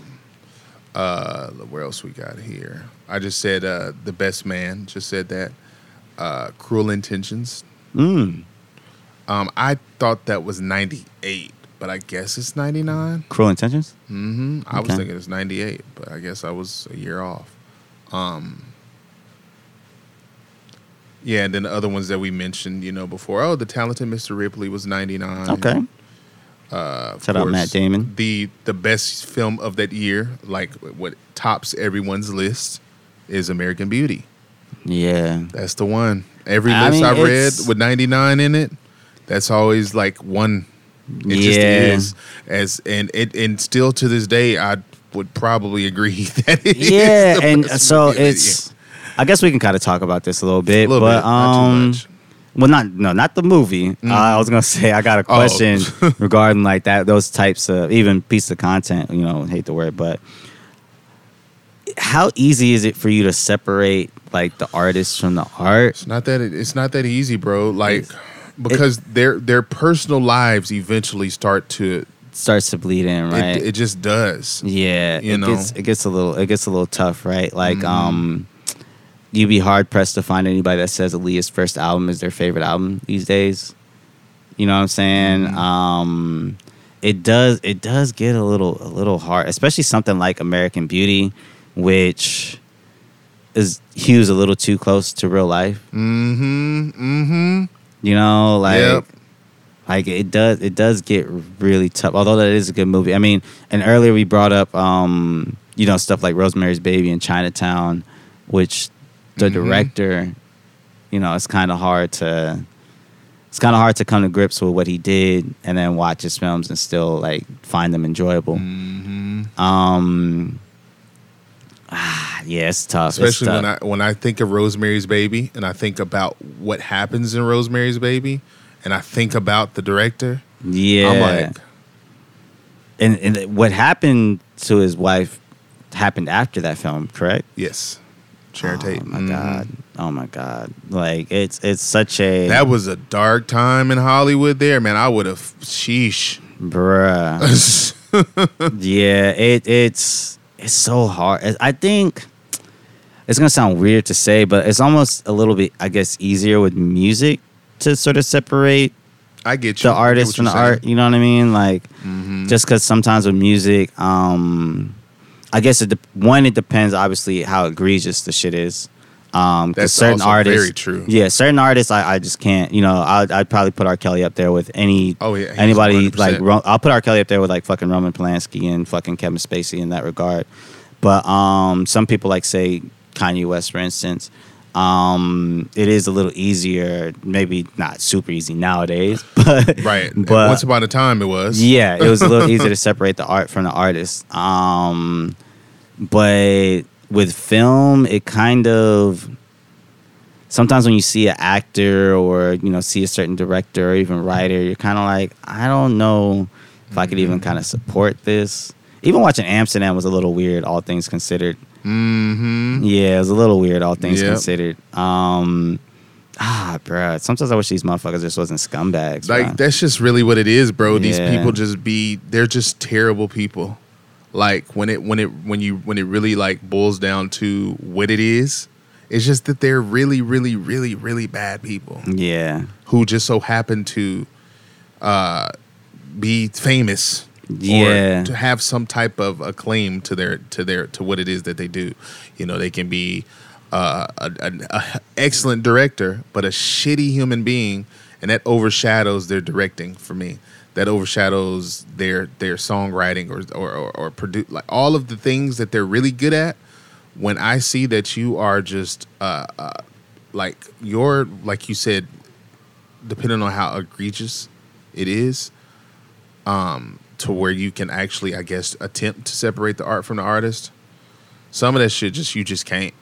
[SPEAKER 1] Uh, where else we got here? I just said uh, The Best Man. Just said that. Uh, Cruel Intentions.
[SPEAKER 2] Mm.
[SPEAKER 1] Um, I thought that was 98, but I guess it's 99.
[SPEAKER 2] Cruel Intentions.
[SPEAKER 1] hmm I was
[SPEAKER 2] Okay.
[SPEAKER 1] thinking it's 98, but I guess I was a year off. Um, yeah, and then the other ones that we mentioned, you know, before. Oh, the talented Mr. Ripley was 99.
[SPEAKER 2] Okay.
[SPEAKER 1] Uh, of
[SPEAKER 2] Shout out
[SPEAKER 1] course,
[SPEAKER 2] Matt Damon.
[SPEAKER 1] The the best film of that year, like what tops everyone's list, is American Beauty. <laughs>
[SPEAKER 2] Yeah.
[SPEAKER 1] That's the one. Every
[SPEAKER 2] I
[SPEAKER 1] list
[SPEAKER 2] mean,
[SPEAKER 1] I read
[SPEAKER 2] it's-
[SPEAKER 1] with 99 in it, that's always like one. It just
[SPEAKER 2] Yeah.
[SPEAKER 1] is. As and it and still to this day, I would probably agree <laughs> that it is
[SPEAKER 2] Yeah,
[SPEAKER 1] the
[SPEAKER 2] and
[SPEAKER 1] best
[SPEAKER 2] so
[SPEAKER 1] movie of that
[SPEAKER 2] it's. I guess we can kind of talk about this a little bit,
[SPEAKER 1] year. a little
[SPEAKER 2] but
[SPEAKER 1] bit, not
[SPEAKER 2] um,
[SPEAKER 1] too much. Mm.
[SPEAKER 2] Well, not no, not the movie. Uh, I was gonna <laughs> say I got a
[SPEAKER 1] Oh. <laughs>
[SPEAKER 2] question regarding like that those types of even piece of content. You know, hate the word, but how easy is it for you to separate like the artist from the art?
[SPEAKER 1] It's not that it's not that easy, bro. Like because their their personal lives eventually start to
[SPEAKER 2] starts to bleed in, right?
[SPEAKER 1] it, it just does.
[SPEAKER 2] yeah,
[SPEAKER 1] you
[SPEAKER 2] it
[SPEAKER 1] know. Mm-hmm.
[SPEAKER 2] gets it gets a little it gets a little tough, right? Like um. You'd be hard pressed to find anybody that says Aaliyah's first album is their favorite album these days. You know what I'm saying?
[SPEAKER 1] Mm-hmm.
[SPEAKER 2] Um, it does it does get a little a little hard, especially something like American Beauty, which is Hugh's a little too close to real life.
[SPEAKER 1] Mm-hmm. Mm-hmm.
[SPEAKER 2] You know, like
[SPEAKER 1] Yep.
[SPEAKER 2] like it does it does get really tough. Although that is a good movie. I mean, and earlier we brought up um, you know, stuff like Rosemary's Baby and Chinatown, which the
[SPEAKER 1] Mhm.
[SPEAKER 2] director, you know, it's kinda hard to it's kinda hard to come to grips with what he did and then watch his films and still like find them enjoyable.
[SPEAKER 1] Mm-hmm.
[SPEAKER 2] Um <sighs> ah, yeah, it's tough. It's
[SPEAKER 1] especially when
[SPEAKER 2] tough.
[SPEAKER 1] I when I think of Rosemary's Baby and I think about what happens in Rosemary's Baby and I think about the director.
[SPEAKER 2] yeah.
[SPEAKER 1] I'm like,
[SPEAKER 2] and, and what happened to his wife happened after that film, correct?
[SPEAKER 1] yes, Sharon
[SPEAKER 2] oh
[SPEAKER 1] Tate.
[SPEAKER 2] my
[SPEAKER 1] Mhm.
[SPEAKER 2] god! Oh my god! Like it's it's such a
[SPEAKER 1] that was a dark time in Hollywood. There, man, I would have sheesh. <laughs>
[SPEAKER 2] bruh. yeah, it it's it's so hard. I- I think it's gonna sound weird to say, but it's almost a little bit, I guess, easier with music to sort of separate
[SPEAKER 1] I get you.
[SPEAKER 2] the artist
[SPEAKER 1] I
[SPEAKER 2] from
[SPEAKER 1] get
[SPEAKER 2] the
[SPEAKER 1] what you're
[SPEAKER 2] art.
[SPEAKER 1] saying.
[SPEAKER 2] You know what I mean? Like,
[SPEAKER 1] Mhm.
[SPEAKER 2] just because sometimes with music, um, I guess it de- one it depends obviously how egregious the shit is. Um, 'cause
[SPEAKER 1] That's
[SPEAKER 2] certain
[SPEAKER 1] also
[SPEAKER 2] artists,
[SPEAKER 1] very true.
[SPEAKER 2] Yeah, certain artists, I, I just can't. You know, I'd, I'd probably put R. Kelly up there with any
[SPEAKER 1] Oh, yeah, he's
[SPEAKER 2] anybody like
[SPEAKER 1] 100%.
[SPEAKER 2] Ro- I'll put R. Kelly up there with like fucking Roman Polanski and fucking Kevin Spacey in that regard. But um, some people like say Kanye West, for instance. Um, it is a little easier, maybe not super easy nowadays, <laughs> but
[SPEAKER 1] Right.
[SPEAKER 2] But
[SPEAKER 1] Once upon a time, it was.
[SPEAKER 2] yeah, it was
[SPEAKER 1] <laughs>
[SPEAKER 2] a little easier to separate the art from the artist. Um, but with film, it kind of sometimes when you see an actor or you know see a certain director or even writer, you're kind of like, I don't know if I could even
[SPEAKER 1] Mm-hmm.
[SPEAKER 2] kind of support this. Even watching Amsterdam was a little weird, all things considered.
[SPEAKER 1] Mm-hmm.
[SPEAKER 2] Yeah, it was a little weird, all things
[SPEAKER 1] Yep.
[SPEAKER 2] considered. Um, ah, bruh. Sometimes I wish these motherfuckers just wasn't scumbags.
[SPEAKER 1] Like
[SPEAKER 2] bruh.
[SPEAKER 1] that's just really what it is, bro. These
[SPEAKER 2] Yeah.
[SPEAKER 1] people just be they're just terrible people. Like when it when it when you when it really like boils down to what it is, it's just that they're really really really really bad people
[SPEAKER 2] yeah.
[SPEAKER 1] who just so happen to uh be famous
[SPEAKER 2] Yeah.
[SPEAKER 1] or to have some type of acclaim to their to their to what it is that they do. You know, they can be uh, a- an a excellent director, but a shitty human being, and that overshadows their directing for me. That overshadows their their songwriting or or or, or produ- like all of the things that they're really good at. When I see that you are just uh, uh, like your like you said, depending on how egregious it is, um, to where you can actually, I guess, attempt to separate the art from the artist. Some of that shit just you just can't.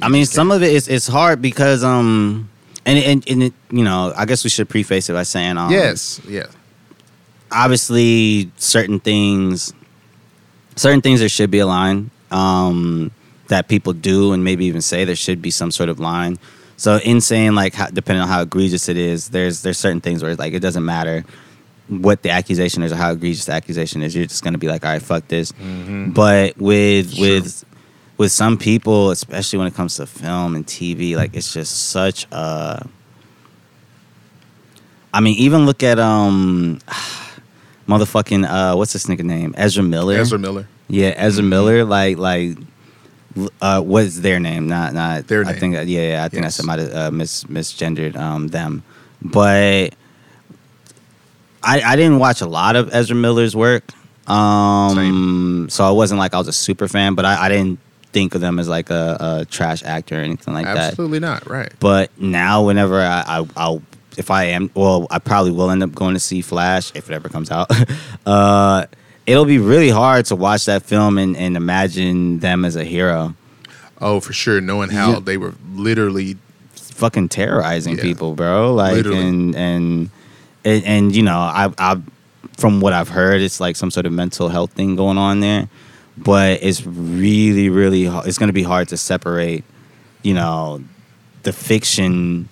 [SPEAKER 2] I mean, some of it is it's hard because um, and and and it, you know, I guess we should preface it by saying um,
[SPEAKER 1] yes, yeah,
[SPEAKER 2] obviously certain things, certain things there should be a line um that people do and maybe even say there should be some sort of line. So in saying like how, depending on how egregious it is, there's there's certain things where it's like it doesn't matter what the accusation is or how egregious the accusation is. You're just gonna be like, all right, fuck this. But with
[SPEAKER 1] Sure.
[SPEAKER 2] with with some people, especially when it comes to film and TV, like it's just such a. I mean, even look at um, <sighs> motherfucking uh, what's this nigga name? Ezra Miller.
[SPEAKER 1] Ezra Miller.
[SPEAKER 2] Yeah,
[SPEAKER 1] Mm-hmm.
[SPEAKER 2] Ezra Miller. Like like, uh, what's their name? Not not
[SPEAKER 1] Their
[SPEAKER 2] I
[SPEAKER 1] name.
[SPEAKER 2] think uh, yeah, yeah I think
[SPEAKER 1] Yes.
[SPEAKER 2] I said might have uh, mis misgendered um them, but I I didn't watch a lot of Ezra Miller's work. Um, so I wasn't like I was a super fan, but I, I didn't think of them as like a, a trash actor or anything like that.
[SPEAKER 1] Absolutely not. Right.
[SPEAKER 2] But now, whenever I, I I'll if I am well, I probably will end up going to see Flash if it ever comes out. <laughs> uh, it'll be really hard to watch that film and, and imagine them as a hero,
[SPEAKER 1] Oh, for sure. Knowing how
[SPEAKER 2] Yeah.
[SPEAKER 1] they were literally
[SPEAKER 2] fucking terrorizing
[SPEAKER 1] Yeah.
[SPEAKER 2] people, bro. Like
[SPEAKER 1] Literally.
[SPEAKER 2] and and and, and you know, I I from what I've heard, it's like some sort of mental health thing going on there. But it's really, really, h- it's going to be hard to separate, you know, the fiction,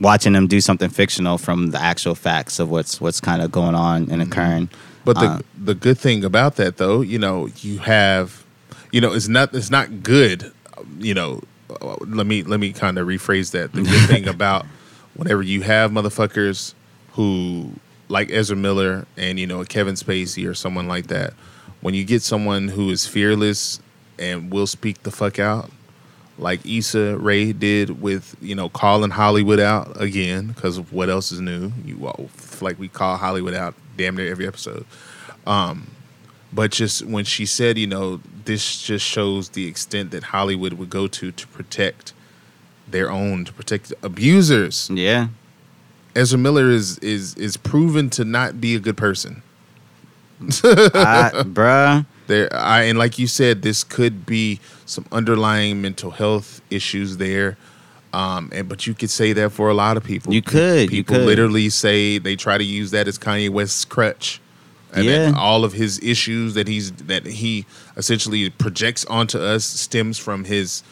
[SPEAKER 2] watching them do something fictional from the actual facts of what's what's kind of going on
[SPEAKER 1] Mm-hmm.
[SPEAKER 2] and occurring.
[SPEAKER 1] But the
[SPEAKER 2] Uh,
[SPEAKER 1] the good thing about that though, you know, you have, you know, it's not it's not good. You know, uh, let me let me kind of rephrase that. The good thing about whenever you have motherfuckers who like Ezra Miller and you know Kevin Spacey or someone like that, when you get someone who is fearless and will speak the fuck out, like Issa Rae did with you know calling Hollywood out again because of what else is new. You all like we call Hollywood out damn near every episode. Um, but just when she said, you know, this just shows the extent that Hollywood would go to to protect their own, to protect abusers.
[SPEAKER 2] yeah,
[SPEAKER 1] Ezra Miller is is is proven to not be a good person.
[SPEAKER 2] I, <laughs> bruh.
[SPEAKER 1] There, I and like you said, this could be some underlying mental health issues there. Um, and but you could say that for a lot of people.
[SPEAKER 2] You could,
[SPEAKER 1] People
[SPEAKER 2] you could.
[SPEAKER 1] literally say they try to use that as Kanye West's crutch, and that
[SPEAKER 2] Yeah.
[SPEAKER 1] all of his issues that he's that he essentially projects onto us stems from his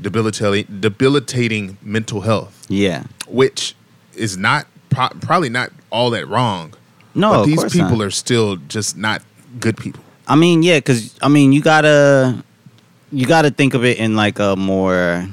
[SPEAKER 1] debilitating debilitating mental health,
[SPEAKER 2] Yeah,
[SPEAKER 1] which is not pro- probably not all that wrong.
[SPEAKER 2] no,
[SPEAKER 1] but
[SPEAKER 2] of
[SPEAKER 1] these
[SPEAKER 2] course
[SPEAKER 1] people
[SPEAKER 2] not.
[SPEAKER 1] are still just not good people.
[SPEAKER 2] I mean, yeah, because I mean, you gotta you gotta think of it in like a more,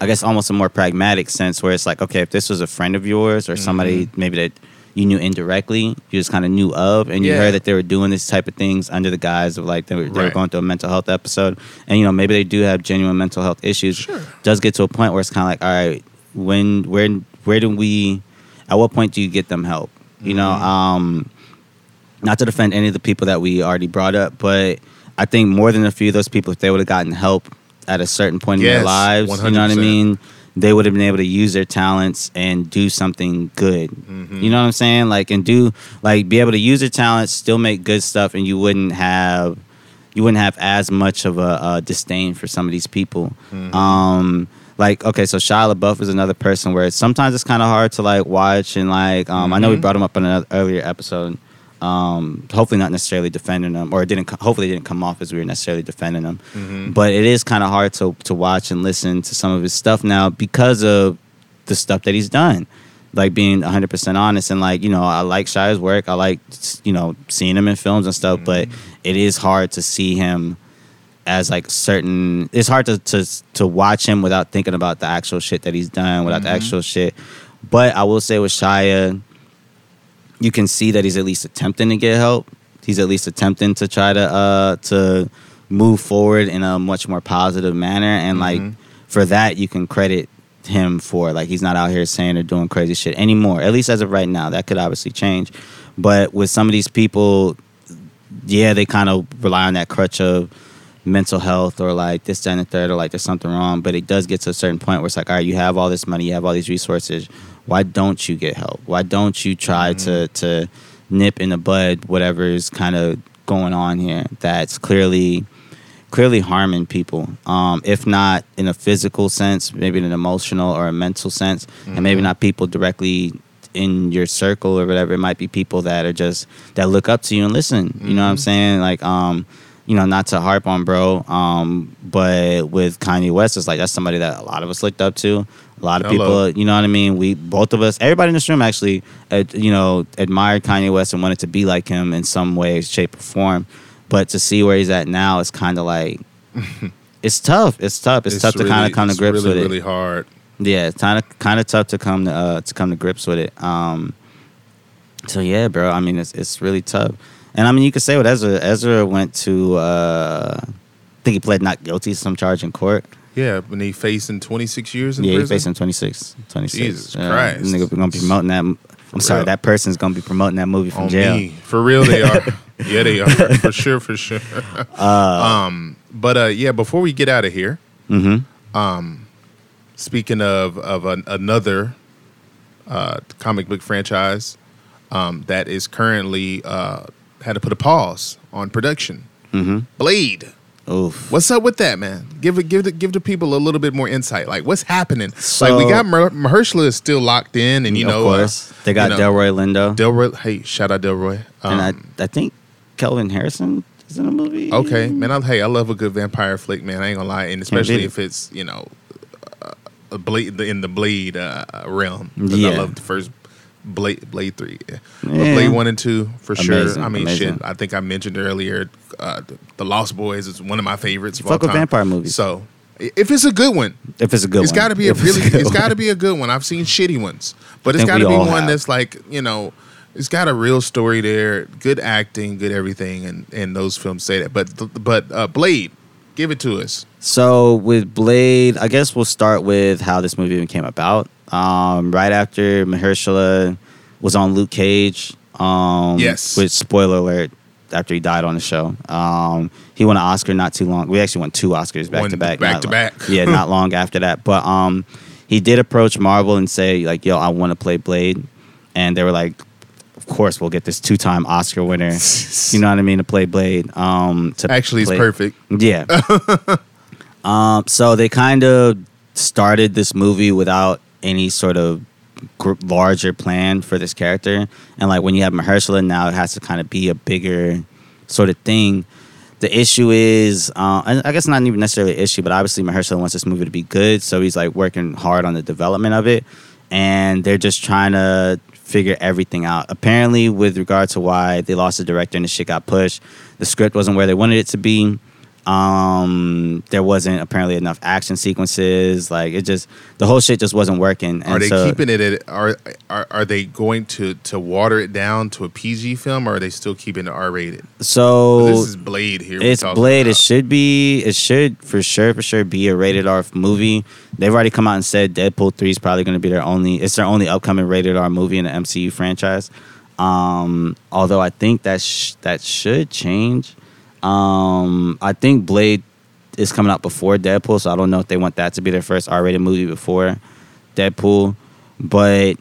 [SPEAKER 2] I guess, almost a more pragmatic sense, where it's like, okay, if this was a friend of yours or somebody
[SPEAKER 1] Mm-hmm.
[SPEAKER 2] maybe that you knew indirectly, you just kind of knew of, and you
[SPEAKER 1] Yeah.
[SPEAKER 2] heard that they were doing this type of things under the guise of like they were, they were
[SPEAKER 1] Right.
[SPEAKER 2] going through a mental health episode, and you know maybe they do have genuine mental health issues.
[SPEAKER 1] Sure.
[SPEAKER 2] Does get to a point where it's kind of like, all right, when where where do we, at what point do you get them help? You know,
[SPEAKER 1] Mm-hmm.
[SPEAKER 2] um, not to defend any of the people that we already brought up, but I think more than a few of those people, if they would have gotten help at a certain point in their
[SPEAKER 1] Yes,
[SPEAKER 2] lives, you know what
[SPEAKER 1] 100%.
[SPEAKER 2] I mean? They would have been able to use their talents and do something good. You know what I'm saying? Like and do like be able to use their talents, still make good stuff, and you wouldn't have you wouldn't have as much of a, a disdain for some of these people. Um, like okay, so Shia LaBeouf is another person where sometimes it's kind of hard to like watch and like um, I know we brought him up in an earlier episode. Um, hopefully not necessarily defending him, or it didn't. co- Hopefully it didn't come off as we were necessarily defending him. But it is kind of hard to to watch and listen to some of his stuff now because of the stuff that he's done. Like being 100% honest and like, you know, I like Shia's work. I like, you know, seeing him in films and stuff, but it is hard to see him as like certain it's hard to to to watch him without thinking about the actual shit that he's done, without the actual shit. But I will say with Shia, you can see that he's at least attempting to get help. He's at least attempting to try to uh to move forward in a much more positive manner and like for that you can credit him for like he's not out here saying or doing crazy shit anymore at least as of right now that could obviously change but with some of these people yeah they kind of rely on that crutch of mental health or like this that and the third or like there's something wrong but it does get to a certain point where it's like all right you have all this money you have all these resources why don't you get help why don't you try to to nip in the bud whatever is kind of going on here that's clearly clearly harming people um, if not in a physical sense maybe in an emotional or a mental sense and maybe not people directly in your circle or whatever it might be people that are just that look up to you and listen you know what i'm saying like um you know not to harp on bro um but with kanye west it's like that's somebody that a lot of us looked up to a lot of
[SPEAKER 1] Hello.
[SPEAKER 2] people you know what i mean we both of us everybody in this room actually ad, you know admired kanye west and wanted to be like him in some way shape or form but to see where he's at now it's kind
[SPEAKER 1] <laughs>
[SPEAKER 2] of like it's tough it's tough it's, tough to kind of come to
[SPEAKER 1] it's
[SPEAKER 2] grips
[SPEAKER 1] really,
[SPEAKER 2] with it
[SPEAKER 1] Really hard.
[SPEAKER 2] yeah, it's kind of kind of tough to come to uh, to come to grips with it. Um, so yeah, bro. I mean, it's it's really tough. And I mean, you could say what Ezra Ezra went to. Uh, I think he pled not guilty to some charge in court.
[SPEAKER 1] Yeah, when he facing 26 years in
[SPEAKER 2] yeah, he's
[SPEAKER 1] prison.
[SPEAKER 2] facing 26. 26.
[SPEAKER 1] Jesus
[SPEAKER 2] yeah.
[SPEAKER 1] Christ.
[SPEAKER 2] This Nigga gonna be promoting that. I'm sorry,
[SPEAKER 1] real.
[SPEAKER 2] that person's gonna be promoting that movie from
[SPEAKER 1] on
[SPEAKER 2] jail.
[SPEAKER 1] me. For real, they
[SPEAKER 2] <laughs>
[SPEAKER 1] are. yeah, they are for sure, for sure.
[SPEAKER 2] Uh,
[SPEAKER 1] um, but uh, yeah, before we get out of here, um,
[SPEAKER 2] hmm
[SPEAKER 1] speaking of of an, another uh, comic book franchise um, that is currently uh, had to put a pause on production,
[SPEAKER 2] Mm-hmm.
[SPEAKER 1] Blade.
[SPEAKER 2] Oof.
[SPEAKER 1] What's up with that, man? Give it, give the, give the people a little bit more insight. Like, what's happening?
[SPEAKER 2] So-
[SPEAKER 1] like, we got Mer- Mahershala is still locked in, and you know,
[SPEAKER 2] of
[SPEAKER 1] uh,
[SPEAKER 2] course, they got
[SPEAKER 1] you know,
[SPEAKER 2] Delroy Lindo,
[SPEAKER 1] Delroy. Hey, shout out Delroy. Um,
[SPEAKER 2] and I, I think Kelvin Harrison is in the movie.
[SPEAKER 1] Okay, man. I, hey, I love a good vampire flick, man. I ain't gonna lie, and especially
[SPEAKER 2] beat it.
[SPEAKER 1] if it's you know, uh, a blade in the blade uh, realm. 'Cause I
[SPEAKER 2] Yeah.
[SPEAKER 1] love the first blade, blade three, yeah. But
[SPEAKER 2] Yeah.
[SPEAKER 1] blade one and two for
[SPEAKER 2] Amazing,
[SPEAKER 1] sure. I mean,
[SPEAKER 2] amazing.
[SPEAKER 1] shit. I think I mentioned earlier, uh, the, the Lost Boys is one of my favorites. Of
[SPEAKER 2] Fuck
[SPEAKER 1] all
[SPEAKER 2] with
[SPEAKER 1] time.
[SPEAKER 2] vampire movies.
[SPEAKER 1] So i- if it's a good one,
[SPEAKER 2] If it's a good
[SPEAKER 1] it's
[SPEAKER 2] one,
[SPEAKER 1] got to be a
[SPEAKER 2] If it's
[SPEAKER 1] really.
[SPEAKER 2] good
[SPEAKER 1] It's
[SPEAKER 2] one.
[SPEAKER 1] got to be a good one. I've seen shitty ones, but it's
[SPEAKER 2] think
[SPEAKER 1] got to
[SPEAKER 2] we
[SPEAKER 1] be
[SPEAKER 2] all
[SPEAKER 1] one
[SPEAKER 2] have.
[SPEAKER 1] that's like you know, it's got a real story there, good acting, good everything, and and those films say that. But th- but uh, Blade, give it to us.
[SPEAKER 2] So with Blade, I guess we'll start with how this movie even came about. Um, right after Mahershala was on Luke Cage. Um,
[SPEAKER 1] Yes.
[SPEAKER 2] Which spoiler alert. After he died on the show, um, he won an Oscar not too long. We actually won two Oscars back
[SPEAKER 1] Won
[SPEAKER 2] to back,
[SPEAKER 1] back
[SPEAKER 2] not
[SPEAKER 1] to
[SPEAKER 2] lo-
[SPEAKER 1] back. <laughs>
[SPEAKER 2] yeah, not long after that. But um, he did approach Marvel and say like, "Yo, I want to play Blade," and they were like, "Of course, we'll get this two-time
[SPEAKER 1] <laughs>
[SPEAKER 2] Oscar winner." you know what I mean to play Blade. Um, to
[SPEAKER 1] Actually, it's
[SPEAKER 2] play-
[SPEAKER 1] perfect.
[SPEAKER 2] yeah. um, so they kind of started this movie without any sort of gr- larger plan for this character, and like when you have Mahershala now, it has to kind of be a bigger sort of thing. The issue is, uh, and I guess not even necessarily an issue, but obviously Mahershala wants this movie to be good, so he's like working hard on the development of it, and they're just trying to figure everything out. Apparently, with regard to why they lost the director and the shit got pushed, the script wasn't where they wanted it to be. Um, there wasn't apparently enough action sequences. Like it just, the whole shit just wasn't working. And
[SPEAKER 1] Are they
[SPEAKER 2] so,
[SPEAKER 1] keeping it? At, are, are are they going to to water it down to a PG film, or are they still keeping it R rated?
[SPEAKER 2] So
[SPEAKER 1] this is Blade here. we're
[SPEAKER 2] It's
[SPEAKER 1] talking
[SPEAKER 2] Blade. It
[SPEAKER 1] about.
[SPEAKER 2] should be. It should for sure, for sure, be a rated R movie. They've already come out and said Deadpool three is probably going to be their only. It's their only upcoming rated R movie in the MCU franchise. Um, although I think that sh- that should change. Um, I think Blade is coming out before Deadpool, so I don't know if they want that to be their first R rated movie before Deadpool. But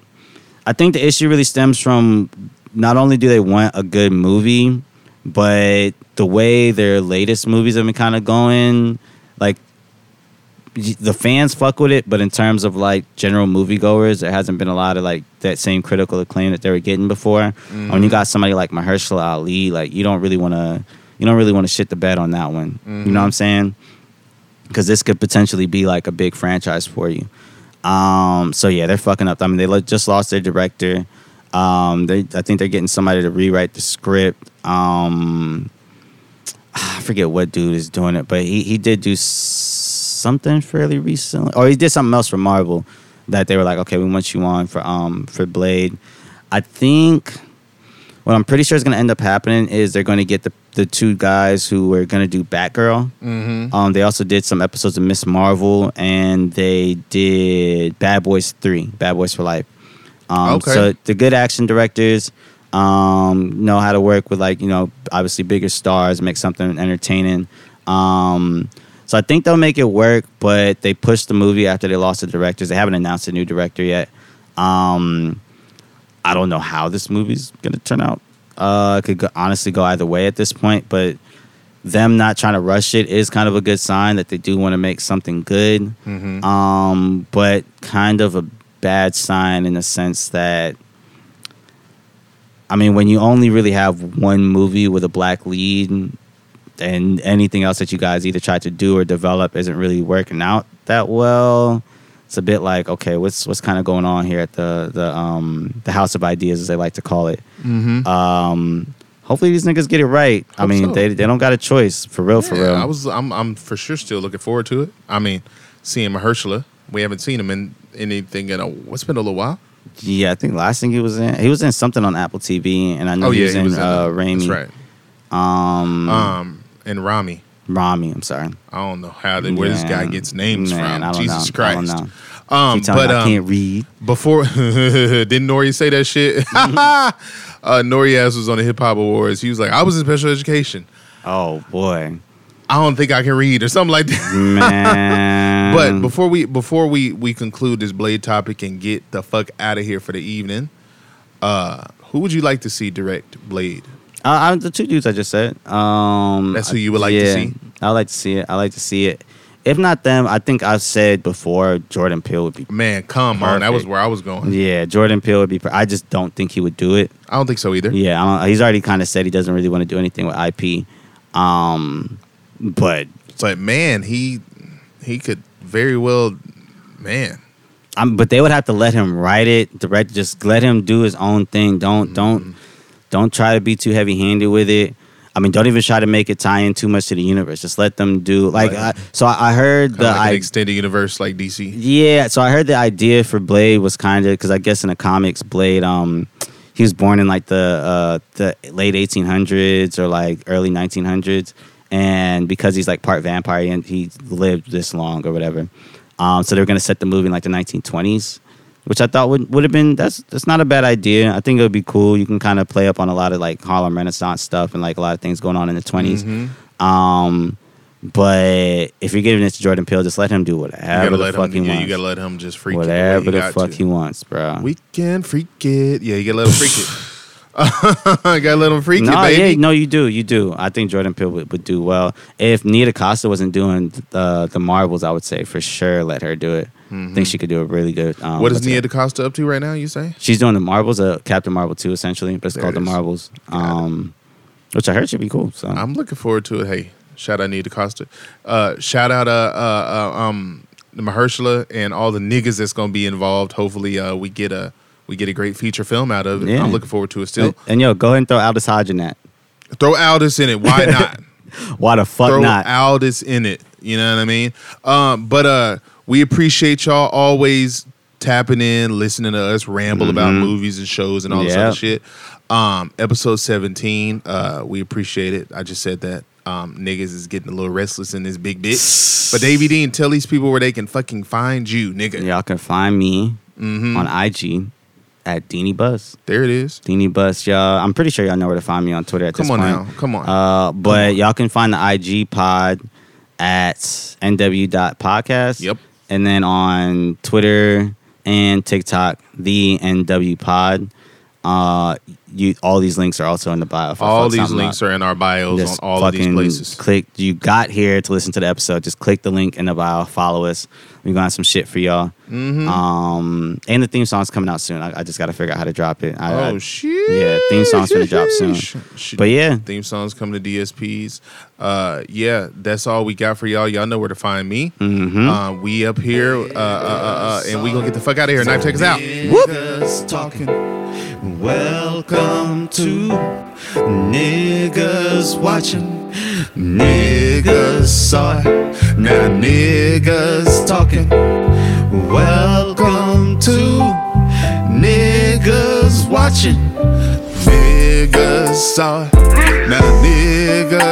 [SPEAKER 2] I think the issue really stems from not only do they want a good movie, but the way their latest movies have been kind of going, like y- the fans fuck with it, but in terms of like general moviegoers, there hasn't been a lot of like that same critical acclaim that they were getting before. And When you got somebody like Mahershala Ali, like you don't really want to, you don't really want to shit the bed on that one. You know what I'm saying? Because this could potentially be like a big franchise for you. Um, so yeah, they're fucking up. I mean, they lo- just lost their director. Um, they, I think they're getting somebody to rewrite the script. Um, ah, I forget what dude is doing it, but he he did do s- something fairly recently, or he did something else for Marvel that they were like, okay, we want you on for um for Blade. I think what I'm pretty sure is going to end up happening is they're going to get the the two guys who were going to do Batgirl. Um, they also did some episodes of Miss Marvel, and they did Bad Boys Three, Bad Boys for Life. Um,
[SPEAKER 1] Okay.
[SPEAKER 2] So the good action directors um, know how to work with like you know obviously bigger stars, make something entertaining. Um, so I think they'll make it work, but they pushed the movie after they lost the directors. They haven't announced a new director yet. Um, I don't know how this movie's gonna turn out. Uh, it could go, honestly go either way at this point, but them not trying to rush it is kind of a good sign that they do want to make something good. Um, but kind of a bad sign in the sense that, I mean, when you only really have one movie with a black lead, and anything else that you guys either tried to do or develop isn't really working out that well. It's a bit like, okay, what's what's kind of going on here at the the um the House of Ideas, as they like to call it. Um, hopefully these niggas get it right. I
[SPEAKER 1] Hope
[SPEAKER 2] mean,
[SPEAKER 1] so.
[SPEAKER 2] they they don't got a choice for real, for
[SPEAKER 1] Yeah,
[SPEAKER 2] real.
[SPEAKER 1] I was I'm I'm for sure still looking forward to it. I mean, seeing Mahershala, we haven't seen him in anything in a. It's been a little while. Oh,
[SPEAKER 2] yeah, I think last thing he was in, he was in something on Apple TV, and I know he was in, uh,
[SPEAKER 1] that.
[SPEAKER 2] Raimi.
[SPEAKER 1] That's right.
[SPEAKER 2] Um,
[SPEAKER 1] Um, and Rami.
[SPEAKER 2] Rami, I'm sorry.
[SPEAKER 1] I don't know how they, where this guy
[SPEAKER 2] Man,
[SPEAKER 1] gets names
[SPEAKER 2] man, I
[SPEAKER 1] from.
[SPEAKER 2] don't
[SPEAKER 1] Jesus
[SPEAKER 2] know. I don't
[SPEAKER 1] Christ.
[SPEAKER 2] know.
[SPEAKER 1] Um,
[SPEAKER 2] Keep telling
[SPEAKER 1] but
[SPEAKER 2] me I
[SPEAKER 1] um,
[SPEAKER 2] can't read.
[SPEAKER 1] before <laughs> didn't Nori say that shit? <laughs> uh, Nori ass was on the hip hop awards. He was like, I was in special education.
[SPEAKER 2] Oh boy,
[SPEAKER 1] I don't think I can read or something like that. <laughs>
[SPEAKER 2] man.
[SPEAKER 1] But before we before we we conclude this blade topic and get the fuck out of here for the evening, uh, who would you like to see direct Blade?
[SPEAKER 2] Uh, I, the two dudes I just said. Um,
[SPEAKER 1] That's who you would like to see?
[SPEAKER 2] I like to see it. I like to see it. If not them, I think I've said before Jordan Peele would be.
[SPEAKER 1] Man, come on, that was
[SPEAKER 2] Perfect.
[SPEAKER 1] where I was going.
[SPEAKER 2] Yeah, Jordan Peele would be. per- I just don't think he would do it.
[SPEAKER 1] I don't think so either.
[SPEAKER 2] Yeah, I don't, he's already kind of said he doesn't really want to do anything with IP. Um, but
[SPEAKER 1] But man, he he could very well, man.
[SPEAKER 2] I'm, but they would have to let him write it, direct. Just let him do his own thing. Don't
[SPEAKER 1] Mm-hmm.
[SPEAKER 2] don't don't try to be too heavy handed with it. I mean, don't even try to make it tie in too much to the universe. Just let them do like.
[SPEAKER 1] Right.
[SPEAKER 2] I, so I, I heard
[SPEAKER 1] Kinda
[SPEAKER 2] the
[SPEAKER 1] like
[SPEAKER 2] I,
[SPEAKER 1] an extended universe like DC.
[SPEAKER 2] Yeah, so I heard the idea for Blade was kind of because I guess in the comics, Blade, um, he was born in like the uh, the late 1800s or like early 1900s, and because he's like part vampire and he lived this long or whatever, um, so they were gonna set the movie in like the 1920s, which I thought would would have been that's that's not a bad idea. I think it would be cool. You can kind of play up on a lot of like Harlem Renaissance stuff and like a lot of things going on in the 20s.
[SPEAKER 1] Mhm.
[SPEAKER 2] Um, but if you're giving it to Jordan Peele, just let him do
[SPEAKER 1] You
[SPEAKER 2] whatever
[SPEAKER 1] gotta
[SPEAKER 2] the
[SPEAKER 1] let
[SPEAKER 2] fuck
[SPEAKER 1] him.
[SPEAKER 2] he
[SPEAKER 1] Yeah,
[SPEAKER 2] wants.
[SPEAKER 1] you gotta let him just freak. it way
[SPEAKER 2] whatever the
[SPEAKER 1] got
[SPEAKER 2] fuck
[SPEAKER 1] to.
[SPEAKER 2] he wants, bro.
[SPEAKER 1] We can freak it. Yeah, you gotta let him freak it. gotta let him freak
[SPEAKER 2] no,
[SPEAKER 1] it, <laughs> baby.
[SPEAKER 2] yeah, no, you do, you do. I think Jordan Peele would, would do well. If Nita Costa wasn't doing uh, the the Marvels, I would say for sure let her do it. I think she could do a really good. Um,
[SPEAKER 1] Mm-hmm. what is
[SPEAKER 2] what's it-
[SPEAKER 1] Nia DaCosta up to right now, you say?
[SPEAKER 2] She's doing the Marvels, uh, Captain Marvel two essentially, but it's
[SPEAKER 1] There
[SPEAKER 2] called
[SPEAKER 1] it
[SPEAKER 2] the
[SPEAKER 1] is.
[SPEAKER 2] Marvels. Um, which I heard should be cool. So
[SPEAKER 1] I'm looking forward to it. Hey, shout out Nia DaCosta. Uh, shout out uh, uh, uh, um, Mahershala and all the niggas that's gonna be involved. Hopefully, uh, we get a we get a great feature film out of it.
[SPEAKER 2] Yeah.
[SPEAKER 1] I'm looking forward to it still.
[SPEAKER 2] and, and yo, go ahead and throw Aldous Hodge in that.
[SPEAKER 1] Throw Aldis in it.
[SPEAKER 2] <laughs>
[SPEAKER 1] Why not?
[SPEAKER 2] Why the fuck
[SPEAKER 1] throw
[SPEAKER 2] not?
[SPEAKER 1] Aldis in it. You know what I mean? Um, but uh, we appreciate y'all always tapping in, listening to us ramble about movies and shows and all this
[SPEAKER 2] Mm-hmm. Yeah.
[SPEAKER 1] other shit. Um, episode 17, uh, we appreciate it. I just said that. Um, niggas is getting a little restless in this big bit. But Davey Dean, tell these people where they can fucking find you, nigga.
[SPEAKER 2] Y'all can find me
[SPEAKER 1] Mm-hmm.
[SPEAKER 2] on IG at Deanie Buzz.
[SPEAKER 1] There it is.
[SPEAKER 2] Deanie Buzz, y'all. I'm pretty sure y'all know where to find me on Twitter at
[SPEAKER 1] Come
[SPEAKER 2] this
[SPEAKER 1] on
[SPEAKER 2] point.
[SPEAKER 1] now. Come on.
[SPEAKER 2] Uh, but y'all can find the IG pod at nw.podcast.
[SPEAKER 1] Yep.
[SPEAKER 2] And then on Twitter and TikTok, the NW pod. Uh, you all these links are also in the bio.
[SPEAKER 1] all these
[SPEAKER 2] uh,
[SPEAKER 1] links are in our bios on all of these places.
[SPEAKER 2] Click. You got here to listen to the episode. Just click the link in the bio. Follow us. We are gonna have some shit for y'all.
[SPEAKER 1] Mm-hmm.
[SPEAKER 2] Um, and the theme song's coming out soon. I, I just got to figure out how to drop it. I,
[SPEAKER 1] Oh
[SPEAKER 2] I-
[SPEAKER 1] shit!
[SPEAKER 2] yeah, theme song's gonna drop soon.
[SPEAKER 1] Sh- sh-
[SPEAKER 2] But yeah.
[SPEAKER 1] theme songs come to DSPs. Uh, yeah, that's all we got for y'all. Y'all know where to find me.
[SPEAKER 3] Mm-hmm.
[SPEAKER 2] Mhm.
[SPEAKER 1] Uh, we up here, uh, uh, uh, uh, and we gonna get the fuck out of here. Knife, take us out.
[SPEAKER 3] Niggas talking. Welcome to niggas watching. Niggas saw it. Now niggas talking. Welcome to niggas watching. Niggas saw it. Now niggas.